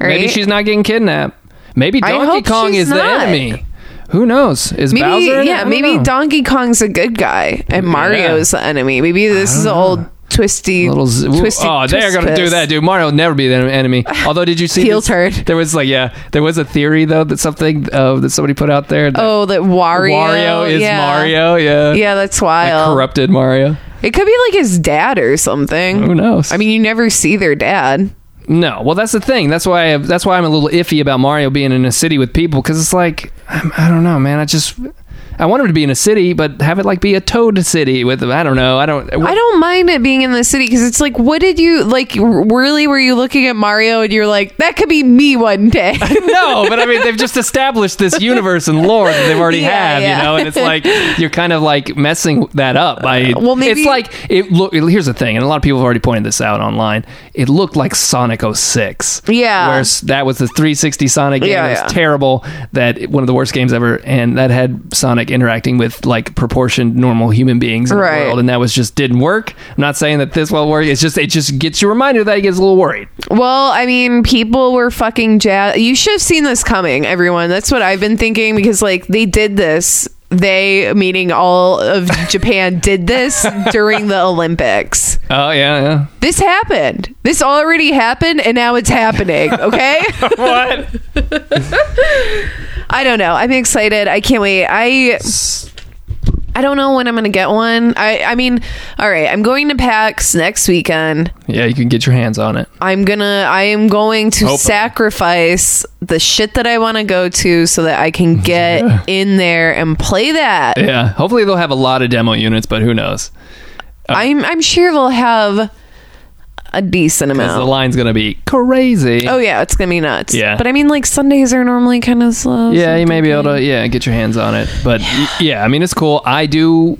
[SPEAKER 3] Maybe
[SPEAKER 2] Right?
[SPEAKER 3] she's not getting kidnapped. Maybe
[SPEAKER 2] I
[SPEAKER 3] Donkey
[SPEAKER 2] hope
[SPEAKER 3] Kong
[SPEAKER 2] she's
[SPEAKER 3] is
[SPEAKER 2] not.
[SPEAKER 3] the enemy. Who knows? Is
[SPEAKER 2] Maybe
[SPEAKER 3] Bowser? in it? I
[SPEAKER 2] yeah,
[SPEAKER 3] don't
[SPEAKER 2] maybe
[SPEAKER 3] know.
[SPEAKER 2] Donkey Kong's a good guy and Mario's the enemy. Maybe this is an old twisty
[SPEAKER 3] little z- ooh,
[SPEAKER 2] twisty
[SPEAKER 3] oh they're
[SPEAKER 2] twist
[SPEAKER 3] gonna do
[SPEAKER 2] twist.
[SPEAKER 3] that dude mario will never be the enemy although did you see
[SPEAKER 2] Heel
[SPEAKER 3] this-
[SPEAKER 2] turn.
[SPEAKER 3] there was like yeah there was a theory though that something uh, that somebody put out there that
[SPEAKER 2] Oh, that Wario.
[SPEAKER 3] wario is
[SPEAKER 2] yeah.
[SPEAKER 3] mario yeah
[SPEAKER 2] Yeah, that's
[SPEAKER 3] Like,
[SPEAKER 2] wild.
[SPEAKER 3] corrupted mario
[SPEAKER 2] it could be like his dad or something.
[SPEAKER 3] who knows
[SPEAKER 2] I mean, you never see their dad.
[SPEAKER 3] no well that's the thing that's why I, that's why i'm a little iffy about mario being in a city with people because it's like I'm, i don't know man i just i want him to be in a city but have it like be a toad city with i don't know i don't
[SPEAKER 2] I don't mind it being in the city because it's like, what did you like? r- Really, were you looking at Mario and you're like, that could be me one day?
[SPEAKER 3] no, but I mean, they've just established this universe and lore that they've already
[SPEAKER 2] Yeah,
[SPEAKER 3] have,
[SPEAKER 2] yeah.
[SPEAKER 3] you know, and it's like you're kind of like messing that up by.
[SPEAKER 2] Well, maybe-
[SPEAKER 3] it's like it. Look, here's the thing, and a lot of people have already pointed this out online. It looked like Sonic 06.
[SPEAKER 2] Yeah.
[SPEAKER 3] where s- that was the 360 Sonic game.
[SPEAKER 2] Yeah,
[SPEAKER 3] that was
[SPEAKER 2] yeah.
[SPEAKER 3] terrible. That one of the worst games ever, and that had Sonic interacting with like proportioned normal human beings in
[SPEAKER 2] Right.
[SPEAKER 3] the world, and that was just didn't work. I'm not saying that this will work. It's just it just gets you reminded that it gets a little worried.
[SPEAKER 2] well, I mean, people were fucking jazz. You should have seen this coming, everyone. That's what I've been thinking because, like, they did this. They, meaning all of Japan, did this during the Olympics.
[SPEAKER 3] Oh yeah, yeah.
[SPEAKER 2] This happened. This already happened, and now it's happening. Okay.
[SPEAKER 3] What?
[SPEAKER 2] I don't know. I'm excited. I can't wait. I I don't know when I'm gonna get one. I I mean, all right. I'm going to PAX next weekend.
[SPEAKER 3] Yeah, you can get your hands on it.
[SPEAKER 2] I'm gonna. I am going to
[SPEAKER 3] Hopefully.
[SPEAKER 2] sacrifice the shit that I want to go to so that I can get
[SPEAKER 3] Yeah.
[SPEAKER 2] in there and play that.
[SPEAKER 3] Yeah. Hopefully they'll have a lot of demo units, but who knows? uh,
[SPEAKER 2] I'm I'm sure they'll have a decent
[SPEAKER 3] 'Cause The
[SPEAKER 2] amount.
[SPEAKER 3] line's gonna be crazy.
[SPEAKER 2] Oh yeah, it's gonna be nuts.
[SPEAKER 3] Yeah.
[SPEAKER 2] But I mean, like Sundays are normally kind of slow.
[SPEAKER 3] yeah, you may be able to yeah get your hands on it, but y- yeah, I mean it's cool. I do.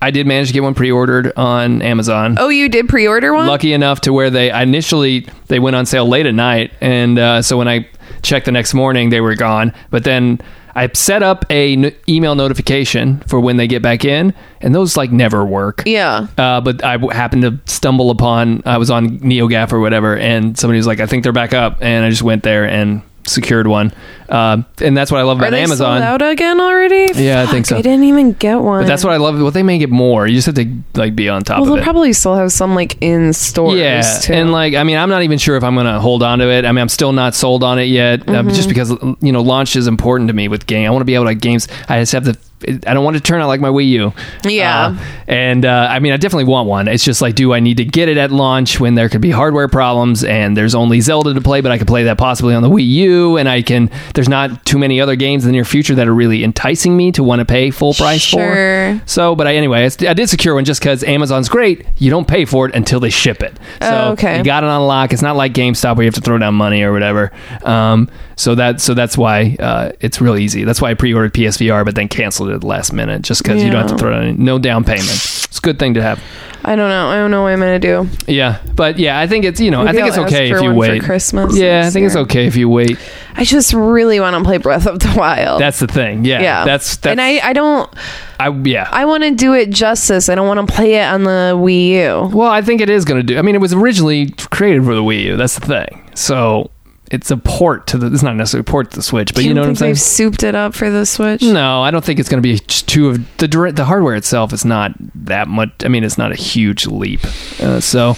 [SPEAKER 3] I did manage to get one pre-ordered on Amazon.
[SPEAKER 2] Oh, you did pre-order one.
[SPEAKER 3] Lucky enough to where they I initially they went on sale late at night, and uh, so when I checked the next morning, they were gone. But then I set up a n- email notification for when they get back in, and those like never work.
[SPEAKER 2] Yeah.
[SPEAKER 3] Uh, but I w- happened to stumble upon I was on NeoGaf or whatever, and somebody was like, "I think they're back up," and I just went there and secured one, uh, and that's what I love
[SPEAKER 2] Are
[SPEAKER 3] about
[SPEAKER 2] they
[SPEAKER 3] Amazon.
[SPEAKER 2] sold out again already?
[SPEAKER 3] Yeah, I think
[SPEAKER 2] Fuck,
[SPEAKER 3] so.
[SPEAKER 2] I didn't even get one.
[SPEAKER 3] But that's what I love. Well, they may get more. You just have to like be on top
[SPEAKER 2] Well,
[SPEAKER 3] of
[SPEAKER 2] they'll
[SPEAKER 3] it.
[SPEAKER 2] probably still have some like in stores.
[SPEAKER 3] yeah,
[SPEAKER 2] too.
[SPEAKER 3] and like I mean, I'm not even sure if I'm gonna hold on to it. I mean, I'm still not sold on it yet, uh,
[SPEAKER 2] Mm-hmm.
[SPEAKER 3] just because you know launch is important to me with game. I want to be able to games. I just have to. I don't want it to turn out like my Wii U.
[SPEAKER 2] Yeah.
[SPEAKER 3] Uh, and uh, I mean, I definitely want one. It's just like, do I need to get it at launch when there could be hardware problems and there's only Zelda to play, but I could play that possibly on the Wii U, and I can. There's not too many other games in the near future that are really enticing me to want to pay full price
[SPEAKER 2] Sure.
[SPEAKER 3] for. So, but I, anyway, it's- I did secure one just because Amazon's great. You don't pay for it until they ship it. So
[SPEAKER 2] Oh, okay.
[SPEAKER 3] you got it on lock. It's not like GameStop where you have to throw down money or whatever. Um, so that so that's why uh, it's real easy. That's why I pre-ordered PSVR, but then canceled it at the last minute just because you don't have to
[SPEAKER 2] Yeah.
[SPEAKER 3] throw down any, no down payment. It's a good thing to have.
[SPEAKER 2] I don't know. I don't know what I'm gonna do.
[SPEAKER 3] Yeah, but yeah, I think it's you know
[SPEAKER 2] Maybe
[SPEAKER 3] I think
[SPEAKER 2] I'll
[SPEAKER 3] it's
[SPEAKER 2] ask
[SPEAKER 3] okay
[SPEAKER 2] for
[SPEAKER 3] if you
[SPEAKER 2] one for
[SPEAKER 3] wait.
[SPEAKER 2] Christmas
[SPEAKER 3] yeah, I
[SPEAKER 2] next
[SPEAKER 3] think it's
[SPEAKER 2] year.
[SPEAKER 3] okay if you wait.
[SPEAKER 2] I just really want to play Breath of the Wild.
[SPEAKER 3] That's the thing. Yeah,
[SPEAKER 2] yeah.
[SPEAKER 3] that's that's
[SPEAKER 2] and I I don't
[SPEAKER 3] I yeah.
[SPEAKER 2] I want to do it justice. I don't want to play it on the Wii U.
[SPEAKER 3] Well, I think it is going to do. I mean, it was originally created for the Wii U. That's the thing. So it's a port to the. It's not necessarily a port to the Switch, but you
[SPEAKER 2] Don't
[SPEAKER 3] know what I'm
[SPEAKER 2] think
[SPEAKER 3] saying.
[SPEAKER 2] They've souped it up for the Switch.
[SPEAKER 3] No, I don't think it's going to be just too of the direct, the hardware itself is not that much. I mean, it's not a huge leap. Uh, so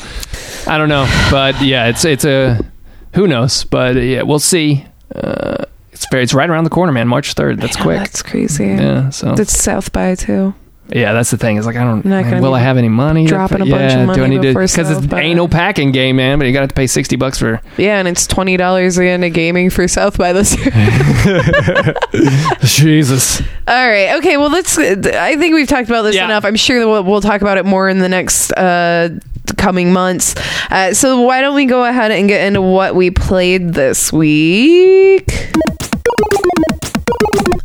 [SPEAKER 3] I don't know, but yeah, it's it's a who knows, but uh, yeah, we'll see. Uh, it's very, it's right around the corner, man. March third. That's
[SPEAKER 2] I know,
[SPEAKER 3] quick.
[SPEAKER 2] That's crazy.
[SPEAKER 3] yeah. So
[SPEAKER 2] That's South by too.
[SPEAKER 3] yeah, that's the thing. It's like I don't.
[SPEAKER 2] You're not
[SPEAKER 3] man,
[SPEAKER 2] gonna
[SPEAKER 3] will
[SPEAKER 2] be
[SPEAKER 3] I have any money?
[SPEAKER 2] dropping a bunch of
[SPEAKER 3] yeah, do I
[SPEAKER 2] money
[SPEAKER 3] need to?
[SPEAKER 2] before
[SPEAKER 3] Because
[SPEAKER 2] sales,
[SPEAKER 3] it
[SPEAKER 2] but-
[SPEAKER 3] ain't no packing game, man. But you got to pay sixty bucks for
[SPEAKER 2] Yeah, and it's twenty dollars again to gaming for South by this year.
[SPEAKER 3] Jesus.
[SPEAKER 2] All right. Okay. Well, let's. I think we've talked about this
[SPEAKER 3] Yeah.
[SPEAKER 2] enough. I'm sure that we'll, we'll talk about it more in the next uh, coming months. Uh, so why don't we go ahead and get into what we played this week?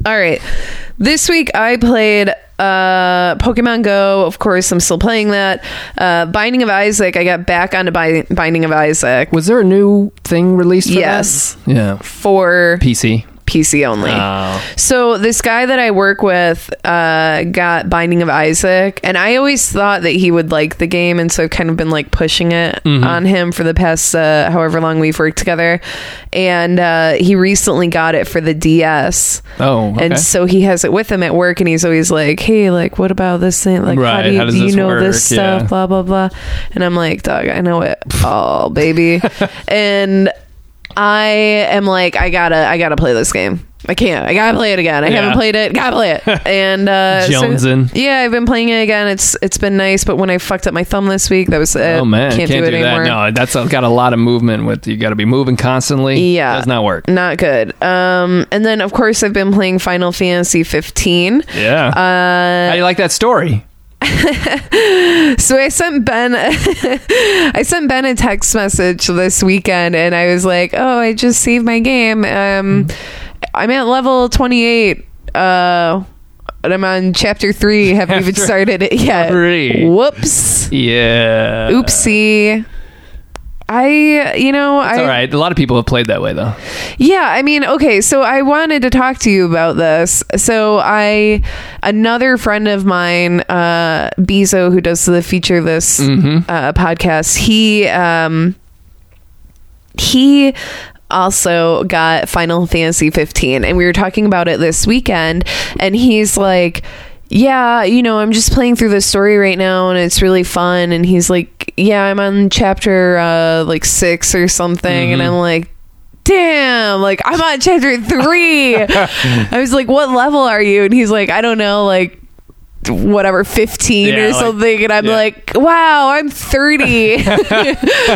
[SPEAKER 2] All right. This week I played uh Pokemon Go. Of course, I'm still playing that. Uh Binding of Isaac. I got back onto Bi- Binding of Isaac.
[SPEAKER 3] Was there a new thing released? For that?
[SPEAKER 2] Yes.
[SPEAKER 3] Yeah.
[SPEAKER 2] For
[SPEAKER 3] PC.
[SPEAKER 2] PC only.
[SPEAKER 3] Oh.
[SPEAKER 2] So this guy that I work with uh, got Binding of Isaac, and I always thought that he would like the game, and so I've kind of been like pushing it on him for the past uh, however long we've worked together. And uh, he recently got it for the DS,
[SPEAKER 3] Oh. Okay.
[SPEAKER 2] and so he has it with him at work, and he's always like, "Hey, like, what about this thing? Like, how
[SPEAKER 3] Right,
[SPEAKER 2] do you,
[SPEAKER 3] how does
[SPEAKER 2] do you
[SPEAKER 3] this
[SPEAKER 2] know
[SPEAKER 3] work?
[SPEAKER 2] this stuff?
[SPEAKER 3] Yeah.
[SPEAKER 2] Blah blah blah." And I'm like, "Dog, I know it all, baby," and I am like, "I gotta, I gotta play this game." I can't. I gotta play it again. I haven't
[SPEAKER 3] Yeah.
[SPEAKER 2] played it. Gotta play it. And uh, so-
[SPEAKER 3] Jonesing.
[SPEAKER 2] yeah, I've been playing it again. It's it's been nice. But when I fucked up my thumb this week, that was it.
[SPEAKER 3] Oh man, can't, do,
[SPEAKER 2] it
[SPEAKER 3] that.
[SPEAKER 2] anymore.
[SPEAKER 3] No, that's uh, got a lot of movement with you. Got to be moving constantly.
[SPEAKER 2] Yeah.
[SPEAKER 3] does not work.
[SPEAKER 2] Not good. Um, and then of course I've been playing Final Fantasy 15.
[SPEAKER 3] Yeah.
[SPEAKER 2] Uh,
[SPEAKER 3] How do you like that story?
[SPEAKER 2] So I sent Ben, I sent Ben a text message this weekend, and I was like, "Oh, I just saved my game.
[SPEAKER 3] Mm-hmm.
[SPEAKER 2] Um, I'm at level 28, uh, and I'm on chapter three. Haven't even started it yet.
[SPEAKER 3] three.
[SPEAKER 2] Whoops,
[SPEAKER 3] Yeah.
[SPEAKER 2] oopsie." I, you know, I
[SPEAKER 3] It's all right. A lot of people have played that way though.
[SPEAKER 2] yeah, I mean, okay, so I wanted to talk to you about this. So I another friend of mine, uh Bezo, who does the feature this uh, podcast, he um he also got Final Fantasy 15 and we were talking about it this weekend and he's like yeah, you know, I'm just playing through the story right now and it's really fun and he's like yeah, I'm on chapter uh like 6 or something and
[SPEAKER 3] Mm-hmm.
[SPEAKER 2] I'm like damn like i'm on chapter three i was like what level are you and he's like i don't know like whatever 15
[SPEAKER 3] Yeah,
[SPEAKER 2] or
[SPEAKER 3] like-
[SPEAKER 2] something and i'm
[SPEAKER 3] yeah.
[SPEAKER 2] like wow i'm 30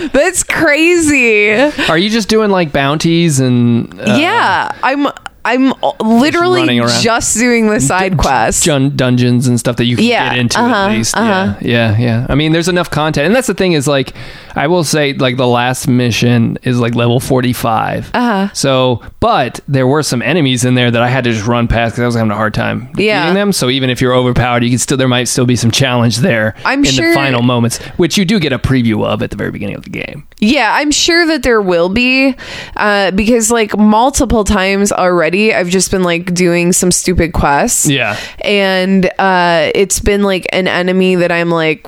[SPEAKER 2] that's crazy
[SPEAKER 3] Are you just doing like bounties and? Uh,
[SPEAKER 2] yeah i'm i'm literally
[SPEAKER 3] running around.
[SPEAKER 2] just, doing the side quests
[SPEAKER 3] dun- dungeons and stuff that you can
[SPEAKER 2] Yeah,
[SPEAKER 3] get into
[SPEAKER 2] uh-huh,
[SPEAKER 3] at least.
[SPEAKER 2] uh-huh.
[SPEAKER 3] Yeah, yeah, yeah. I mean, there's enough content, and that's the thing is like, I will say like the last mission is like level 45. Uh-huh. So, but there were some enemies in there that I had to just run past because I was having a hard time defeating
[SPEAKER 2] Yeah.
[SPEAKER 3] them. So even if you're overpowered, you can still there might still be some challenge there
[SPEAKER 2] I'm
[SPEAKER 3] in
[SPEAKER 2] sure-
[SPEAKER 3] the final moments, which you do get a preview of at the very beginning of the game.
[SPEAKER 2] Yeah, I'm sure that there will be, uh, because like multiple times already, I've just been like doing some stupid quests.
[SPEAKER 3] Yeah.
[SPEAKER 2] and uh, it's been like an enemy that I'm like.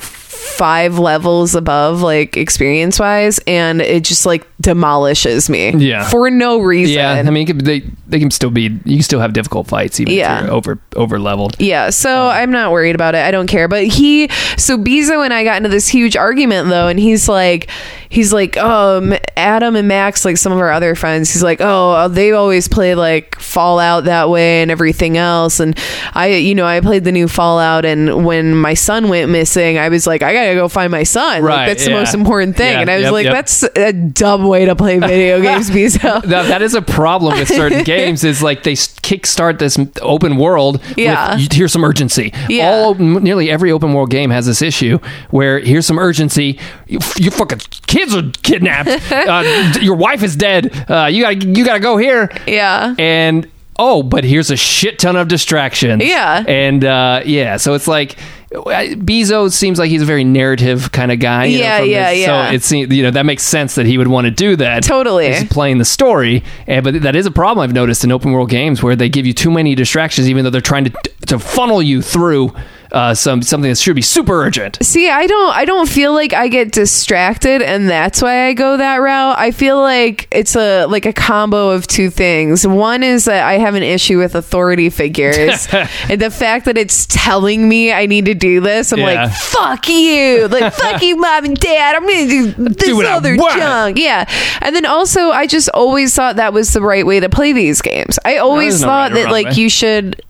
[SPEAKER 2] five levels above, like experience wise, and it just like demolishes me.
[SPEAKER 3] Yeah.
[SPEAKER 2] For no reason.
[SPEAKER 3] Yeah, I mean, it could, they they can still be. You can still have difficult fights even
[SPEAKER 2] Yeah.
[SPEAKER 3] if you're over over leveled.
[SPEAKER 2] Yeah, so I'm not worried about it. I don't care. But he, so Bezo and I got into this huge argument though, and he's like, he's like, um, Adam and Max, like some of our other friends, he's like, oh, they always play like Fallout that way and everything else. And I, you know, I played the new Fallout, and when my son went missing, I was like, I gotta go find my son.
[SPEAKER 3] Right,
[SPEAKER 2] like, that's the
[SPEAKER 3] yeah.
[SPEAKER 2] most important thing.
[SPEAKER 3] Yeah,
[SPEAKER 2] and I was
[SPEAKER 3] yep,
[SPEAKER 2] like,
[SPEAKER 3] yep.
[SPEAKER 2] that's a dumb way to play video games, Bezo.
[SPEAKER 3] Now, that is a problem with certain games. Is like they s- kickstart this m- open world.
[SPEAKER 2] Yeah.
[SPEAKER 3] With, "You- here's some urgency.
[SPEAKER 2] Yeah.
[SPEAKER 3] All open, nearly every open world game has this issue where here's some urgency. You, f- you fucking kids are kidnapped. uh, d- your wife is dead. Uh, you gotta you gotta go here.
[SPEAKER 2] yeah.
[SPEAKER 3] And oh, but here's a shit ton of distractions.
[SPEAKER 2] Yeah.
[SPEAKER 3] And uh, yeah, so it's like. I- Bezo seems like he's a very narrative kind of guy. you know,
[SPEAKER 2] Yeah,
[SPEAKER 3] from
[SPEAKER 2] yeah,
[SPEAKER 3] this-
[SPEAKER 2] yeah.
[SPEAKER 3] So it seems you know that makes sense that he would want to do that.
[SPEAKER 2] Totally.
[SPEAKER 3] He's playing the story, and but that is a problem I've noticed in open world games where they give you too many distractions, even though they're trying to to funnel you through uh, some something that should be super urgent.
[SPEAKER 2] See, I don't I don't feel like I get distracted and that's why I go that route. I feel like it's a like a combo of two things. One is that I have an issue with authority figures. and the fact that it's telling me I need to do this, I'm
[SPEAKER 3] Yeah.
[SPEAKER 2] like, fuck you. Like fuck you mom and dad. I'm gonna do this
[SPEAKER 3] Do what I
[SPEAKER 2] other
[SPEAKER 3] want.
[SPEAKER 2] junk. Yeah. And then also I just always thought that was the right way to play these games. I always
[SPEAKER 3] there's no
[SPEAKER 2] thought
[SPEAKER 3] right or
[SPEAKER 2] that
[SPEAKER 3] wrong
[SPEAKER 2] like
[SPEAKER 3] way.
[SPEAKER 2] you should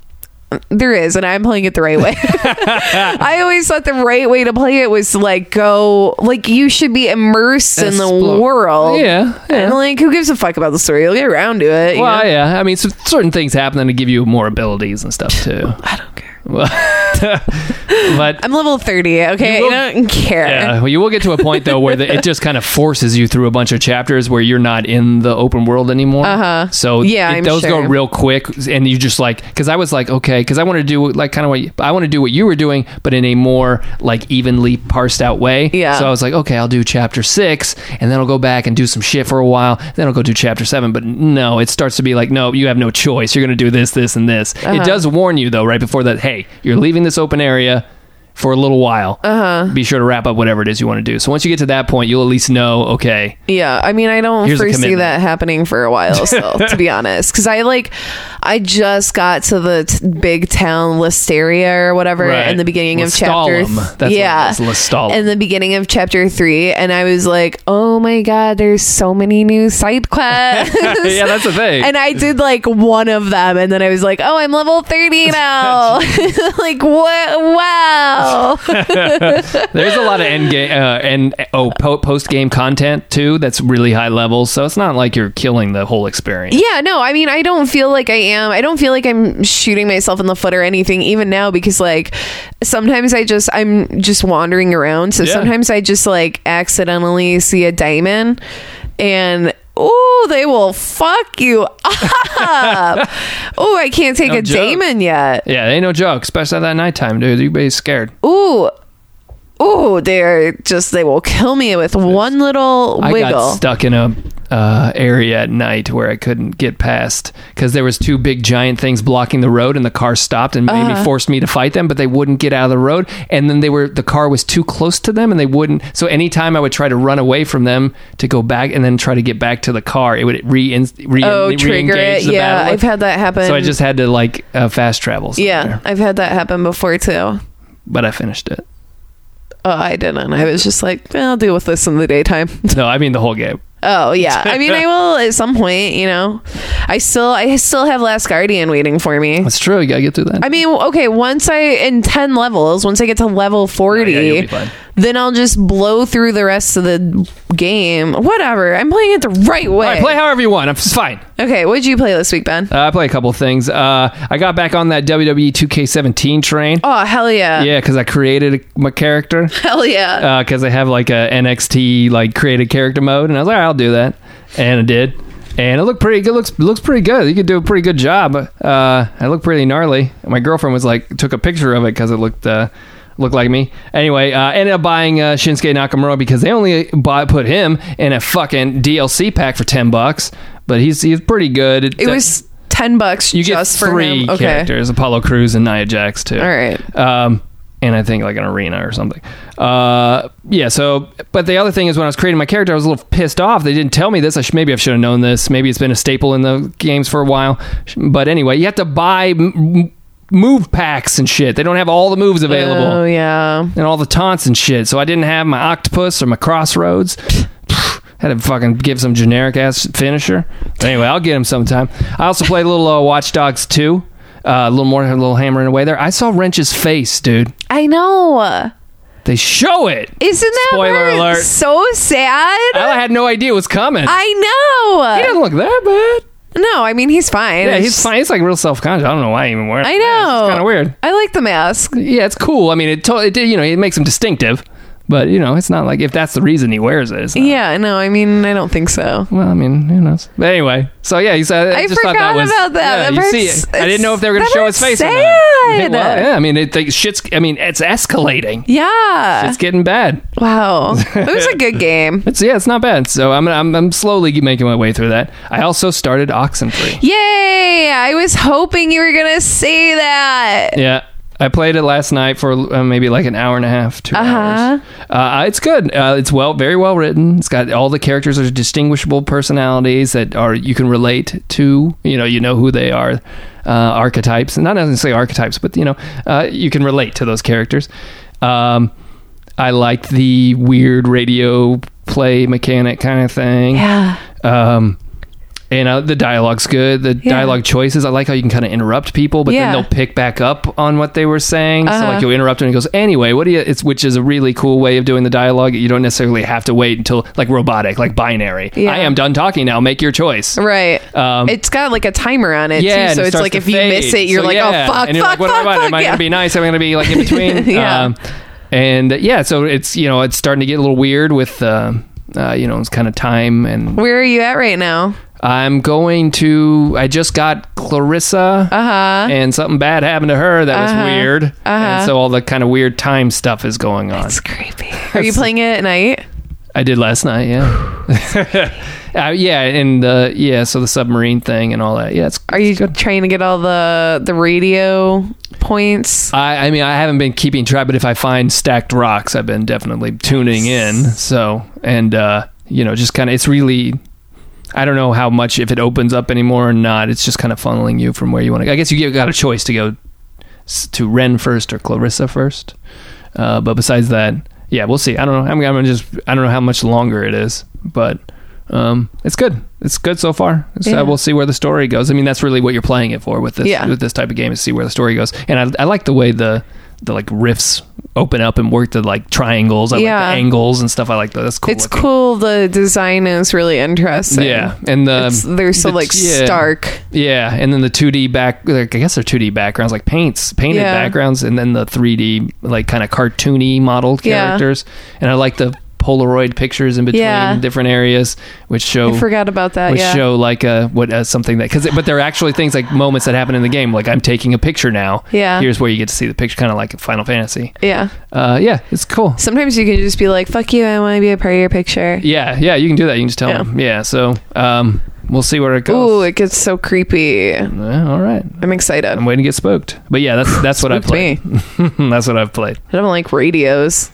[SPEAKER 2] there is, and I'm playing it the right way. I always thought the right way to play it was to like go like you should be immersed in the
[SPEAKER 3] Explore.
[SPEAKER 2] world.
[SPEAKER 3] Yeah,
[SPEAKER 2] And like who gives a fuck about the story? You'll get around to it. you
[SPEAKER 3] Well,
[SPEAKER 2] know?
[SPEAKER 3] yeah. I mean, so certain things happen to give you more abilities and stuff too.
[SPEAKER 2] I don't care.
[SPEAKER 3] But
[SPEAKER 2] I'm level thirty, okay?
[SPEAKER 3] You will-
[SPEAKER 2] I don't care.
[SPEAKER 3] Yeah, well, you will get to a point though where the, it just kind of forces you through a bunch of chapters where you're not in the open world anymore. Uh huh. So
[SPEAKER 2] Uh-huh. Yeah,
[SPEAKER 3] it-
[SPEAKER 2] I'm
[SPEAKER 3] those
[SPEAKER 2] sure.
[SPEAKER 3] go real quick, and you just like because I was like okay because I want to do like kind of what you- I want to do what you were doing, but in a more like evenly parsed out way.
[SPEAKER 2] Yeah.
[SPEAKER 3] So I was like okay, I'll do chapter six, and then I'll go back and do some shit for a while. Then I'll go do chapter seven, but no, it starts to be like no, you have no choice. You're gonna do this, this, and this. It does warn you though right before that. Hey, you're leaving this open area for a little while. Uh-huh. Be sure to wrap up whatever it is you want to do. So once you get to that point, you'll at least know, okay,
[SPEAKER 2] Yeah, I mean, I don't
[SPEAKER 3] Here's the
[SPEAKER 2] foresee
[SPEAKER 3] commitment.
[SPEAKER 2] that happening for a while still, to be honest. Because I like, I just got to the t- big town Listeria or whatever
[SPEAKER 3] Right.
[SPEAKER 2] in the beginning of chapter.
[SPEAKER 3] Lestalem. That's what it is, Lestalem.
[SPEAKER 2] in the beginning of chapter three, and I was like, oh my god, there's so many new side quests.
[SPEAKER 3] yeah, that's the thing.
[SPEAKER 2] And I did like one of them, and then I was like, "Oh, I'm level thirty now!" like, what? Wow!
[SPEAKER 3] There's a lot of end game uh, and oh po- post game content too. That's really high level, so it's not like you're killing the whole experience.
[SPEAKER 2] Yeah, no, I mean, I don't feel like I am. I don't feel like I'm shooting myself in the foot or anything, even now, because like sometimes I just, I'm just wandering around. So
[SPEAKER 3] Yeah.
[SPEAKER 2] sometimes I just like accidentally see a diamond and. Oh, they will fuck you up. oh, I can't take
[SPEAKER 3] No
[SPEAKER 2] a
[SPEAKER 3] joke.
[SPEAKER 2] diamond yet.
[SPEAKER 3] Yeah, they ain't no joke, especially at that nighttime, dude. You be scared.
[SPEAKER 2] Ooh. Ooh, they're just they will kill me with one little
[SPEAKER 3] I got
[SPEAKER 2] wiggle.
[SPEAKER 3] stuck in a uh, area at night where I couldn't get past because there was two big giant things blocking the road, and the car stopped and maybe
[SPEAKER 2] Uh-huh.
[SPEAKER 3] forced me to fight them, but they wouldn't get out of the road. And then they were the car was too close to them, and they wouldn't. So anytime I would try to run away from them to go back and then try to get back to the car, it would re re
[SPEAKER 2] Oh, trigger
[SPEAKER 3] re-engage
[SPEAKER 2] it.
[SPEAKER 3] the
[SPEAKER 2] Yeah,
[SPEAKER 3] battle.
[SPEAKER 2] I've had that happen.
[SPEAKER 3] so I just had to like uh, fast travel. somewhere.
[SPEAKER 2] Yeah, I've had that happen before too.
[SPEAKER 3] but I finished it.
[SPEAKER 2] Oh, I didn't. I was just like, "Eh, I'll deal with this in the daytime.
[SPEAKER 3] No, I mean the whole game.
[SPEAKER 2] Oh yeah. I mean, I will at some point. You know, I still, I still have Last Guardian waiting for me.
[SPEAKER 3] That's true. You gotta get through that.
[SPEAKER 2] I mean, okay, once I in ten levels, once I get to level forty,
[SPEAKER 3] Yeah, yeah, you'll be fine.
[SPEAKER 2] then I'll just blow through the rest of the game. Whatever. I'm playing it the right way.
[SPEAKER 3] All right, play however you want. I'm it's fine.
[SPEAKER 2] okay, what did you play this week, Ben?
[SPEAKER 3] Uh, I play a couple things. Uh, I got back on that E WWE 2K17 train.
[SPEAKER 2] Oh hell yeah.
[SPEAKER 3] Yeah, Uh, because I created a, my character
[SPEAKER 2] Hell yeah.
[SPEAKER 3] because I have like a NXT like created character mode, and I was like, I'll do that, and I did, and it looked pretty good. Looks looks pretty good. You could do a pretty good job. Uh, I looked pretty gnarly. My girlfriend was like, took a picture of it because it looked. Uh, Looked like me. Anyway, uh, ended up buying uh, Shinsuke Nakamura because they only bought put him in a fucking DLC pack for ten bucks. But he's he's pretty good.
[SPEAKER 2] it was ten bucks
[SPEAKER 3] you
[SPEAKER 2] just
[SPEAKER 3] get
[SPEAKER 2] for
[SPEAKER 3] three
[SPEAKER 2] him. Okay.
[SPEAKER 3] characters: Apollo Crews and Nia Jax too.
[SPEAKER 2] All right.
[SPEAKER 3] um, and I think like an arena or something. Uh, yeah. So, but the other thing is, when I was creating my character, I was a little pissed off. They didn't tell me this. I sh- maybe I should have known this. Maybe it's been a staple in the games for a while. Sh- But anyway, you have to buy m- m- move packs and shit. They don't have all the moves available
[SPEAKER 2] Oh yeah.
[SPEAKER 3] and all the taunts and shit. So I didn't have my octopus or my crossroads. Had to fucking give some generic ass finisher. But anyway, I'll get him sometime. I also played a little uh, Watch Dogs 2. Uh, a little more, a little hammering away there. I saw Wrench's face, dude.
[SPEAKER 2] I know.
[SPEAKER 3] They show it.
[SPEAKER 2] Isn't that
[SPEAKER 3] Spoiler
[SPEAKER 2] part
[SPEAKER 3] alert.
[SPEAKER 2] so sad?
[SPEAKER 3] I had no idea it was coming. he
[SPEAKER 2] I know.
[SPEAKER 3] doesn't look that bad.
[SPEAKER 2] No, I mean he's fine.
[SPEAKER 3] Yeah,
[SPEAKER 2] It's
[SPEAKER 3] he's
[SPEAKER 2] just-
[SPEAKER 3] fine. He's like real self conscious. I don't know why he even wearing.
[SPEAKER 2] I know.
[SPEAKER 3] kind of weird. Uh.
[SPEAKER 2] I like the mask.
[SPEAKER 3] Yeah, it's cool. I mean, it, to- it did- you know it makes him distinctive, but you know it's not like if that's the reason he wears it. It's not-
[SPEAKER 2] Yeah, no, I mean I don't think so.
[SPEAKER 3] Well, I mean, who knows? But anyway, so yeah, he said. I,
[SPEAKER 2] I
[SPEAKER 3] just thought that
[SPEAKER 2] forgot
[SPEAKER 3] was,
[SPEAKER 2] about that.
[SPEAKER 3] Yeah,
[SPEAKER 2] That
[SPEAKER 3] you see
[SPEAKER 2] part's-
[SPEAKER 3] it. I didn't know if they were going to
[SPEAKER 2] that
[SPEAKER 3] show his
[SPEAKER 2] part's
[SPEAKER 3] face. or not.
[SPEAKER 2] sad.
[SPEAKER 3] Well, yeah, I mean, it, like, shit's. I mean, it's escalating.
[SPEAKER 2] Yeah.
[SPEAKER 3] It's getting bad.
[SPEAKER 2] wow. It was a good game.
[SPEAKER 3] It's yeah, it's not bad. So I'm I'm, I'm slowly making my way through that. I also started Oxenfree.
[SPEAKER 2] Yay! I was hoping you were gonna say that.
[SPEAKER 3] Yeah. I played it last night for uh, maybe like an hour and a half, 2 hours. Uh, it's good. Uh, it's well, very well written. It's got all the characters are distinguishable personalities that are you can relate to. You know, you know who they are. Uh, archetypes, not necessarily archetypes, but you know, uh, you can relate to those characters. Um, I liked the weird radio play mechanic kind of thing.
[SPEAKER 2] Yeah.
[SPEAKER 3] Um, and uh, the dialogue's good. The
[SPEAKER 2] Yeah.
[SPEAKER 3] dialogue choices. I like how you can kind of interrupt people, but
[SPEAKER 2] Yeah.
[SPEAKER 3] then they'll pick back up on what they were saying. So
[SPEAKER 2] Uh-huh.
[SPEAKER 3] like you'll interrupt and he goes, "Anyway, what do you?" It's which is a really cool way of doing the dialogue. You don't necessarily have to wait until like robotic, like binary.
[SPEAKER 2] Yeah.
[SPEAKER 3] I am done talking now. Make your choice.
[SPEAKER 2] Right.
[SPEAKER 3] Um,
[SPEAKER 2] it's got like a timer on it
[SPEAKER 3] yeah,
[SPEAKER 2] too,
[SPEAKER 3] and
[SPEAKER 2] so
[SPEAKER 3] it
[SPEAKER 2] it's
[SPEAKER 3] starts
[SPEAKER 2] like
[SPEAKER 3] to
[SPEAKER 2] if you miss
[SPEAKER 3] fade.
[SPEAKER 2] it, you're
[SPEAKER 3] So,
[SPEAKER 2] like,
[SPEAKER 3] yeah.
[SPEAKER 2] oh fuck,
[SPEAKER 3] and you're
[SPEAKER 2] fuck,
[SPEAKER 3] like, what
[SPEAKER 2] fuck,
[SPEAKER 3] am I?
[SPEAKER 2] fuck,
[SPEAKER 3] Am I
[SPEAKER 2] yeah.
[SPEAKER 3] gonna be nice? Am I gonna be like in between? Um,
[SPEAKER 2] Yeah.
[SPEAKER 3] and uh, yeah, so it's you know it's starting to get a little weird with uh, uh, you know it's kind of time and
[SPEAKER 2] Where are you at right now?
[SPEAKER 3] I'm going to. I just got
[SPEAKER 2] Uh
[SPEAKER 3] Clarissa,
[SPEAKER 2] huh.
[SPEAKER 3] and something bad happened to her that
[SPEAKER 2] Uh-huh.
[SPEAKER 3] was weird, and so all the kind of weird time stuff is going on.
[SPEAKER 2] It's creepy. Are you playing it at night?
[SPEAKER 3] I did last night, yeah, uh, yeah, and uh, yeah, so the submarine thing and all that. Yeah, it's
[SPEAKER 2] Are
[SPEAKER 3] it's
[SPEAKER 2] you
[SPEAKER 3] good.
[SPEAKER 2] trying to get all the the radio points?
[SPEAKER 3] I, I mean, I haven't been keeping track, but if I find stacked rocks, I've been definitely tuning in. So, and uh, you know, just kind of, it's really, I don't know how much if it opens up anymore or not. It's just kind of funneling you from where you want to. I guess you get- got a choice to go s- to Ren first or Clarissa first. Uh, but besides that, yeah, we'll see. I don't know. I'm, I'm just, I don't know how much longer it is, but. Um, it's good. It's good so far. So
[SPEAKER 2] Yeah.
[SPEAKER 3] we'll see where the story goes. I mean, that's really what you're playing it for with this
[SPEAKER 2] Yeah.
[SPEAKER 3] with this type of game is see where the story goes. And I, I like the way the the like riffs open up and work the like triangles. I
[SPEAKER 2] Yeah.
[SPEAKER 3] like the angles and stuff. I like that. That's cool.
[SPEAKER 2] it's
[SPEAKER 3] looking.
[SPEAKER 2] cool. The design is really interesting.
[SPEAKER 3] Yeah, and the
[SPEAKER 2] It's, they're so
[SPEAKER 3] the-
[SPEAKER 2] like
[SPEAKER 3] yeah.
[SPEAKER 2] stark.
[SPEAKER 3] Yeah, and then the 2D back. Like, I guess they're 2D backgrounds, like paints, painted
[SPEAKER 2] Yeah.
[SPEAKER 3] backgrounds, and then the 3D like kind of cartoony modeled
[SPEAKER 2] Yeah.
[SPEAKER 3] characters. And I like the Polaroid pictures in between
[SPEAKER 2] Yeah.
[SPEAKER 3] different areas, which show
[SPEAKER 2] I forgot about that.
[SPEAKER 3] which
[SPEAKER 2] Yeah.
[SPEAKER 3] Oh, show like uh, what uh, something that because but there are actually things like moments that happen in the game like I'm taking a picture now
[SPEAKER 2] Yeah.
[SPEAKER 3] here's where you get to see the picture kind of like Final Fantasy
[SPEAKER 2] yeah.
[SPEAKER 3] uh, yeah it's cool
[SPEAKER 2] Sometimes you can just be like, "Fuck you! I want to be a part of your picture."
[SPEAKER 3] yeah yeah you can do that you can just tell
[SPEAKER 2] Yeah.
[SPEAKER 3] them yeah so um, we'll see where it
[SPEAKER 2] Ooh,
[SPEAKER 3] goes
[SPEAKER 2] it gets so creepy.
[SPEAKER 3] Yeah, all right
[SPEAKER 2] I'm excited.
[SPEAKER 3] I'm waiting to get spooked but yeah that's that's what I
[SPEAKER 2] Spooked me.
[SPEAKER 3] played that's what I've played
[SPEAKER 2] I don't like radios.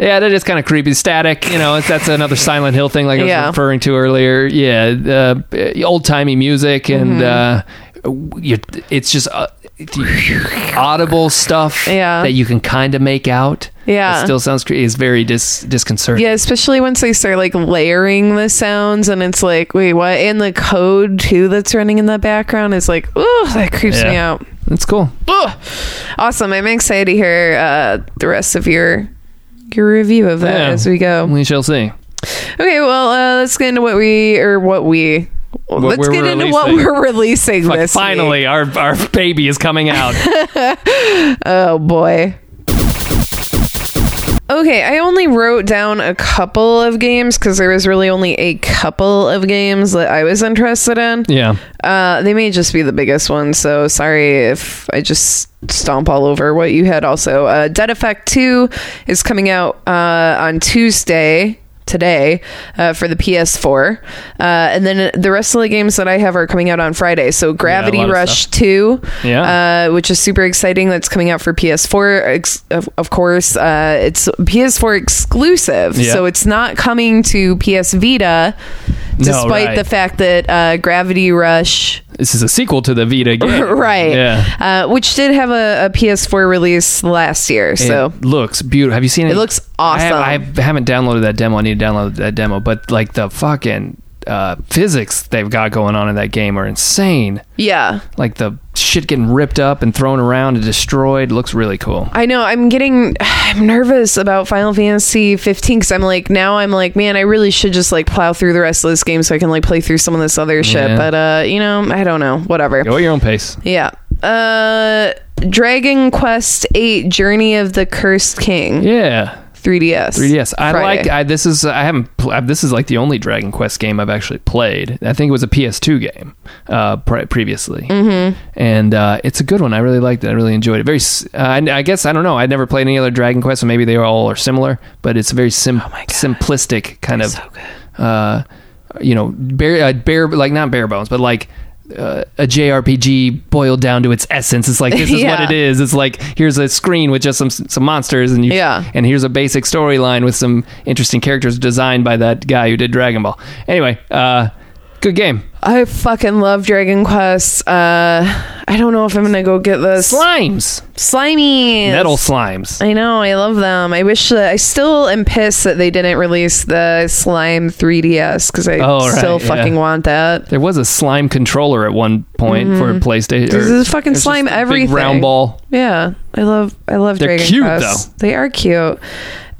[SPEAKER 3] yeah that is kind of creepy static you know it's, that's another Silent Hill thing like I was
[SPEAKER 2] Yeah.
[SPEAKER 3] referring to earlier yeah uh, old timey music and
[SPEAKER 2] Mm-hmm.
[SPEAKER 3] uh, you, it's just uh, audible stuff
[SPEAKER 2] Yeah.
[SPEAKER 3] that you can kind of make out
[SPEAKER 2] Yeah.
[SPEAKER 3] It still sounds cre- is very dis- disconcerting.
[SPEAKER 2] Yeah, especially once they start like layering the sounds, and it's like, wait, what? And the code too that's running in the background is like, ooh, that creeps me
[SPEAKER 3] Yeah.
[SPEAKER 2] out.
[SPEAKER 3] That's cool.
[SPEAKER 2] Awesome! I'm excited to hear uh, the rest of your your review of that
[SPEAKER 3] Yeah.
[SPEAKER 2] as we go.
[SPEAKER 3] We shall see.
[SPEAKER 2] Okay, well, uh, let's get into what we or what we. let's
[SPEAKER 3] we're
[SPEAKER 2] get into what
[SPEAKER 3] releasing.
[SPEAKER 2] we're releasing
[SPEAKER 3] Like,
[SPEAKER 2] this. week.
[SPEAKER 3] finally, our our baby is coming out.
[SPEAKER 2] Oh boy. Okay, I only wrote down a couple of games because there was really only a couple of games that I was interested in.
[SPEAKER 3] yeah,
[SPEAKER 2] Uh, they may just be the biggest ones, so sorry if I just stomp all over what you had. Also, uh, Dead Effect Two is coming out uh, on Tuesday. today uh, for the PS4, uh, and then the rest of the games that I have are coming out on Friday. So Gravity
[SPEAKER 3] lot of
[SPEAKER 2] Rush Two,
[SPEAKER 3] Yeah.
[SPEAKER 2] uh, which is super exciting. That's coming out for PS4, ex- of, of course. Uh, it's PS4 exclusive,
[SPEAKER 3] Yeah.
[SPEAKER 2] so it's not coming to PS Vita, despite
[SPEAKER 3] right.
[SPEAKER 2] the fact that uh, Gravity Rush
[SPEAKER 3] This is a sequel to the Vita game,
[SPEAKER 2] right
[SPEAKER 3] Yeah.
[SPEAKER 2] uh, which did have a, a ps4 release last year so
[SPEAKER 3] it looks beautiful. Have you seen it?
[SPEAKER 2] It looks awesome.
[SPEAKER 3] I, I haven't downloaded that demo. I need to download that demo. But like the fucking uh, physics they've got going on in that game are insane.
[SPEAKER 2] yeah
[SPEAKER 3] Like the shit getting ripped up and thrown around and destroyed looks really cool.
[SPEAKER 2] i know i'm getting i'm nervous about final fantasy 15 because i'm like now i'm like man i really should just like plow through the rest of this game so i can like play through some of this other
[SPEAKER 3] Yeah.
[SPEAKER 2] shit but uh you know i don't know whatever
[SPEAKER 3] Go at your own pace.
[SPEAKER 2] yeah uh dragon quest 8 journey of the cursed king
[SPEAKER 3] Yeah.
[SPEAKER 2] 3ds
[SPEAKER 3] 3DS. I
[SPEAKER 2] Friday.
[SPEAKER 3] like. I, this is. I haven't. Pl- this is like the only Dragon Quest game I've actually played. I think it was a PS2 game uh, pre- previously, mm-hmm. and uh, it's a good one. I really liked it. I really enjoyed it. Very. s- Uh, I, I guess I don't know. I'd never played any other Dragon Quest, so maybe they all are similar. But it's a very
[SPEAKER 2] Oh
[SPEAKER 3] sim- simplistic kind of. Uh, you know, bare, uh, bare like not bare bones, but like. Uh, a JRPG boiled down to its essence. It's like this is what
[SPEAKER 2] Yeah.
[SPEAKER 3] it is. It's like here's a screen with just some some monsters, and you
[SPEAKER 2] Yeah.
[SPEAKER 3] and here's a basic storyline with some interesting characters designed by that guy who did Dragon Ball. Anyway, uh, good game.
[SPEAKER 2] I fucking love Dragon Quest. Uh, I don't know if I'm gonna go get this.
[SPEAKER 3] Slimes,
[SPEAKER 2] Slimy.
[SPEAKER 3] metal slimes.
[SPEAKER 2] I know, I love them. I wish that I still am pissed that they didn't release the Slime 3DS because I
[SPEAKER 3] Oh, right,
[SPEAKER 2] still
[SPEAKER 3] yeah.
[SPEAKER 2] fucking want that.
[SPEAKER 3] There was a slime controller at one point for PlayStation.
[SPEAKER 2] Mm-hmm. This
[SPEAKER 3] or-
[SPEAKER 2] is fucking
[SPEAKER 3] it's just
[SPEAKER 2] slime
[SPEAKER 3] a big
[SPEAKER 2] everything.
[SPEAKER 3] round ball.
[SPEAKER 2] Yeah, I love I love
[SPEAKER 3] They're
[SPEAKER 2] Dragon
[SPEAKER 3] cute,
[SPEAKER 2] Quest. They are cute.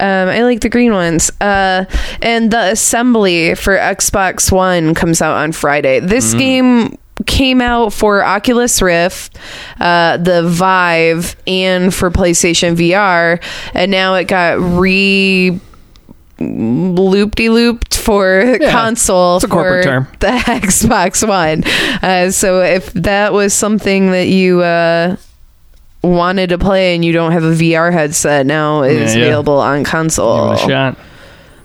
[SPEAKER 2] Um, I like the green ones. Uh, and the assembly for Xbox One comes out on Friday.
[SPEAKER 3] Mm.
[SPEAKER 2] This game came out for Oculus Rift, uh, the Vive, and for PlayStation VR, and now it got re looped de looped for
[SPEAKER 3] Yeah,
[SPEAKER 2] console
[SPEAKER 3] it's a corporate
[SPEAKER 2] for
[SPEAKER 3] term.
[SPEAKER 2] the Xbox One. Uh, so if that was something that you uh, wanted to play and you don't have a VR headset, now it is
[SPEAKER 3] Yeah, yeah.
[SPEAKER 2] available on
[SPEAKER 3] Give
[SPEAKER 2] console.
[SPEAKER 3] it a shot.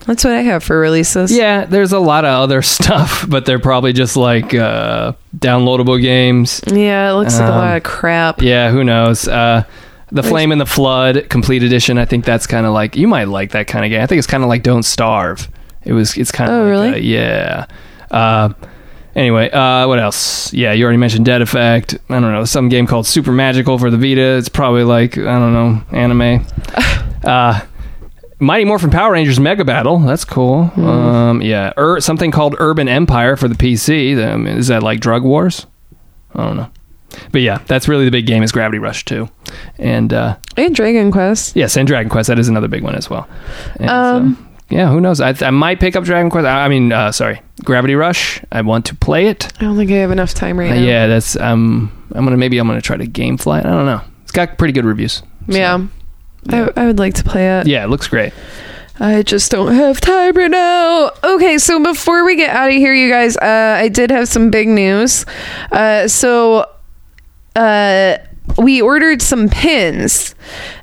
[SPEAKER 2] That's what I have for releases.
[SPEAKER 3] Yeah, there's a lot of other stuff, but they're probably just like uh, downloadable games.
[SPEAKER 2] Yeah, it looks like a
[SPEAKER 3] Um,
[SPEAKER 2] lot of crap.
[SPEAKER 3] Yeah, who knows? Uh, the Flame and the Flood Complete Edition. I think that's kind of like you might like that kind of game. I think it's kind of like Don't Starve. It was. It's kind of.
[SPEAKER 2] Oh,
[SPEAKER 3] like
[SPEAKER 2] really?
[SPEAKER 3] that, yeah. Uh, anyway, uh, what else? Yeah, you already mentioned Dead Effect. I don't know some game called Super Magical for the Vita. It's probably like I don't know anime. uh, Mighty Morphin Power Rangers Mega Battle. That's cool.
[SPEAKER 2] Hmm.
[SPEAKER 3] Um, yeah, Ur- something called Urban Empire for the PC. Um, is that like Drug Wars? I don't know. But yeah, that's really the big game is Gravity Rush 2. And uh,
[SPEAKER 2] And Dragon Quest.
[SPEAKER 3] yes, and Dragon Quest, that is another big one as well. And so,
[SPEAKER 2] Um,
[SPEAKER 3] yeah, who knows? I, I might pick up Dragon Quest. I, I mean, uh, sorry, Gravity Rush. I want to play it.
[SPEAKER 2] I don't think I have enough time right
[SPEAKER 3] Uh,
[SPEAKER 2] now.
[SPEAKER 3] yeah, that's um, I'm gonna maybe I'm gonna try to GameFly. it. I don't know. It's got pretty good reviews. So,
[SPEAKER 2] Yeah. I, I would like to play it.
[SPEAKER 3] yeah, it looks great.
[SPEAKER 2] I just don't have time right now. Okay, so before we get out of here, you guys, uh, I did have some big news. Uh, so, uh, we ordered some pins.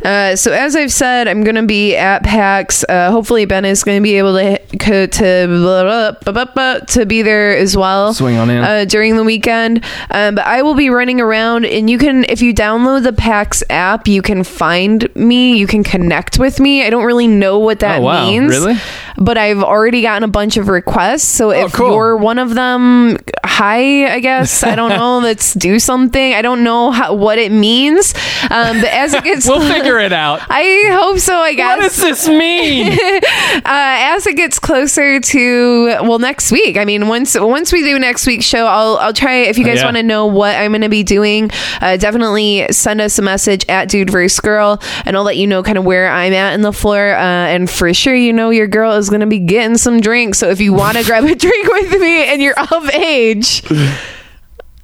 [SPEAKER 2] Uh, so as I've said, I'm gonna be at PAX. Uh, hopefully, Ben is gonna be able to co- to blah, blah, blah, blah, blah, to be there as well.
[SPEAKER 3] Swing on in.
[SPEAKER 2] Uh, during the weekend. Um, but I will be running around, and you can, if you download the PAX app, you can find me. You can connect with me. I don't really know what that
[SPEAKER 3] Oh, wow.
[SPEAKER 2] means.
[SPEAKER 3] Really? Oh,
[SPEAKER 2] But I've already gotten a bunch of requests. So if
[SPEAKER 3] cool.
[SPEAKER 2] you're one of them, hi, I guess. I don't know. Let's do something. I don't know how, what it means. Um, but as it gets.
[SPEAKER 3] We'll figure it out.
[SPEAKER 2] I hope so, I guess
[SPEAKER 3] What does this mean?
[SPEAKER 2] uh, as it gets closer to well next week i mean once once we do next week's show i'll i'll try if you guys
[SPEAKER 3] Oh, Yeah.
[SPEAKER 2] want to know what i'm going to be doing uh, definitely send us a message at dude versus girl and i'll let you know kind of where i'm at in the floor uh, and for sure you know your girl is going to be getting some drinks so if you want to grab a drink with me and you're of age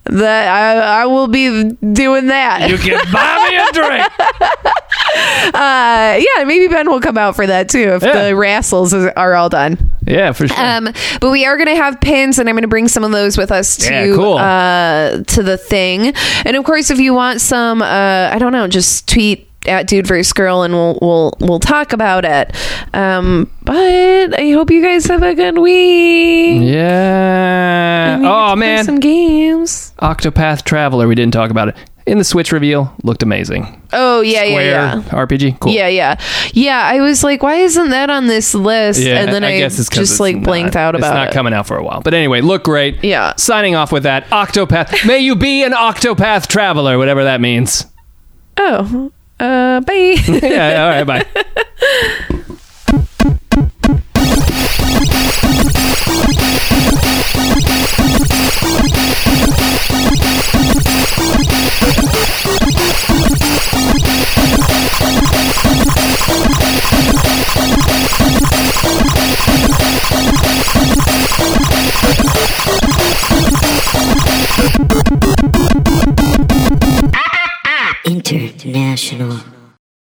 [SPEAKER 2] that I, I will be doing that
[SPEAKER 3] you can buy me a drink.
[SPEAKER 2] uh, yeah maybe ben will come out for that too if
[SPEAKER 3] Yeah.
[SPEAKER 2] the wrestles is, are all done
[SPEAKER 3] Yeah, for sure.
[SPEAKER 2] um, but we are going to have pins, and I'm going to bring some of those with us to
[SPEAKER 3] Yeah, cool.
[SPEAKER 2] uh, to the thing. And of course, if you want some, uh, I don't know, just tweet at dude versus girl and we'll we'll we'll talk about it um but i hope you guys have a good week
[SPEAKER 3] Yeah.
[SPEAKER 2] We get to
[SPEAKER 3] Oh
[SPEAKER 2] play
[SPEAKER 3] man,
[SPEAKER 2] some games
[SPEAKER 3] Octopath Traveler. We didn't talk about it in the Switch reveal. Looked amazing.
[SPEAKER 2] oh yeah
[SPEAKER 3] Square
[SPEAKER 2] yeah yeah
[SPEAKER 3] RPG. Cool.
[SPEAKER 2] Yeah, yeah, yeah. I was like, why isn't that on this list?
[SPEAKER 3] Yeah,
[SPEAKER 2] and then I,
[SPEAKER 3] 'cause
[SPEAKER 2] just like
[SPEAKER 3] not-
[SPEAKER 2] blanked out
[SPEAKER 3] It's
[SPEAKER 2] about
[SPEAKER 3] not
[SPEAKER 2] it.
[SPEAKER 3] coming out for a while. But anyway, look great.
[SPEAKER 2] Yeah.
[SPEAKER 3] Signing off with that Octopath. May you be an Octopath traveler, whatever that means.
[SPEAKER 2] Oh, uh, bye.
[SPEAKER 3] Yeah. All right. Bye.